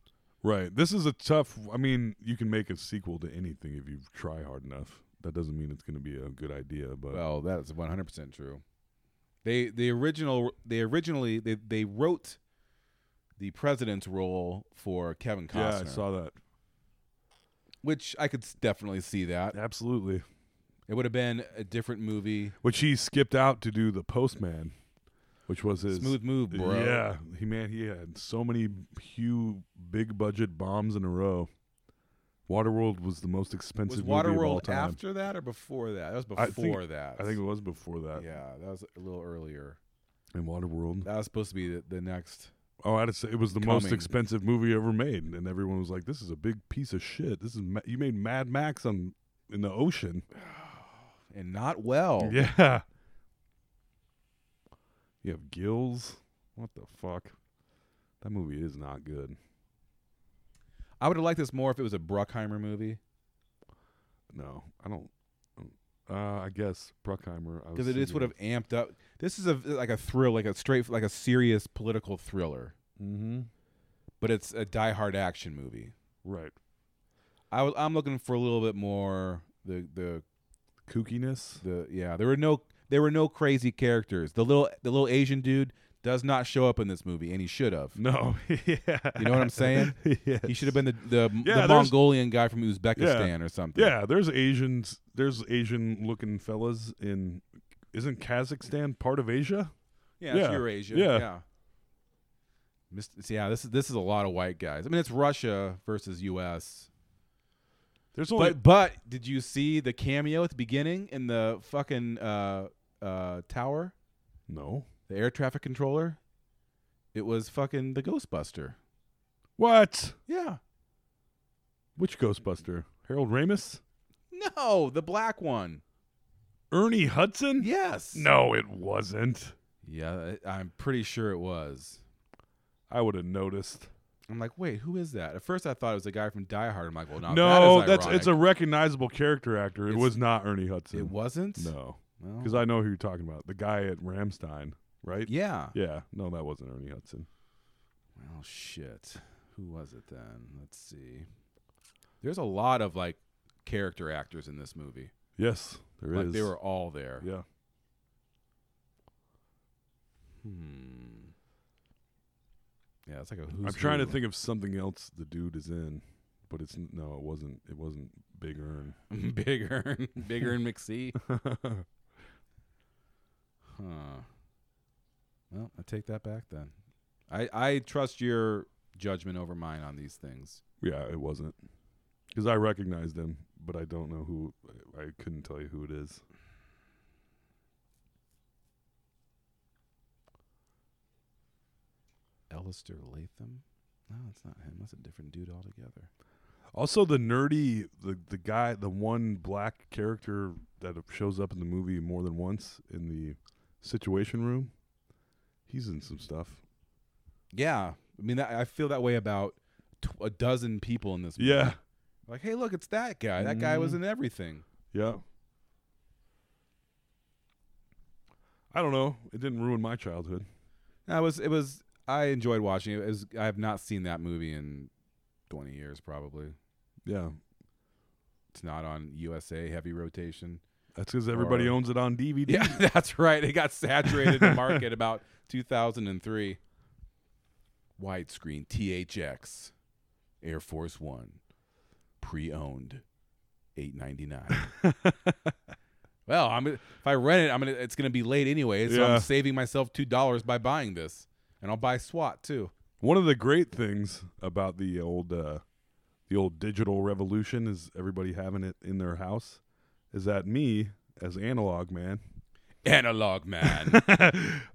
[SPEAKER 13] Right. This is a tough I mean, you can make a sequel to anything if you try hard enough. That doesn't mean it's going to be a good idea, but
[SPEAKER 12] Well, that is one hundred percent true. They the original they originally they, they wrote the president's role for Kevin Costner,
[SPEAKER 13] yeah, I saw that.
[SPEAKER 12] which I could s- definitely see that
[SPEAKER 13] Absolutely.
[SPEAKER 12] it would have been a different movie.
[SPEAKER 13] Which he skipped out to do the postman, which was his
[SPEAKER 12] Smooth move, bro.
[SPEAKER 13] Yeah, he man, he had so many huge, big budget bombs in a row. Waterworld was the most
[SPEAKER 12] Was
[SPEAKER 13] expensive movie of all
[SPEAKER 12] Waterworld
[SPEAKER 13] time.
[SPEAKER 12] after that or before that? That was before
[SPEAKER 13] I think-
[SPEAKER 12] that.
[SPEAKER 13] I think it was before that.
[SPEAKER 12] yeah, that was a little earlier.
[SPEAKER 13] And Waterworld.
[SPEAKER 12] That was supposed to be the, the next.
[SPEAKER 13] Oh, I'd say it was the most
[SPEAKER 12] Coming.
[SPEAKER 13] expensive movie ever made, and everyone was like, "This is a big piece of shit. This is ma- you made Mad Max on in the ocean."
[SPEAKER 12] And not well.
[SPEAKER 13] Yeah. You have gills. What the fuck? That movie is not good.
[SPEAKER 12] I would have liked this more if it was a Bruckheimer movie
[SPEAKER 13] No, I don't. Uh, I guess Bruckheimer. I was
[SPEAKER 12] because it just
[SPEAKER 13] thinking-
[SPEAKER 12] would have amped up. This is a like a thrill, like a straight, like a serious political thriller. Mm-hmm.
[SPEAKER 13] Mhm.
[SPEAKER 12] but it's a die-hard action movie.
[SPEAKER 13] Right.
[SPEAKER 12] I w- I'm looking for a little bit more the the
[SPEAKER 13] Kookiness.
[SPEAKER 12] the yeah. There were no there were no crazy characters. The little the little Asian dude does not show up in this movie, and he should have.
[SPEAKER 13] No. yeah.
[SPEAKER 12] You know what I'm saying? He should have been the the,
[SPEAKER 13] Yeah,
[SPEAKER 12] the
[SPEAKER 13] there's-
[SPEAKER 12] Mongolian guy from Uzbekistan or something.
[SPEAKER 13] Yeah. There's Asians. There's Asian looking fellas in. Isn't Kazakhstan part of Asia?
[SPEAKER 12] yeah, it's
[SPEAKER 13] Yeah.
[SPEAKER 12] Eurasia.
[SPEAKER 13] Yeah.
[SPEAKER 12] Yeah. Mis- Yeah, this is this is a lot of white guys. I mean, it's Russia versus U.S.
[SPEAKER 13] There's only.
[SPEAKER 12] But but did you see the cameo at the beginning in the fucking uh, uh, tower?
[SPEAKER 13] no.
[SPEAKER 12] the air traffic controller. It was fucking the Ghostbuster.
[SPEAKER 13] What?
[SPEAKER 12] Yeah.
[SPEAKER 13] Which Ghostbuster? Harold Ramis?
[SPEAKER 12] No, the black one.
[SPEAKER 13] Ernie Hudson?
[SPEAKER 12] Yes.
[SPEAKER 13] No, it wasn't.
[SPEAKER 12] Yeah, I- I'm pretty sure it was.
[SPEAKER 13] I would have noticed.
[SPEAKER 12] I'm like, wait, who is that? At first, I thought it was the guy from Die Hard. I'm like, well, no,
[SPEAKER 13] no,
[SPEAKER 12] that is
[SPEAKER 13] that's
[SPEAKER 12] ironic.
[SPEAKER 13] it's a recognizable character actor. It
[SPEAKER 12] It's-
[SPEAKER 13] was not Ernie Hudson.
[SPEAKER 12] It wasn't.
[SPEAKER 13] No,
[SPEAKER 12] Well,
[SPEAKER 13] because I know who you're talking about. The guy at Ramstein, right?
[SPEAKER 12] yeah.
[SPEAKER 13] Yeah. No, that wasn't Ernie Hudson.
[SPEAKER 12] Well, shit. Who was it then? Let's see. There's a lot of like character actors in this movie.
[SPEAKER 13] Yes, there
[SPEAKER 12] like
[SPEAKER 13] is.
[SPEAKER 12] they were all there.
[SPEAKER 13] Yeah.
[SPEAKER 12] Hmm. Yeah, it's like a who's.
[SPEAKER 13] I'm trying
[SPEAKER 12] who.
[SPEAKER 13] to think of something else the dude is in, but it's n- no, it wasn't. It wasn't Big Earn.
[SPEAKER 12] Big Earn, Big Earn McSee. huh. Well, I take that back then. I I trust your judgment over mine on these things.
[SPEAKER 13] Yeah, it wasn't. Because I recognized him, but I don't know who. I I couldn't tell you who it is.
[SPEAKER 12] Ellister Latham? No, it's not him. That's a different dude altogether.
[SPEAKER 13] Also, the nerdy, the the guy, the one black character that shows up in the movie more than once in the Situation Room. He's in some stuff.
[SPEAKER 12] Yeah, I mean, I I feel that way about t- a dozen people in this. Movie.
[SPEAKER 13] Yeah.
[SPEAKER 12] like hey, look, it's that guy. That guy was
[SPEAKER 13] Mhm.
[SPEAKER 12] in everything.
[SPEAKER 13] Yeah. I don't know. It didn't ruin my childhood.
[SPEAKER 12] No, it was it was I enjoyed watching it. it was, I have not seen that movie in twenty years probably.
[SPEAKER 13] Yeah.
[SPEAKER 12] It's not on USA heavy rotation.
[SPEAKER 13] That's because everybody
[SPEAKER 12] Or-
[SPEAKER 13] owns it on DVD.
[SPEAKER 12] Yeah, that's right. It got saturated in the market about two thousand and three. Widescreen THX Air Force One pre owned eight ninety nine. Well, I'm if I rent it, I'm gonna it's gonna be late anyway, so
[SPEAKER 13] Yeah.
[SPEAKER 12] I'm saving myself two dollars by buying this, and I'll buy SWAT too.
[SPEAKER 13] One of the great things about the old uh, the old digital revolution is everybody having it in their house. Is that me as analog man?
[SPEAKER 12] Analog man.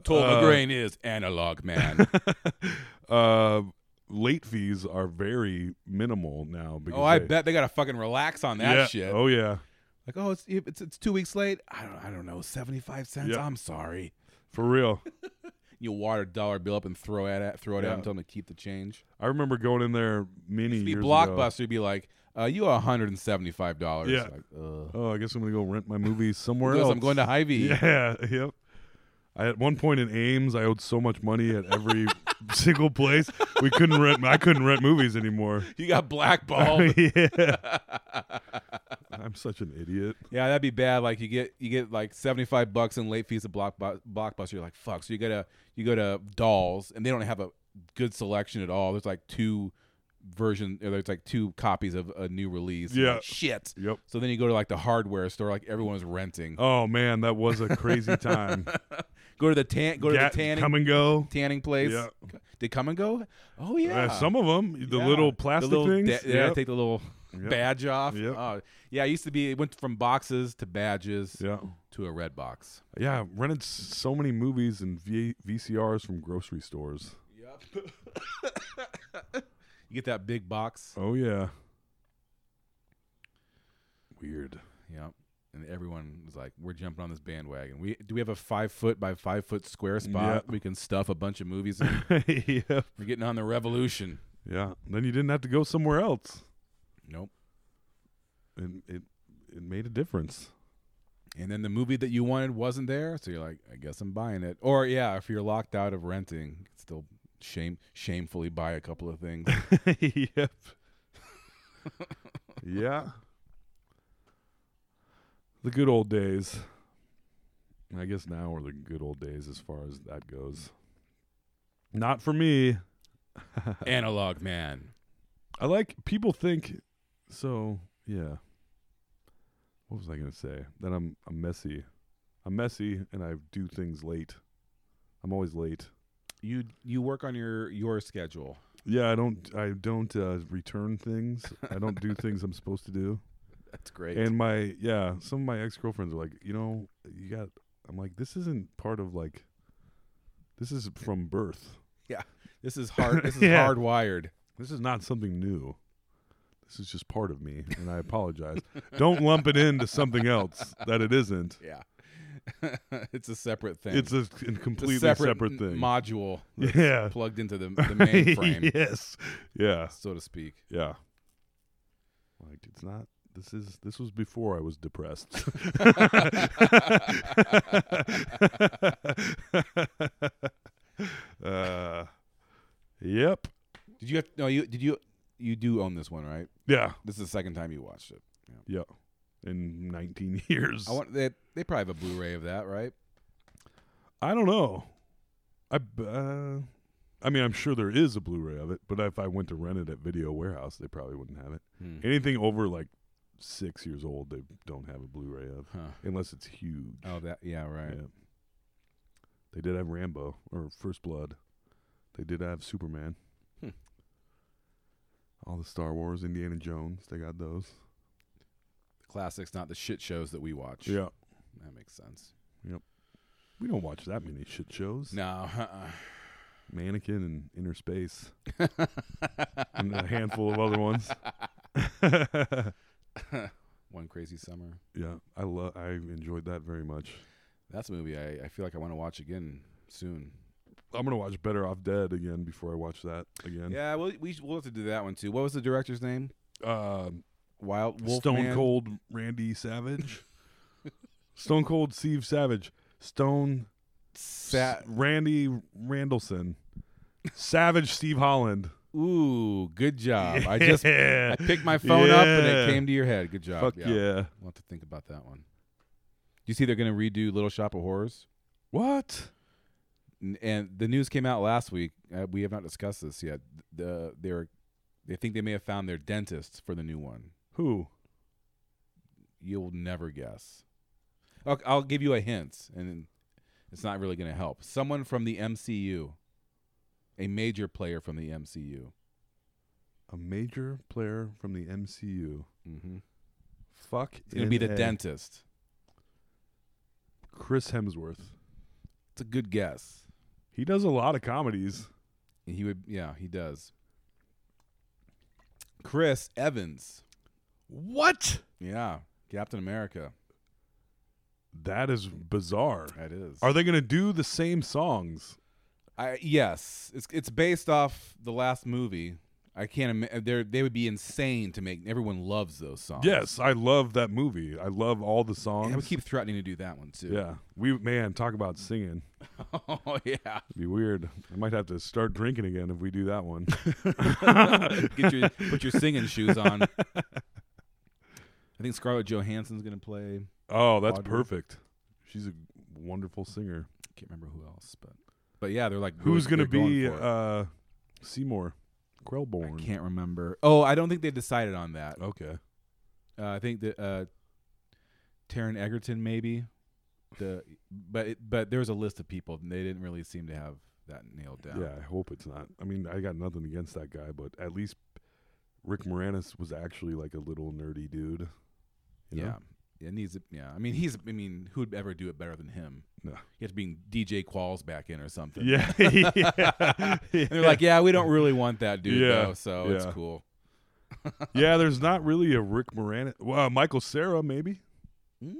[SPEAKER 12] Toll
[SPEAKER 13] Uh,
[SPEAKER 12] McGrain is analog man.
[SPEAKER 13] Uh, late fees are very minimal now. Because
[SPEAKER 12] oh, I
[SPEAKER 13] they-
[SPEAKER 12] bet they gotta fucking relax on that
[SPEAKER 13] Yeah.
[SPEAKER 12] shit.
[SPEAKER 13] Oh yeah,
[SPEAKER 12] Like, oh, it's it's it's two weeks late. I don't I don't know, seventy five cents.
[SPEAKER 13] Yeah.
[SPEAKER 12] I'm sorry.
[SPEAKER 13] for real.
[SPEAKER 12] You wad a dollar bill up and throw it at throw it at
[SPEAKER 13] Yeah.
[SPEAKER 12] them, tell them to keep the change.
[SPEAKER 13] I remember going in there many
[SPEAKER 12] It'd be
[SPEAKER 13] years
[SPEAKER 12] blockbuster. You'd be like, uh, you owe one hundred and seventy five dollars.
[SPEAKER 13] ago. Yeah.
[SPEAKER 12] Like, ugh.
[SPEAKER 13] oh, I guess I'm gonna go rent my movie somewhere
[SPEAKER 12] Because
[SPEAKER 13] else.
[SPEAKER 12] I'm going to Hy-Vee.
[SPEAKER 13] Yeah. Yep. I, at one point in Ames, I owed so much money at every single place we couldn't rent. I couldn't rent movies anymore.
[SPEAKER 12] You got blackballed.
[SPEAKER 13] yeah. I'm such an idiot.
[SPEAKER 12] Yeah, that'd be bad. Like you get you get like seventy five bucks in late fees at block blockbuster. You're like fuck. So you go to you go to Dolls, and they don't have a good selection at all. There's like two version. Or there's like two copies of a new release. You're
[SPEAKER 13] Yeah.
[SPEAKER 12] like, shit.
[SPEAKER 13] Yep.
[SPEAKER 12] So then you go to like the hardware store. Like everyone's renting.
[SPEAKER 13] Oh man, that was a crazy time.
[SPEAKER 12] Go to the tan. Go to
[SPEAKER 13] Gat-
[SPEAKER 12] the tanning.
[SPEAKER 13] come and go.
[SPEAKER 12] Tanning place.
[SPEAKER 13] Yeah.
[SPEAKER 12] Did come and go? Oh yeah.
[SPEAKER 13] Uh, some of them, the
[SPEAKER 12] Yeah.
[SPEAKER 13] little plastic
[SPEAKER 12] little
[SPEAKER 13] things.
[SPEAKER 12] da- yeah, take the little
[SPEAKER 13] Yep.
[SPEAKER 12] badge off.
[SPEAKER 13] Yep.
[SPEAKER 12] Oh, yeah, it used to be it went from boxes to badges
[SPEAKER 13] Yeah.
[SPEAKER 12] to a red box.
[SPEAKER 13] yeah, I rented s- so many movies and v- VCRs from grocery stores.
[SPEAKER 12] Yep. you get that big box.
[SPEAKER 13] Oh yeah. Weird.
[SPEAKER 12] Yep. And everyone was like, "We're jumping on this bandwagon. We do we have a five foot by five foot square spot
[SPEAKER 13] Yeah.
[SPEAKER 12] we can stuff a bunch of movies in?
[SPEAKER 13] yeah.
[SPEAKER 12] We're getting on the revolution."
[SPEAKER 13] Yeah. Then you didn't have to go somewhere else.
[SPEAKER 12] Nope.
[SPEAKER 13] And it it made a difference.
[SPEAKER 12] And then the movie that you wanted wasn't there, so you're like, "I guess I'm buying it." Or yeah, if you're locked out of renting, you can still shame shamefully buy a couple of things.
[SPEAKER 13] yep. yeah. The good old days. I guess now are the good old days as far as that goes. Not for me.
[SPEAKER 12] Analog man.
[SPEAKER 13] I like people think so yeah. What was I gonna say? That I'm I'm messy. I'm messy and I do things late. I'm always late.
[SPEAKER 12] You you work on your your schedule.
[SPEAKER 13] Yeah, I don't I don't uh, return things. I don't do things I'm supposed to do.
[SPEAKER 12] That's great.
[SPEAKER 13] And my yeah, some of my ex girlfriends are like, you know, you got. I'm like, this isn't part of like. This is from birth.
[SPEAKER 12] yeah. This is hard this is
[SPEAKER 13] Yeah.
[SPEAKER 12] hardwired.
[SPEAKER 13] This is not something new. This is just part of me, and I apologize. Don't lump it into something else that it isn't.
[SPEAKER 12] Yeah. it's a separate thing.
[SPEAKER 13] It's a,
[SPEAKER 12] It's
[SPEAKER 13] a completely
[SPEAKER 12] n-
[SPEAKER 13] separate thing.
[SPEAKER 12] Module that's
[SPEAKER 13] Yeah.
[SPEAKER 12] plugged into the, the mainframe,
[SPEAKER 13] yes. Yeah.
[SPEAKER 12] so to speak.
[SPEAKER 13] Yeah. Like it's not. This is this was before I was depressed. uh, Yep.
[SPEAKER 12] Did you have no you did you you do own this one, right?
[SPEAKER 13] Yeah.
[SPEAKER 12] This is the second time you watched it.
[SPEAKER 13] Yeah. In 19 years.
[SPEAKER 12] I want they they probably have a Blu-ray of that, right?
[SPEAKER 13] I don't know. I b- uh, I mean, I'm sure there is a Blu-ray of it, but if I went to rent it at Video Warehouse, they probably wouldn't have it.
[SPEAKER 12] Hmm.
[SPEAKER 13] Anything over like six years old, they don't have a Blu-ray of,
[SPEAKER 12] Huh.
[SPEAKER 13] unless it's huge.
[SPEAKER 12] Oh, that yeah, right.
[SPEAKER 13] Yeah. They did have Rambo or First Blood. They did have Superman.
[SPEAKER 12] Hmm.
[SPEAKER 13] All the Star Wars, Indiana Jones, they got those.
[SPEAKER 12] Classics, not the shit shows that we watch.
[SPEAKER 13] Yeah.
[SPEAKER 12] That makes sense.
[SPEAKER 13] Yep. We don't watch that many shit shows.
[SPEAKER 12] No. Uh-uh.
[SPEAKER 13] Mannequin and Inner Space, and a handful of other ones.
[SPEAKER 12] One crazy summer.
[SPEAKER 13] yeah, I love. I enjoyed that very much.
[SPEAKER 12] That's a movie I, I feel like I want to watch again soon.
[SPEAKER 13] I'm gonna watch Better Off Dead again before I watch that again.
[SPEAKER 12] Yeah, we'll, we sh- we'll have to do that one too. What was the director's name?
[SPEAKER 13] Um,
[SPEAKER 12] Wild Wolf
[SPEAKER 13] Stone
[SPEAKER 12] Man?
[SPEAKER 13] Cold Randy Savage, Stone Cold Steve Savage, Stone
[SPEAKER 12] Sa-
[SPEAKER 13] S- Randy Randallson, Savage Steve Holland.
[SPEAKER 12] Ooh, good job. I just I
[SPEAKER 13] Yeah.
[SPEAKER 12] picked my phone up and it
[SPEAKER 13] Yeah.
[SPEAKER 12] came to your head. Good job.
[SPEAKER 13] Fuck yeah.
[SPEAKER 12] We'll have to think about that one. Do you see they're going to redo Little Shop of Horrors?
[SPEAKER 13] What?
[SPEAKER 12] N- And the news came out last week. Uh, we have not discussed this yet. The they're they think they may have found their dentist for the new one.
[SPEAKER 13] Who?
[SPEAKER 12] You'll never guess. I'll, I'll give you a hint, and it's not really going to help. Someone from the MCU, a major player from the MCU.
[SPEAKER 13] A major player from the MCU.
[SPEAKER 12] Mm-hmm.
[SPEAKER 13] Fuck.
[SPEAKER 12] It's going to be
[SPEAKER 13] in
[SPEAKER 12] the
[SPEAKER 13] a-
[SPEAKER 12] dentist.
[SPEAKER 13] Chris Hemsworth.
[SPEAKER 12] It's a good guess.
[SPEAKER 13] He does a lot of comedies.
[SPEAKER 12] He would, yeah, he does. Chris Evans,
[SPEAKER 13] What?
[SPEAKER 12] yeah, Captain America.
[SPEAKER 13] That is bizarre.
[SPEAKER 12] That is.
[SPEAKER 13] Are they gonna do the same songs?
[SPEAKER 12] I, yes, it's it's based off the last movie. I can't. Im- they they would be insane to make. Everyone loves those songs.
[SPEAKER 13] Yes, I love that movie. I love all the songs.
[SPEAKER 12] and we keep threatening to do that one too.
[SPEAKER 13] Yeah, we man talk about singing.
[SPEAKER 12] oh yeah.
[SPEAKER 13] It'd be weird. I might have to start drinking again if we do that one.
[SPEAKER 12] Get your put your singing shoes on. I think Scarlett Johansson's gonna play.
[SPEAKER 13] Oh, that's
[SPEAKER 12] Audrey.
[SPEAKER 13] perfect. She's a wonderful singer.
[SPEAKER 12] Can't remember who else, but but yeah, they're like
[SPEAKER 13] Who's
[SPEAKER 12] really-
[SPEAKER 13] gonna
[SPEAKER 12] they're going
[SPEAKER 13] be
[SPEAKER 12] for it.
[SPEAKER 13] uh, Seymour
[SPEAKER 12] I
[SPEAKER 13] Krellborn?
[SPEAKER 12] can't remember. Oh, I don't think they decided on that.
[SPEAKER 13] Okay.
[SPEAKER 12] Uh, I think that uh, Taron Egerton maybe. The but it, but there was a list of people and they didn't really seem to have that nailed down.
[SPEAKER 13] Yeah, I hope it's not. I mean, I got nothing against that guy, but at least Rick Moranis was actually like a little nerdy dude. you know?
[SPEAKER 12] Yeah. It needs. a- Yeah. I mean, he's. I mean, who'd ever do it better than him?
[SPEAKER 13] No.
[SPEAKER 12] You have to bring DJ Qualls back in or something.
[SPEAKER 13] Yeah. yeah.
[SPEAKER 12] And they're like, yeah, we don't really want that dude
[SPEAKER 13] Yeah,
[SPEAKER 12] though, so it's
[SPEAKER 13] yeah.
[SPEAKER 12] cool.
[SPEAKER 13] Yeah, there's not really a Rick Moranis. Well, uh, Michael Sarah, maybe.
[SPEAKER 12] Mm,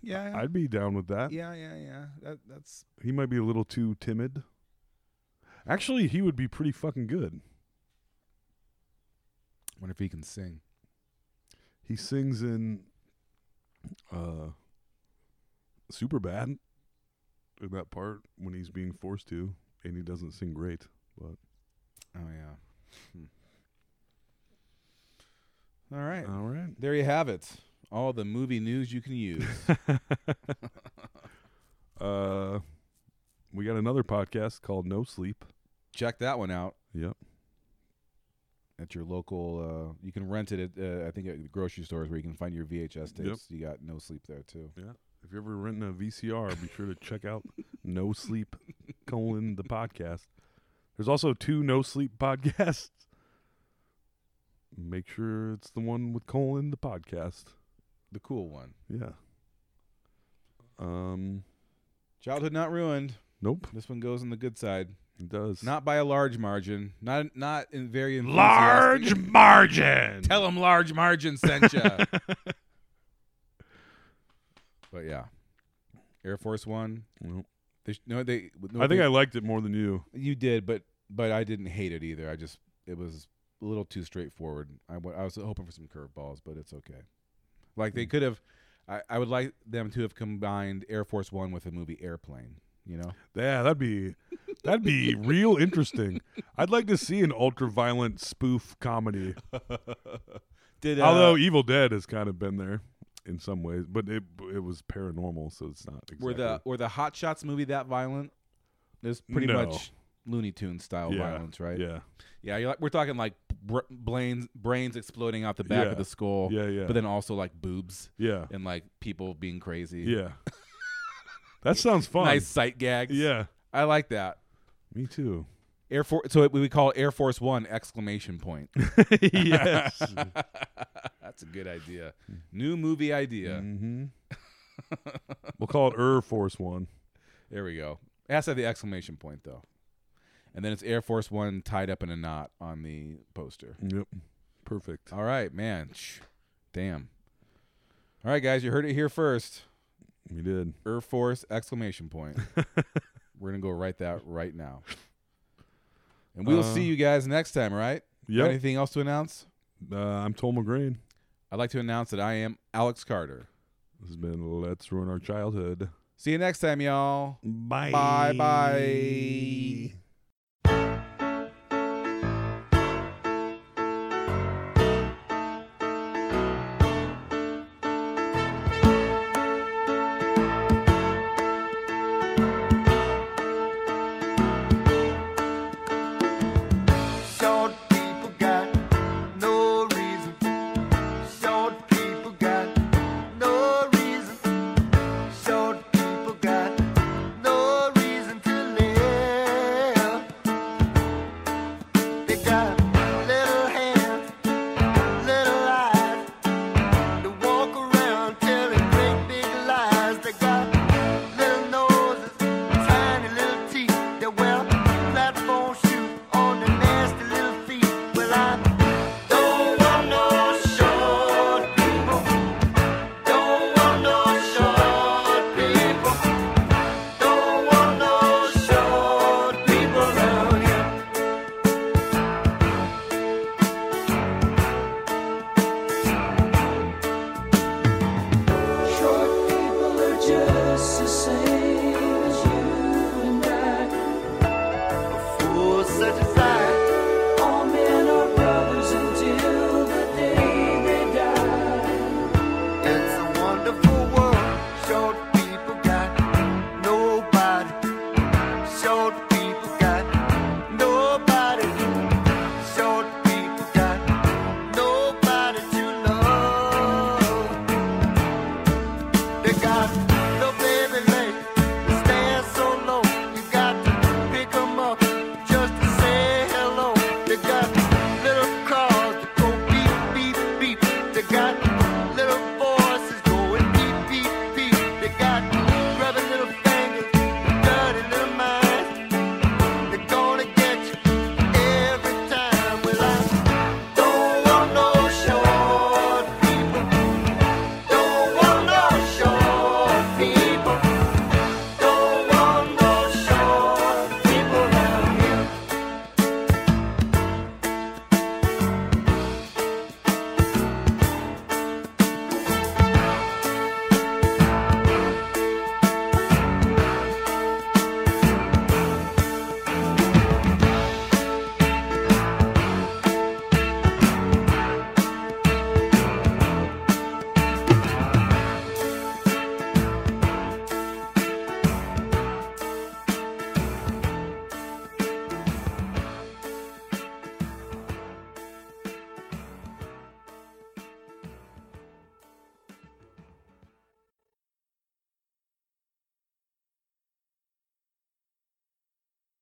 [SPEAKER 12] yeah.
[SPEAKER 13] I'd be down with that.
[SPEAKER 12] yeah. Yeah. Yeah. That, that's.
[SPEAKER 13] He might be a little too timid. Actually, he would be pretty fucking good.
[SPEAKER 12] Wonder if he can sing.
[SPEAKER 13] He sings in uh Super Bad in that part when he's being forced to, and he doesn't sing great. But
[SPEAKER 12] Oh yeah. Hmm. All right.
[SPEAKER 13] all right.
[SPEAKER 12] There you have it. All the movie news you can use.
[SPEAKER 13] Uh we got another podcast called No Sleep.
[SPEAKER 12] Check that one out
[SPEAKER 13] Yep.
[SPEAKER 12] at your local. Uh, you can rent it at uh, I think at grocery stores where you can find your VHS tapes.
[SPEAKER 13] Yep.
[SPEAKER 12] You got no sleep there too.
[SPEAKER 13] Yeah. If you're ever renting a VCR, be sure to check out No Sleep colon the podcast. There's also two No Sleep podcasts. Make sure it's the one with colon the podcast.
[SPEAKER 12] The cool one.
[SPEAKER 13] Yeah. Um.
[SPEAKER 12] Childhood not ruined.
[SPEAKER 13] Nope.
[SPEAKER 12] This one goes on the good side,
[SPEAKER 13] It does
[SPEAKER 12] not by a large margin. Not not in very enthusiastic-
[SPEAKER 13] large margin.
[SPEAKER 12] Tell them large margin sent you. but yeah, Air Force One.
[SPEAKER 13] Nope.
[SPEAKER 12] They sh- no, they. no,
[SPEAKER 13] I think
[SPEAKER 12] they-
[SPEAKER 13] I liked it more than you.
[SPEAKER 12] You did, but but I didn't hate it either. I just it was a little too straightforward. I wa- I was hoping for some curveballs, but it's okay.
[SPEAKER 13] Hmm.
[SPEAKER 12] Like they could have. I, I would like them to have combined Air Force One with the movie Airplane. You know,
[SPEAKER 13] Yeah, that'd be that'd be real interesting. I'd like to see an ultra violent spoof comedy.
[SPEAKER 15] Did, uh,
[SPEAKER 13] although Evil Dead has kind of been there in some ways, but it it was paranormal, so it's not. Exactly.
[SPEAKER 12] were the were the Hot Shots movie that violent? It's pretty
[SPEAKER 13] No.
[SPEAKER 12] much Looney Tunes style
[SPEAKER 13] Yeah,
[SPEAKER 12] violence, right?
[SPEAKER 13] yeah.
[SPEAKER 12] yeah. You're like, we're talking like br- brains brains exploding out the back
[SPEAKER 13] Yeah.
[SPEAKER 12] of the skull.
[SPEAKER 13] Yeah, yeah.
[SPEAKER 12] But then also like boobs.
[SPEAKER 13] Yeah.
[SPEAKER 12] and like people being crazy.
[SPEAKER 13] yeah. that sounds fun.
[SPEAKER 12] Nice sight gags.
[SPEAKER 13] Yeah.
[SPEAKER 12] I like that.
[SPEAKER 13] Me too.
[SPEAKER 12] Air Force. So it, we call it Air Force One exclamation point.
[SPEAKER 13] Yes.
[SPEAKER 12] that's a good idea. New movie idea.
[SPEAKER 13] Mm-hmm. We'll call it Air Force One.
[SPEAKER 12] There we go. It has to have the exclamation point though, and then it's Air Force One tied up in a knot on the poster.
[SPEAKER 13] Yep. Perfect.
[SPEAKER 12] All right, man. Shh. Damn. All right, guys, you heard it here first.
[SPEAKER 13] We did.
[SPEAKER 12] Air Force exclamation point. We're gonna go write that right now. And we'll
[SPEAKER 13] Uh,
[SPEAKER 12] see you guys next time, right? Got
[SPEAKER 13] yep.
[SPEAKER 12] Anything else to announce?
[SPEAKER 13] Uh, I'm Tom McGrain.
[SPEAKER 12] I'd like to announce that I am Alex Carter.
[SPEAKER 13] This has been Let's Ruin Our Childhood.
[SPEAKER 12] See you next time, y'all.
[SPEAKER 13] Bye.
[SPEAKER 12] Bye bye.